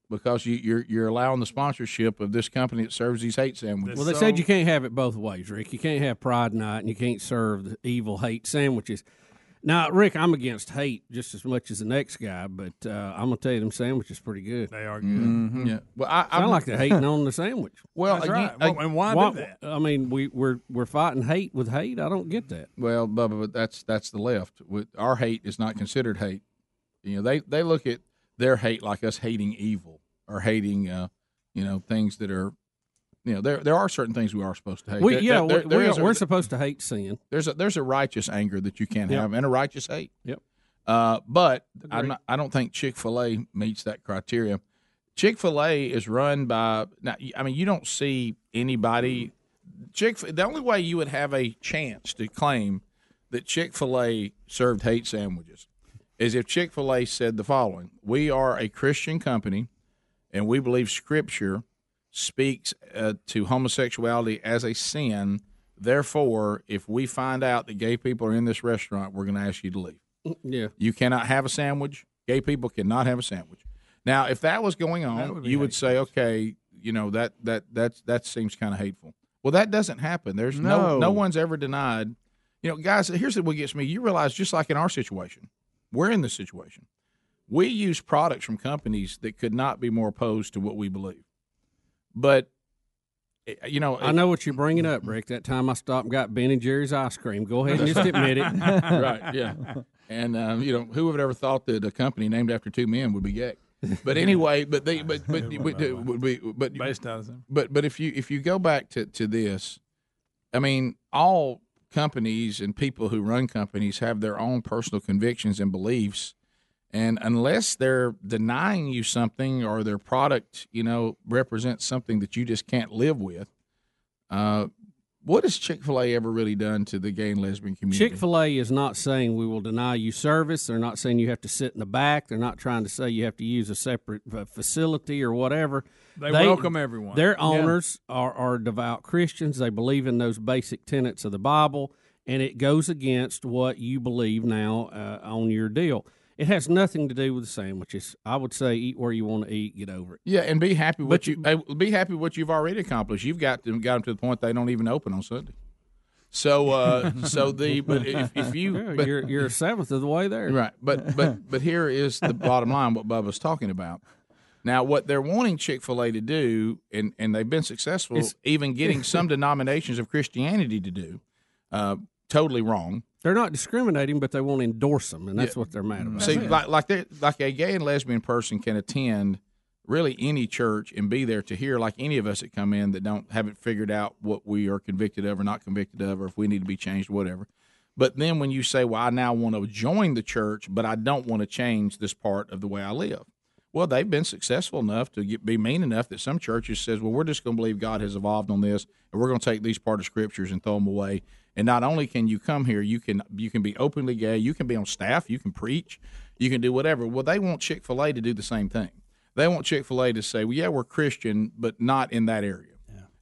because you, you're you're allowing the sponsorship of this company that serves these hate sandwiches.
Well, they said you can't have it both ways, Rick. You can't have Pride Night and you can't serve the evil hate sandwiches. Now, Rick, I'm against hate just as much as the next guy, but uh, I'm gonna tell you, them sandwiches pretty good.
They are
good. Mhm. Yeah. Well, I-
I
I'm-
like the hating on the sandwich.
Well, That's again- right. Well, and why do that?
I mean, we, we're we're fighting hate with hate. I don't get that.
Well, Bubba, but that's that's the left. With- Our hate is not considered hate. You know, they they look at their hate like us hating evil or hating, uh, you know, things that are, you know, there there are certain things we are supposed to hate.
we
There-
yeah,
there-
we,
there
we
is
are,
a-
we're supposed to hate sin.
there's a there's a righteous anger that you can
Yep.
have and a righteous hate.
Yep.
Uh, but I'm
Agreed.
not, I don't think Chick Fil A meets that criteria. Chick Fil A is run by now. I mean, you don't see anybody. Chick. The only way you would have a chance to claim that Chick Fil A served hate sandwiches is if Chick Fil A said the following: "We are a Christian company, and we believe Scripture speaks uh, to homosexuality as a sin. Therefore, if we find out that gay people are in this restaurant, we're going to ask you to leave.
Yeah.
You cannot have a sandwich. Gay people cannot have a sandwich. Now, if that was going on,
would be
you would say, okay, you know that that that that seems kind of hateful. Well, that doesn't happen. There's no no,
No.
one's ever denied. You know, guys, here's what gets me. You realize, just like in our situation, we're in this situation. We use products from companies that could not be more opposed to what we believe. But eh, you know,
I know what you're bringing up, Rick. That time I stopped and got Ben and Jerry's ice cream. Go ahead and just admit it.
right? Yeah. And um, you know, who would have ever thought that a company named after two men would be gay? But anyway, but they, but but but, but, but,
Based out of them.
but but if you if you go back to to this, I mean, all companies and people who run companies have their own personal convictions and beliefs, and unless they're denying you something or their product, you know, represents something that you just can't live with, uh, what has Chick Fil A ever really done to the gay and lesbian community?
Chick fil A is not saying we will deny you service. They're not saying you have to sit in the back. They're not trying to say you have to use a separate uh, facility or whatever.
They welcome everyone.
Their
Yeah.
owners are, are devout Christians. They believe in those basic tenets of the Bible, and it goes against what you believe now uh, on your deal. It has nothing to do with the sandwiches. I would say eat where you want to eat, get over it.
Yeah, and be happy what
But
you hey, be happy what you've already accomplished. You've got them got them to the point they don't even open on Sunday. So uh, so the but if, if you
Yeah,
but,
you're, you're a seventh of the way there.
right, but but but here is the bottom line: what Bubba's talking about. Now, what they're wanting Chick Fil A to do, and and they've been successful,
It's-
even getting some denominations of Christianity to do, uh, totally wrong.
They're not discriminating, but they won't endorse them, and that's
Yeah.
what they're mad about.
See, like like they like a gay and lesbian person can attend really any church and be there to hear, like any of us that come in that don't haven't figured out what we are convicted of or not convicted of, or if we need to be changed, whatever. But then when you say, "Well, I now want to join the church, but I don't want to change this part of the way I live," well, they've been successful enough to get, be mean enough that some churches says, "Well, we're just going to believe God has evolved on this, and we're going to take these part of scriptures and throw them away." And not only can you come here, you can you can be openly gay, you can be on staff, you can preach, you can do whatever. Well, they want Chick Fil A to do the same thing. They want Chick Fil A to say, "Well, yeah, we're Christian, but not in that area."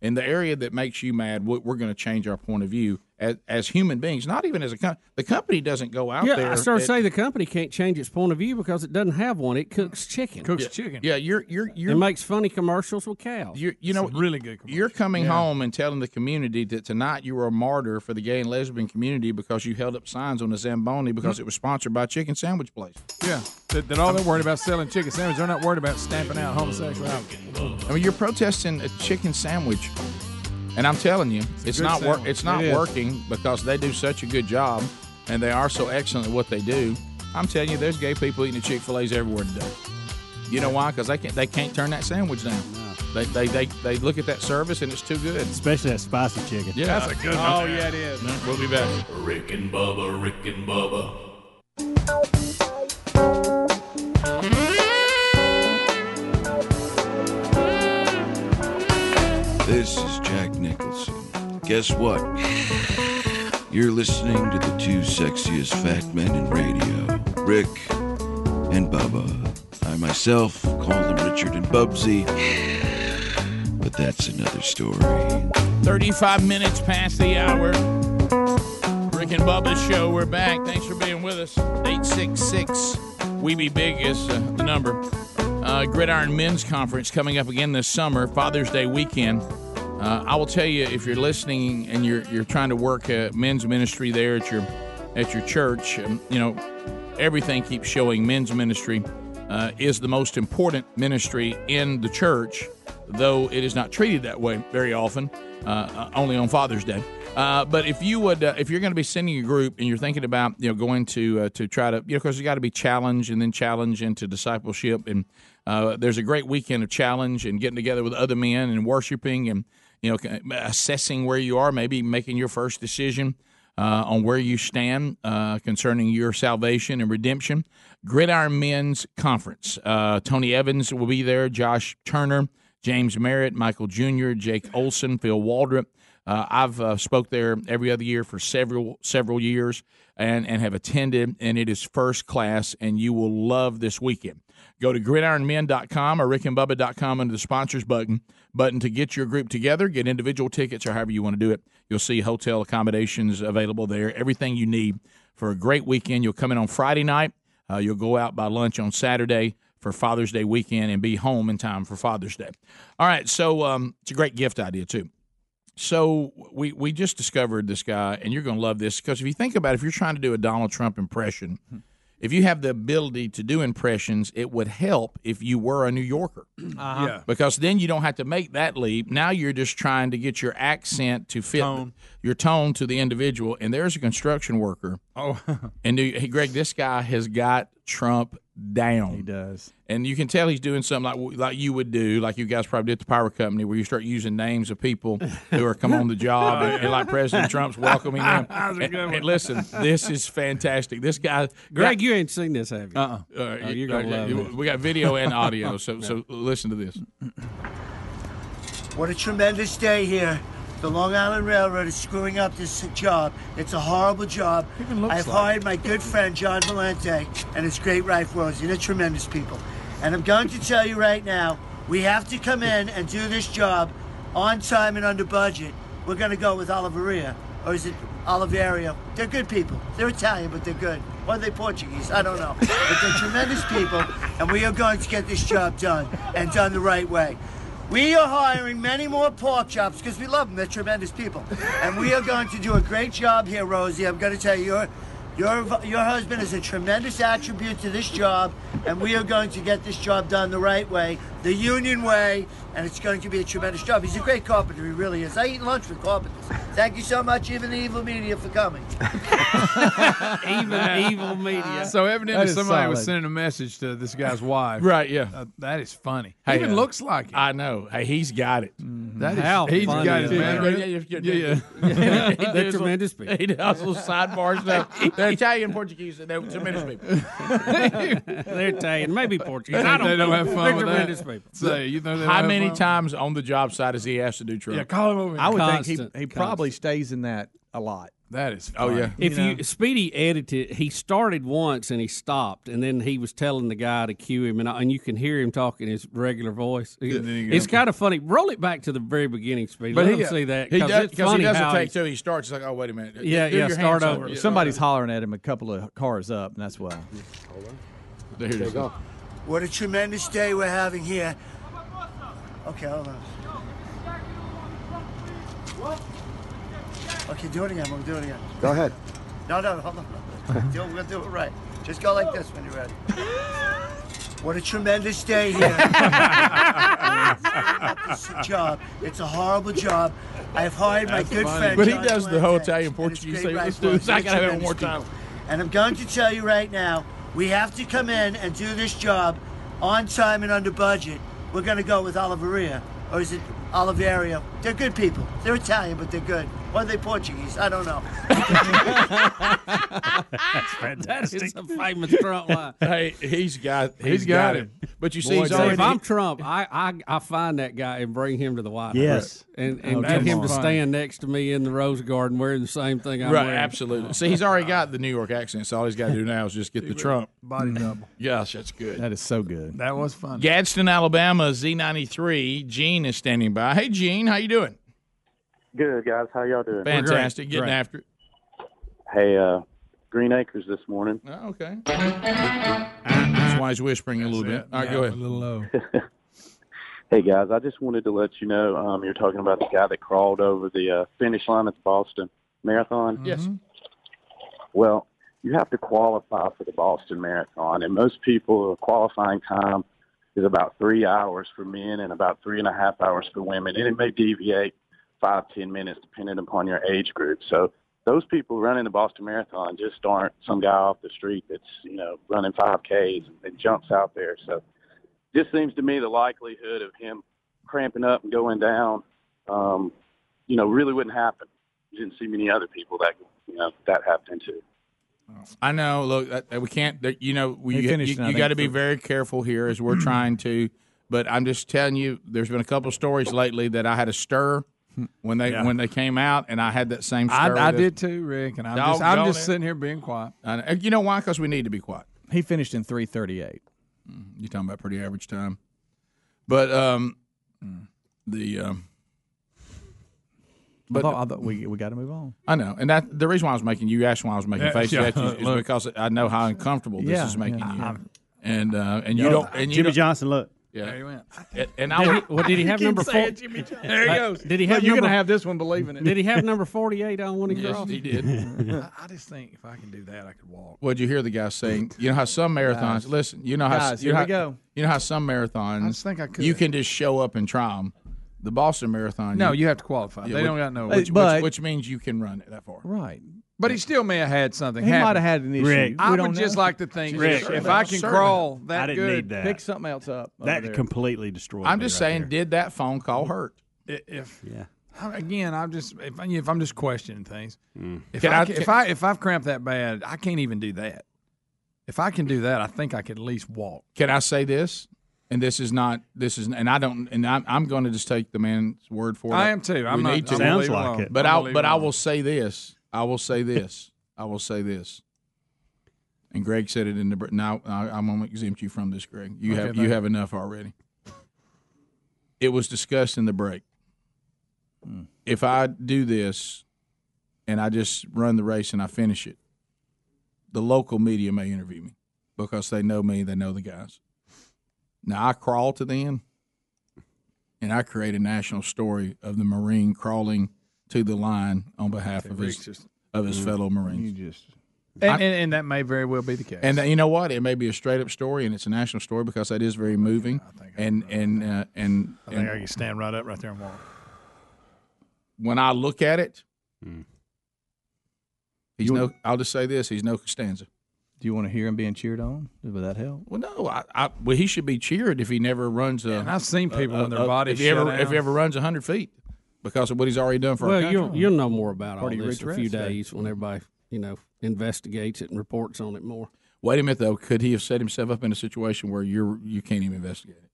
in the area that makes you mad, we're, we're going to change our point of view as, as human beings, not even as a company. The company doesn't go out
yeah,
there.
I started
and-
saying the company can't change its point of view because it doesn't have one. It cooks chicken.
Cooks Yeah. chicken. Yeah, you're you're you're-
It makes funny commercials with cows.
you you know really good. You're coming home and telling the community that tonight you were a martyr for the gay and lesbian community because you held up signs on the Zamboni
Mm-hmm.
because it was sponsored by a chicken sandwich place.
Yeah, that, that all they're worried about is selling chicken sandwiches. They're not worried about stamping out homosexuality.
I mean, you're protesting a chicken sandwich, and I'm telling you, it's,
good
not work.
sandwich.
It's not
It is.
working because they do such a good job, and they are so excellent at what they do. I'm telling you, there's gay people eating Chick Fil A's everywhere today. You know why? Because they can't they can't turn that sandwich down. They, they they they look at that service and it's too good.
Especially that spicy chicken.
Yeah,
Oh, yeah, it is.
We'll be back.
Rick and Bubba, Rick and Bubba.
This is Jack Nicholson. Guess what? You're listening to the two sexiest fat men in radio, Rick and Bubba. I myself call them Richard and Bubsy, but that's another story.
35 minutes past the hour. Rick and Bubba's show. We're back. Thanks for being with us. 866 We Be Big is uh, the number. Uh, Gridiron Men's Conference coming up again this summer, Father's Day weekend. Uh, I will tell you if you're listening and you're you're trying to work a men's ministry there at your at your church, um, you know everything keeps showing men's ministry uh, is the most important ministry in the church, though it is not treated that way very often, uh, uh, only on Father's Day. Uh, but if you would, uh, if you're going to be sending a group and you're thinking about, you know, going to uh, to try to, you know, because you got to be challenged and then challenged into discipleship, and uh, there's a great weekend of challenge and getting together with other men and worshiping and you know assessing where you are, maybe making your first decision uh, on where you stand uh, concerning your salvation and redemption. Gridiron Men's Conference. Uh, Tony Evans will be there, Josh Turner, James Merritt, Michael Jr., Jake Olson, Phil Waldrop. Uh, I've uh, spoke there every other year for several several years and, and have attended, and it is first class, and you will love this weekend. Go to gridironmen.com or rickandbubba.com under the sponsors button button to get your group together, get individual tickets, or however you want to do it. You'll see hotel accommodations available there, everything you need for a great weekend. You'll come in on Friday night, uh, you'll go out by lunch on Saturday for Father's Day weekend, and be home in time for Father's Day. All right, so um, it's a great gift idea too. So we we just discovered this guy, and you're going to love this because if you think about it, if you're trying to do a Donald Trump impression, if you have the ability to do impressions, it would help if you were a New Yorker.
Uh-huh.
Yeah.
Because then you don't have to make that leap. Now you're just trying to get your accent to fit your tone to the individual. And there's a construction worker.
Oh,
And do, hey, Greg, this guy has got Trump down. He
does.
And you can tell he's doing something like like you would do, like you guys probably did at the Power Company, where you start using names of people who are come on the job, and, and like President Trump's welcoming them.
That was a
And,
good one.
and listen, this is fantastic. This guy,
Greg, you ain't seen this, have you?
Uh-uh.
uh
Oh, you're gonna love it.
We got video and audio, so so listen to this.
What a tremendous day here. The Long Island Railroad is screwing up this job. It's a horrible job.
looks
I've
like
hired my good friend John Valente and his great wife Rosie. They're tremendous people. And I'm going to tell you right now, we have to come in and do this job on time and under budget. We're going to go with Oliveria, or is it Oliverio? They're good people. They're Italian, but they're good. Or are they Portuguese? I don't know. But they're tremendous people, and we are going to get this job done and done the right way. We are hiring many more pork chops because we love them. They're tremendous people, and we are going to do a great job here, Rosie. I'm going to tell you, your your your husband is a tremendous attribute to this job, and we are going to get this job done the right way the union way, and it's going to be a tremendous job. He's a great carpenter, he really is. I eat lunch with carpenters. Thank you so much, even the evil media, for coming.
even evil media.
So evidently
That is
somebody was
solid.
sending a message to this guy's wife.
Right, yeah.
Uh, that is funny.
Hey,
Even
uh,
looks like it.
I know. Hey, he's got it.
Mm-hmm.
That is- How he's funny got his is that? mannerism.
Yeah, yeah,
Yeah, yeah.
yeah.
They're
He does little-
tremendous people.
He does little sidebar stuff. They're Italian, Portuguese. They're tremendous people.
They're Italian, maybe Portuguese. I don't know. They're tremendous people.
How many times on the job site has he asked to do truck?
I would think he, he probably stays in that a lot.
That is.
Oh, yeah.
If you, Speedy edited, he started once and he stopped, and then he was telling the guy to cue him, and, I- and you can hear him talking his regular voice.
And then he
it's
goes-
kind of funny. Roll it back to the very beginning, Speedy.
But
Let
he-
him see that
he does-
it's
'cause he
funny
doesn't
how
take
he's-
two. He starts like, oh wait a minute.
Yeah,
Do
yeah,
your
start
hands
over.
Yeah.
Somebody's hollering at him a couple of cars up, and that's why.
Hold on.
There it is.
What a tremendous day we're having here. Okay, hold on. Okay, do it again. We'll do it again.
Go ahead.
No, no, hold on. We'll do- we'll do it right. Just go like this when you're ready. What a tremendous day here. It's a job. It's a horrible job. I have hired
That's
my good
funny.
friend.
But he
John
does the whole
Valente,
Italian
and
Portuguese
his
thing.
great
Let's
right
do this.
wing.
I gotta have it one
Tremendous
more time.
people. And I'm going to tell you right now, we have to come in and do this job on time and under budget. We're going to go with Oliveria, or is it Oliverio? They're good people. They're Italian, but they're good. Or are they Portuguese? I don't know.
That's fantastic. It's a famous Trump line.
Hey, he's got
He's got
But you see, he's
So
already.
if I'm Trump, I, I I find that guy and bring him to the White House.
Yes.
and and
Oh,
get him to
that's funny.
stand next to me in the Rose Garden wearing the same thing I'm
right,
wearing. Oh.
absolutely. See, he's already got the New York accent, so all he's got to do now is just get the Trump.
Body double.
Gosh, that's good.
That is so good.
That was fun.
Gadsden, Alabama, Z93. Gene is standing by. Hey, Gene, how you doing?
Good guys, how y'all doing?
Fantastic. Getting after it.
Hey, uh, Green Acres this morning.
Oh, okay. That's why he's whispering a little bit. All right, go ahead.
little low.
Hey guys, I just wanted to let you know um, you're talking about the guy that crawled over the uh, finish line at the Boston Marathon.
Yes.
Well, you have to qualify for the Boston Marathon, and most people qualifying time is about three hours for men and about three and a half hours for women, and it may deviate five ten minutes depending upon your age group. So those people running the Boston Marathon just aren't some guy off the street that's you know running five Ks and jumps out there. So just seems to me the likelihood of him cramping up and going down, um, you know, really wouldn't happen. Didn't see many other people that you know that happened to.
I know. Look, that, that we can't. That, you know, we,
They
you,
finished, I think,
got to be
for-
very careful here as we're trying to. But I'm just telling you, there's been a couple of stories lately that I had a stir when they
Yeah.
when they came out, and I had that same
I,
stir.
I
with this.
did too, Rick, and I'm just,
Doggone
I'm just
it.
sitting here being quiet.
I know. uh, You know why? Because we need to be quiet.
He finished in 338.
You're talking about pretty average time. But um, the um,
But I thought, I thought we we got to move on.
I know, and that the reason why I was making you ask why I was making
Yeah,
faces
yeah,
at you is
look.
because I know how uncomfortable
Yeah,
this is making
yeah.
you. And uh, and you don't and you
Jimmy
don't-
Johnson, look.
Yeah,
There he went.
And, and
Did
I
he- well, did he have
Keep
number
saying
four?
Jimmy Johnson. There he
Uh,
goes.
Did he have?
Look, you're
number-
gonna have this one believing it.
Did he have number forty-eight on when he
Yes,
crossed?
he did.
I, I just think if I can do that, I could walk.
What'd you hear the guy saying? You know how some marathons.
Guys.
listen, you know how
Guys,
you know
here
how,
we go.
You know how some marathons.
I just think I could.
You can just show up and try them. The Boston Marathon.
No, you have to qualify. They
which-
don't got no-
Which, which-
But-
which, means you can run it that far.
Right.
But he still may have had something.
He might
happen.
have had an issue. Rick,
I
we
would
don't
just
know.
like to think,
Rick,
that if
certainly.
I can
Certainly.
crawl that
I didn't
good,
need that. Pick something else up over
That
there.
completely destroyed.
I'm
me
just
right
saying, did that phone call hurt?
I- If
yeah,
I- again, I'm just if, I, if I'm just questioning things.
Mm.
If
Can
I,
I-
ca- if
can-
I if I've cramped that bad, I can't even do that. If I can do that, I think I could at least walk.
Can I say this? And this is not. This is. And I don't. And I'm. I'm going to just take the man's word for it.
I am too. I'm
we
not-
need to.
I'm gonna leave it alone.
But
I'm
I.
gonna leave
But
it
I
alone.
will say this. I will say this. I will say this. And Greg said it in the. br- Now I, I'm going to exempt you from this, Greg. You
Okay,
have.
thank
You
you.
have enough already. It was discussed in the break. If I do this, and I just run the race and I finish it, the local media may interview me because they know me. They know the guys. Now I crawl to the end, and I create a national story of the Marine crawling to the line on behalf of his of his fellow Marines.
You just And, and, and that may very well be the case.
And uh, you know what? It may be a straight up story, and it's a national story because that is very moving. and and uh, and
I think I
and
can stand right up right there and walk.
when I look at it,
Mm.
he's no. I'll just say this: he's no Costanza.
Do you want to hear him being cheered on? Would that help?
Well, no. I, I well, he should be cheered if he never runs. A,
and I've seen people when their
a- a-
bodies
If he ever
shut
if he
down.
ever runs hundred feet because of what he's already done for our
well,
country.
you'll you'll know more about all
Party
this in a
redress
few
day.
days when everybody you know investigates it and reports on it more.
Wait a minute though. Could he have set himself up in a situation where you're you can't even investigate it?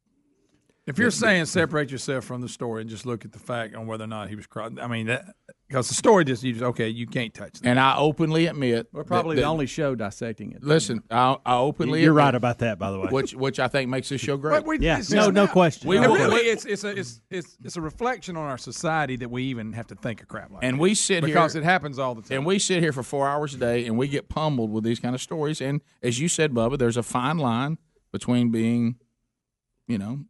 If you're
Yeah,
saying separate yourself from the story and just look at the fact on whether or not he was crying, I mean that because the story just you just okay, you can't touch that.
And I openly admit
We're
probably
that-
the
that-
only show dissecting it.
Listen, I, I openly
You're
admit-
right about that, by the way.
which which I think makes this show great.
But we- it's
no,
just
no
now.
question.
We,
No
really,
question.
it's it's a it's, it's it's a reflection on our society that we even have to think of crap like
and
that.
we sit
because
here
it happens all the time.
and we sit here for four hours a day and we get pummeled with these kind of stories. And as you said, Bubba, there's a fine line between being, you know,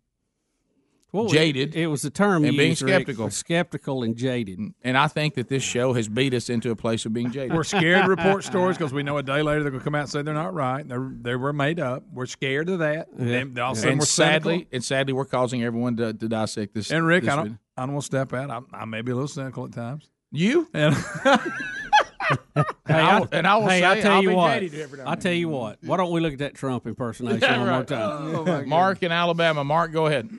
Well, it-
jaded.
It, was the term
and
you
being
used, Rick,
skeptical.
skeptical and jaded.
And I think that this show has beat us into a place of being jaded.
We're scared to report stories because we know a day later they're going to come out and say they're not right. They they were made up. We're scared of that. And then all of a sudden
and
we're
sadly,
cynical.
and sadly, we're causing everyone to, to dissect this.
And Rick,
this
I
video.
don't I don't want to step out. I, I may be a little cynical at times.
You
and
Hey,
I will- and I will
hey,
say
I tell
I'll
you
be
what.
jaded every now
I tell you what. Why don't we look at that Trump impersonation
Yeah,
one more
right.
time?
Oh, my Mark in Alabama. Mark, go ahead.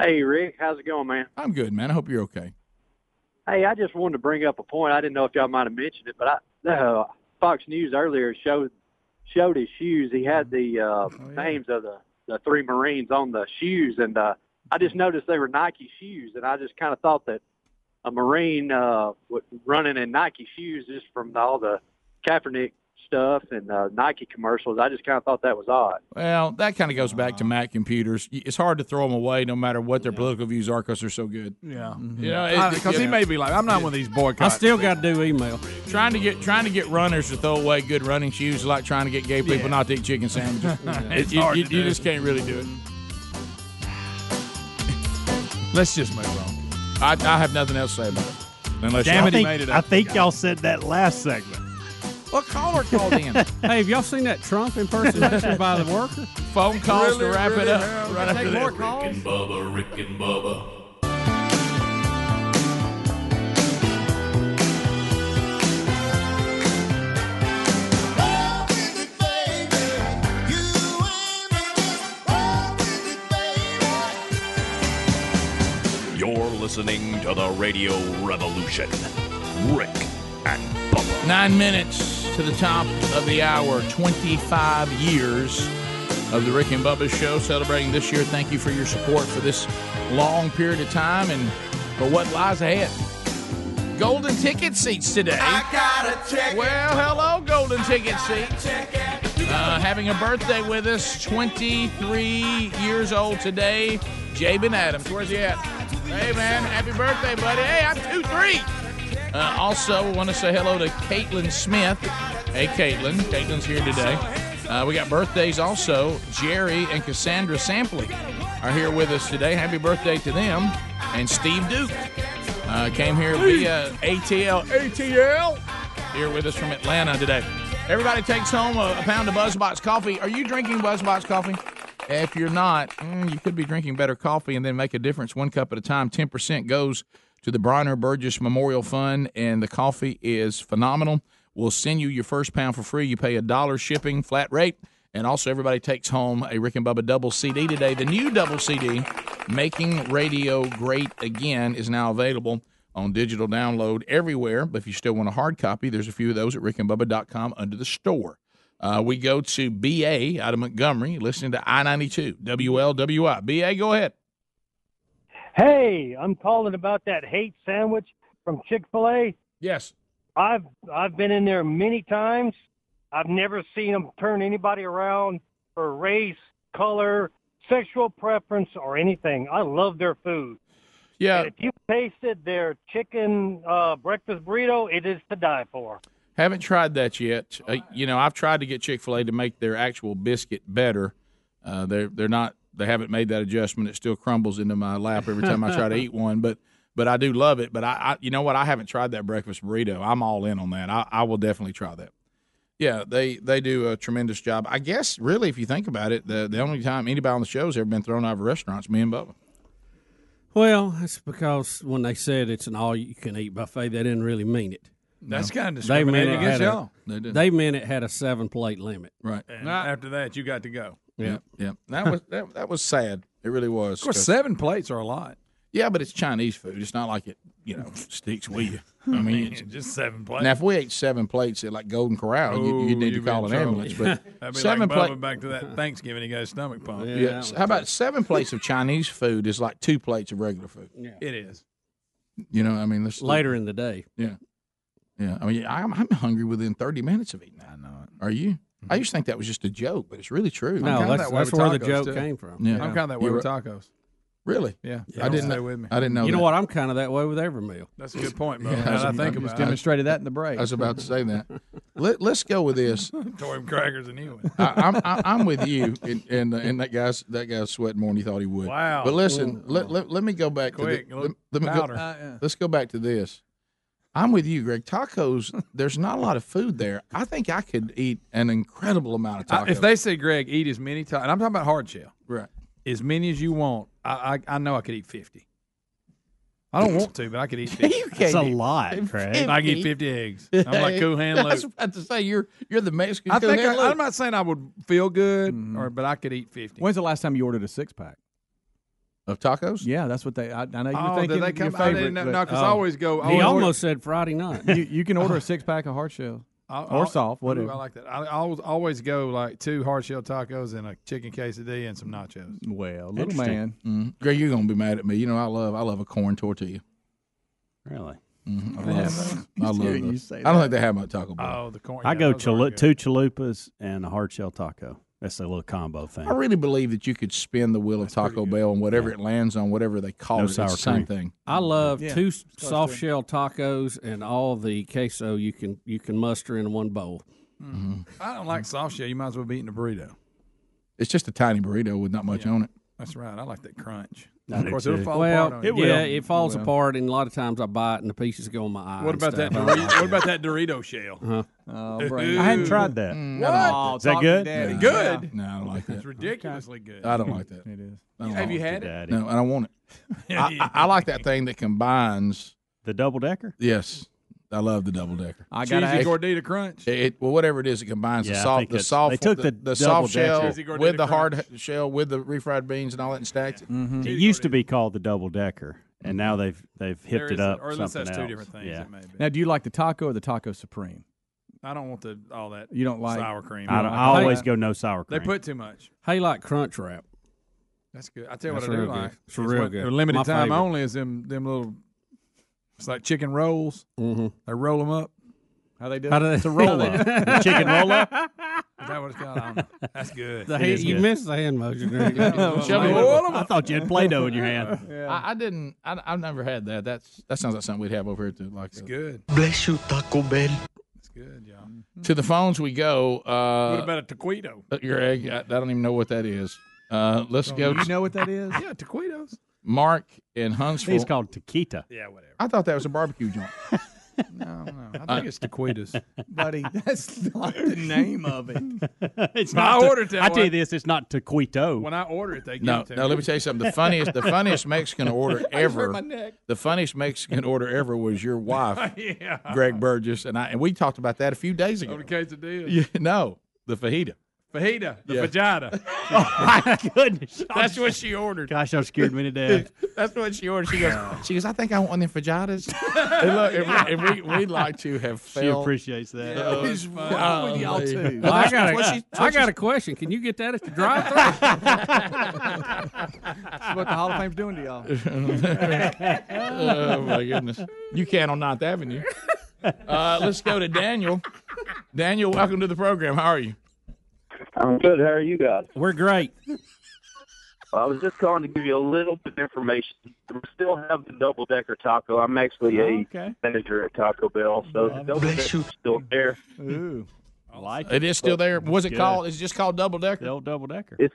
Hey, Rick, how's it going, man?
I'm good, man. I hope you're okay.
Hey, I just wanted to bring up a point. I didn't know if y'all might have mentioned it, but I, uh, Fox News earlier showed showed his shoes. He had the uh, names of the the three Marines on the shoes, and uh, I just noticed they were Nike shoes, and I just kind of thought that a Marine uh, w- running in Nike shoes just from all the Kaepernick stuff and uh, Nike commercials. I just kind of thought that was odd.
Well, that kind of goes back to Mac computers. Y- It's hard to throw them away, no matter what their political views are, because they're so good.
Yeah,
Yeah, it-
because he
yeah.
may be like, I'm not one of these
I
boycotts.
still got to do email.
Trying to get trying to get runners to throw away good running shoes is like trying to get gay people
Yeah.
not to eat chicken sandwiches.
It's
you,
hard
you-
to
you
do.
just can't really do it.
Let's just move on.
I, I have nothing else to say about it. Unless
Damn
y'all-
it, I think, I think y'all said that last segment.
What caller called in?
hey, have y'all seen that Trump impersonation by the worker?
Phone calls to wrap it up. Right after
Rick
this.
and Bubba, Rick and Bubba.
You're listening to the Radio Revolution. Rick and Bubba.
Nine minutes to the top of the hour. 25 years of the Rick and Bubba Show celebrating this year. Thank you for your support for this long period of time and for what lies ahead. Golden ticket seats today. Well, hello, golden ticket seats. Uh, having a birthday with us, 23 years old today. Jabin Adams, where's he at? Hey, man, happy birthday, buddy. Hey, I'm two three. Uh, also, want to say hello to Caitlin Smith. Hey, Caitlin. Caitlin's here today. Uh, we got birthdays also. Jerry and Cassandra Sampley are here with us today. Happy birthday to them. And Steve Duke uh, came here via ATL. ATL! Here with us from Atlanta today. Everybody takes home a, a pound of BuzzBox coffee. Are you drinking BuzzBox coffee? If you're not, mm, you could be drinking better coffee and then make a difference one cup at a time. 10% goes to the Bronner Burgess Memorial Fund, and the coffee is phenomenal. We'll send you your first pound for free. You pay a dollar shipping flat rate. And also, everybody takes home a Rick and Bubba double CD today. The new double CD, Making Radio Great Again, is now available on digital download everywhere. But if you still want a hard copy, there's a few of those at rickandbubba.com under the store. Uh, we go to BA out of Montgomery, listening to I 92, WLWI. BA, go ahead.
Hey, I'm calling about that hate sandwich from Chick Fil A.
Yes,
I've I've been in there many times. I've never seen them turn anybody around for race, color, sexual preference, or anything. I love their food.
Yeah.
And if you tasted their chicken uh, breakfast burrito, it is to die for.
Haven't tried that yet. Uh, you know, I've tried to get Chick Fil A to make their actual biscuit better. Uh, they're they're not. They haven't made that adjustment. It still crumbles into my lap every time I try to eat one. But but I do love it. But I, I you know what? I haven't tried that breakfast burrito. I'm all in on that. I, I will definitely try that. Yeah, they they do a tremendous job. I guess really, if you think about it, the the only time anybody on the show's ever been thrown out of a restaurant's me and Bubba.
Well, it's because when they said it's an all-you-can-eat buffet, they didn't really mean it.
That's
No.
kinda
They meant
discriminating
it
against
had a-
y'all. They
They,
didn't.
meant it had a seven-plate limit.
Right.
And after that, you got to go.
Yeah.
Yeah. That was that, that was sad. It really was.
Of course, seven plates are a lot.
Yeah, but it's Chinese food. It's not like it, you know, sticks with you. I mean, it's,
just seven plates.
now if we ate seven plates at like Golden Corral, you, you'd
Oh,
need to
you'd be
call an
in trouble.
ambulance. But
That'd be
seven
seven like
plates.
plate. back to that Thanksgiving. He got his stomach pumped.
Yes. How about seven plates of Chinese food is like two plates of regular food.
It is.
You know, I mean, let's
Later in the day.
Yeah, yeah. I mean, I'm, I'm hungry within 30 minutes of eating. I know. Are you?
Mm-hmm.
I used to think that was just a joke, but it's really true. kinda
No, that's-
that way
that's
with
where the
tacos,
joke
too.
came from.
Yeah,
I'm kind of that way
You're
with
right.
tacos.
Really?
Yeah.
I didn't
stay
know-
with me.
I didn't know.
You know
that.
what? I'm kind of that way with every meal.
That's a good point, Bo.
Yeah,
now
I
that I
was-
think
I was
about it.
demonstrated that in the break. I was about to say that. Let, let's go with this.
Tore him crackers and he went.
I, I'm I, I'm with you, and and, uh, and that guy's that guy's sweating more than he thought he would.
Wow.
But listen, let, let, let me go back
Quick,
to the,
a
let,
little
let me
powder.
go,
Uh, yeah.
Let's go back to this. I'm with you, Greg. Tacos. There's not a lot of food there. I think I could eat an incredible amount of
I-
tacos.
if they say, Greg, eat as many tacos, and I'm talking about hard shell,
right?
As many as you want. I I, I know I could eat fifty. I don't want to, but I could eat fifty.
You That's can't a eat
lot,
Craig.
I can eat
50.
fifty eggs. I'm like Cool Hand
I was
Luke.
about to say you're you're the Mexican.
I
Cool
think
Hand
I,
Luke.
I'm not saying I would feel good, or but I could eat fifty.
Mm-hmm. When's the last time you ordered a six pack
of tacos?
Yeah, that's what they. I, I know you
Oh,
were
did
thinking.
they
your
come- I didn't
favorite,
know-
but- um,
no, 'cause I always go- I
he
always
almost
order-
said Friday night.
you, you can order a six pack of hard shell
I- I-
or soft,
ooh,
whatever.
I like that. I, I always, always go like two hard shell tacos and a chicken quesadilla and some nachos.
Well,
little man.
Mhm. Greg, you're gonna be mad at me. You know I love I love a corn tortilla.
Really?
Mhm. I
They have
love, I
those?
love
You
those.
say
I don't
that.
think they have them at Taco Bell.
Oh, the corn.
I
yeah,
go
those are good.
chalu- two chalupas and a hard shell taco. That's a little combo thing.
I really believe that you could spin the wheel of Taco Bell and whatever it lands on, whatever they call
No
it, it's the
sour
same
cream.
thing.
I love
Yeah,
two
it's close
soft
to it.
shell tacos and all the queso you can you can muster in one bowl.
I don't like soft shell. You might as well be eating a burrito.
It's just a tiny burrito with not much on it.
That's right. I like that crunch.
I
of
do
course,
too.
it'll fall
well,
apart. On you.
yeah, it falls apart, and a lot of times I buy it, and the pieces go in my eye.
What
and
about that?
stuff.
Dorito, what about that Dorito shell?
Uh-huh.
Oh, brain.
I hadn't tried that.
Mm,
What?
I don't
Is that
Talking
good?
Daddy.
Yeah.
Good.
Yeah. No, I don't like
It's
that.
ridiculously good.
I don't like that.
It is.
I don't
Have you
like
had it?
No, I don't want it. I, I, I like that thing that combines
the double decker.
Yes, I love the double decker.
I
gotta Cheesy ask- gordita crunch.
It, it- well, whatever it is, it combines
Yeah,
the
I
soft,
think
the
it's-
soft,
they took
the,
the
the soft
double
shell
decker. Cheesy
with
gordita
the hard shell with the refried beans and all that, and stacked it.
Mm-hmm.
It used to be called the double decker, and now they've they've
Mm-hmm. There
hipped
is
it
a-
up.
or unless
something
that's two
else.
different things,
Yeah.
it may be.
Now, do you like the taco or the taco supreme?
I don't want the all that.
You don't like-
sour cream.
I, don't- I always go no sour cream.
They put too much.
Hey, like crunch wrap.
That's good. I tell you
That's
what I do
real good.
like.
It's real
what-
good.
the Limited
My
time
favorite.
only is them them little. It's like chicken rolls.
Mm-hmm.
They roll them up. How they do?
How do they-
It's a roll
how
up.
they do- The chicken roll up?
Is that what it's called? I don't know. That's good.
The hand, you missed the hand motion. There you go.
I thought you had Play-Doh in your hand.
I, I didn't. I, I've never had that. That's that sounds like something we'd have over here. To like, it's
good.
Bless you, Taco Bell.
It's good, y'all.
Mm-hmm. To the phones we go. Uh,
what about a taquito?
uh, Greg? I, I don't even know what that is. Uh, let's go.
Oh, You
to
know what that is?
yeah, taquitos.
Mark in Huntsville.
It's called taquita.
Yeah, whatever.
I thought that was a barbecue joint.
No, no. I think
Uh,
it's taquitos.
buddy. That's not the name of it.
it's
I
ta-
ordered that
I tell you
one.
this, it's not taquito.
When I order it, they give
No,
it to
no. Let me tell you something. The funniest, the funniest Mexican order
I just hurt
ever.
my neck.
The funniest Mexican order ever was your wife,
Yeah.
Greg Burgess, and I, and we talked about that a few days ago.
On the quesadilla.
Yeah, no, the fajita.
Fajita, the
Yeah.
vagina.
oh my goodness!
That's what she ordered.
Gosh, that scared me to death.
That's what she ordered. She goes. She goes. I think I want one of them fajitas. and look, and, we- and we we like to have.
She
Felt,
appreciates that.
Yeah, it was fun.
Well, I
that's
got
what she-
a, I got a question. Can you get that at the drive-thru?
That's what the Hall of Fame's doing to y'all.
oh my goodness! You can on Ninth Avenue. Uh, let's go to Daniel. Daniel, welcome to the program. How are you?
I'm good. How are you guys?
We're great.
I was just calling to give you a little bit of information. We still have the double decker taco. I'm actually a
okay.
manager at Taco Bell, so the double decker's still there.
Ooh, I like
It is still there. Was it
Good.
called? It's just called double decker.
The old double decker.
It's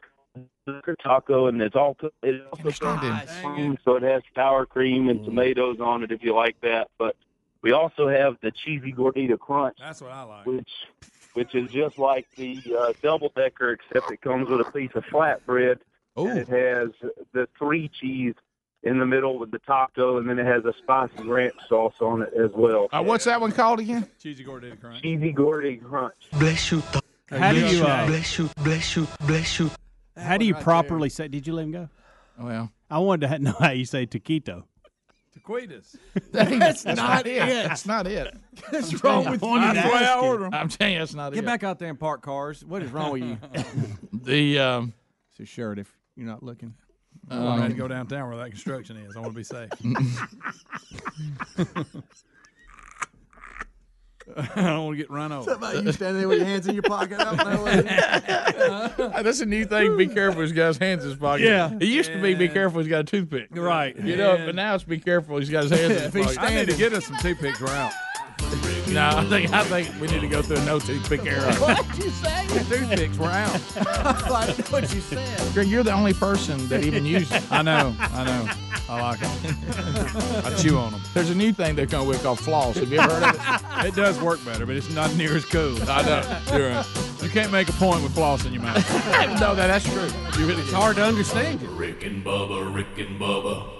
Decker taco, and it's all it also comes cream, so it has sour cream and tomatoes on it if you like that. But we also have the cheesy gordita crunch,
That's what I like.
which which is just like the uh, double decker, except it comes with a piece of flatbread. And it has the three cheese in the middle with the taco, and then it has a spicy ranch sauce on it as well.
Uh, what's that one called again?
Cheesy Gordita Crunch.
Cheesy Gordita Crunch.
Bless you. How do you uh, bless you, bless you, bless you? How do you
Right there.
properly say? Did you let him go?
Well,
I wanted to know how you say taquito.
Taquitas.
That's not it. That's not it.
What's wrong with you? That's why I order them.
I'm telling you, that's not
Get
it.
back out there and park cars. What is wrong with you?
The um,
it's a shirt if you're not looking.
I don't
Um,
want to go downtown where that construction is. I want to be safe. I don't want to get run over.
about you standing there with your hands in your pocket? I don't know what
Uh, That's a new thing. Be careful with this guy's hands in his pocket.
Yeah.
It used to be be careful he's got a toothpick. Right. You know, but now it's be careful he's got his hands in his
If he's
pocket.
standing, I need to get us some toothpicks. We're out.
No, I think I think we need to go through a no toothpick era.
What you saying?
Toothpicks were out.
I know what you said.
Greg, you're the only person that even used it.
I know. I know. I like them. I chew on them.
There's a new thing they're coming with called floss. Have you ever heard of it?
It does work better, but it's not near as cool.
I know.
You're right. You can't make a point with floss in your mouth.
no, that, that's true. You really
It's hard to understand it.
Rick and Bubba, Rick and Bubba.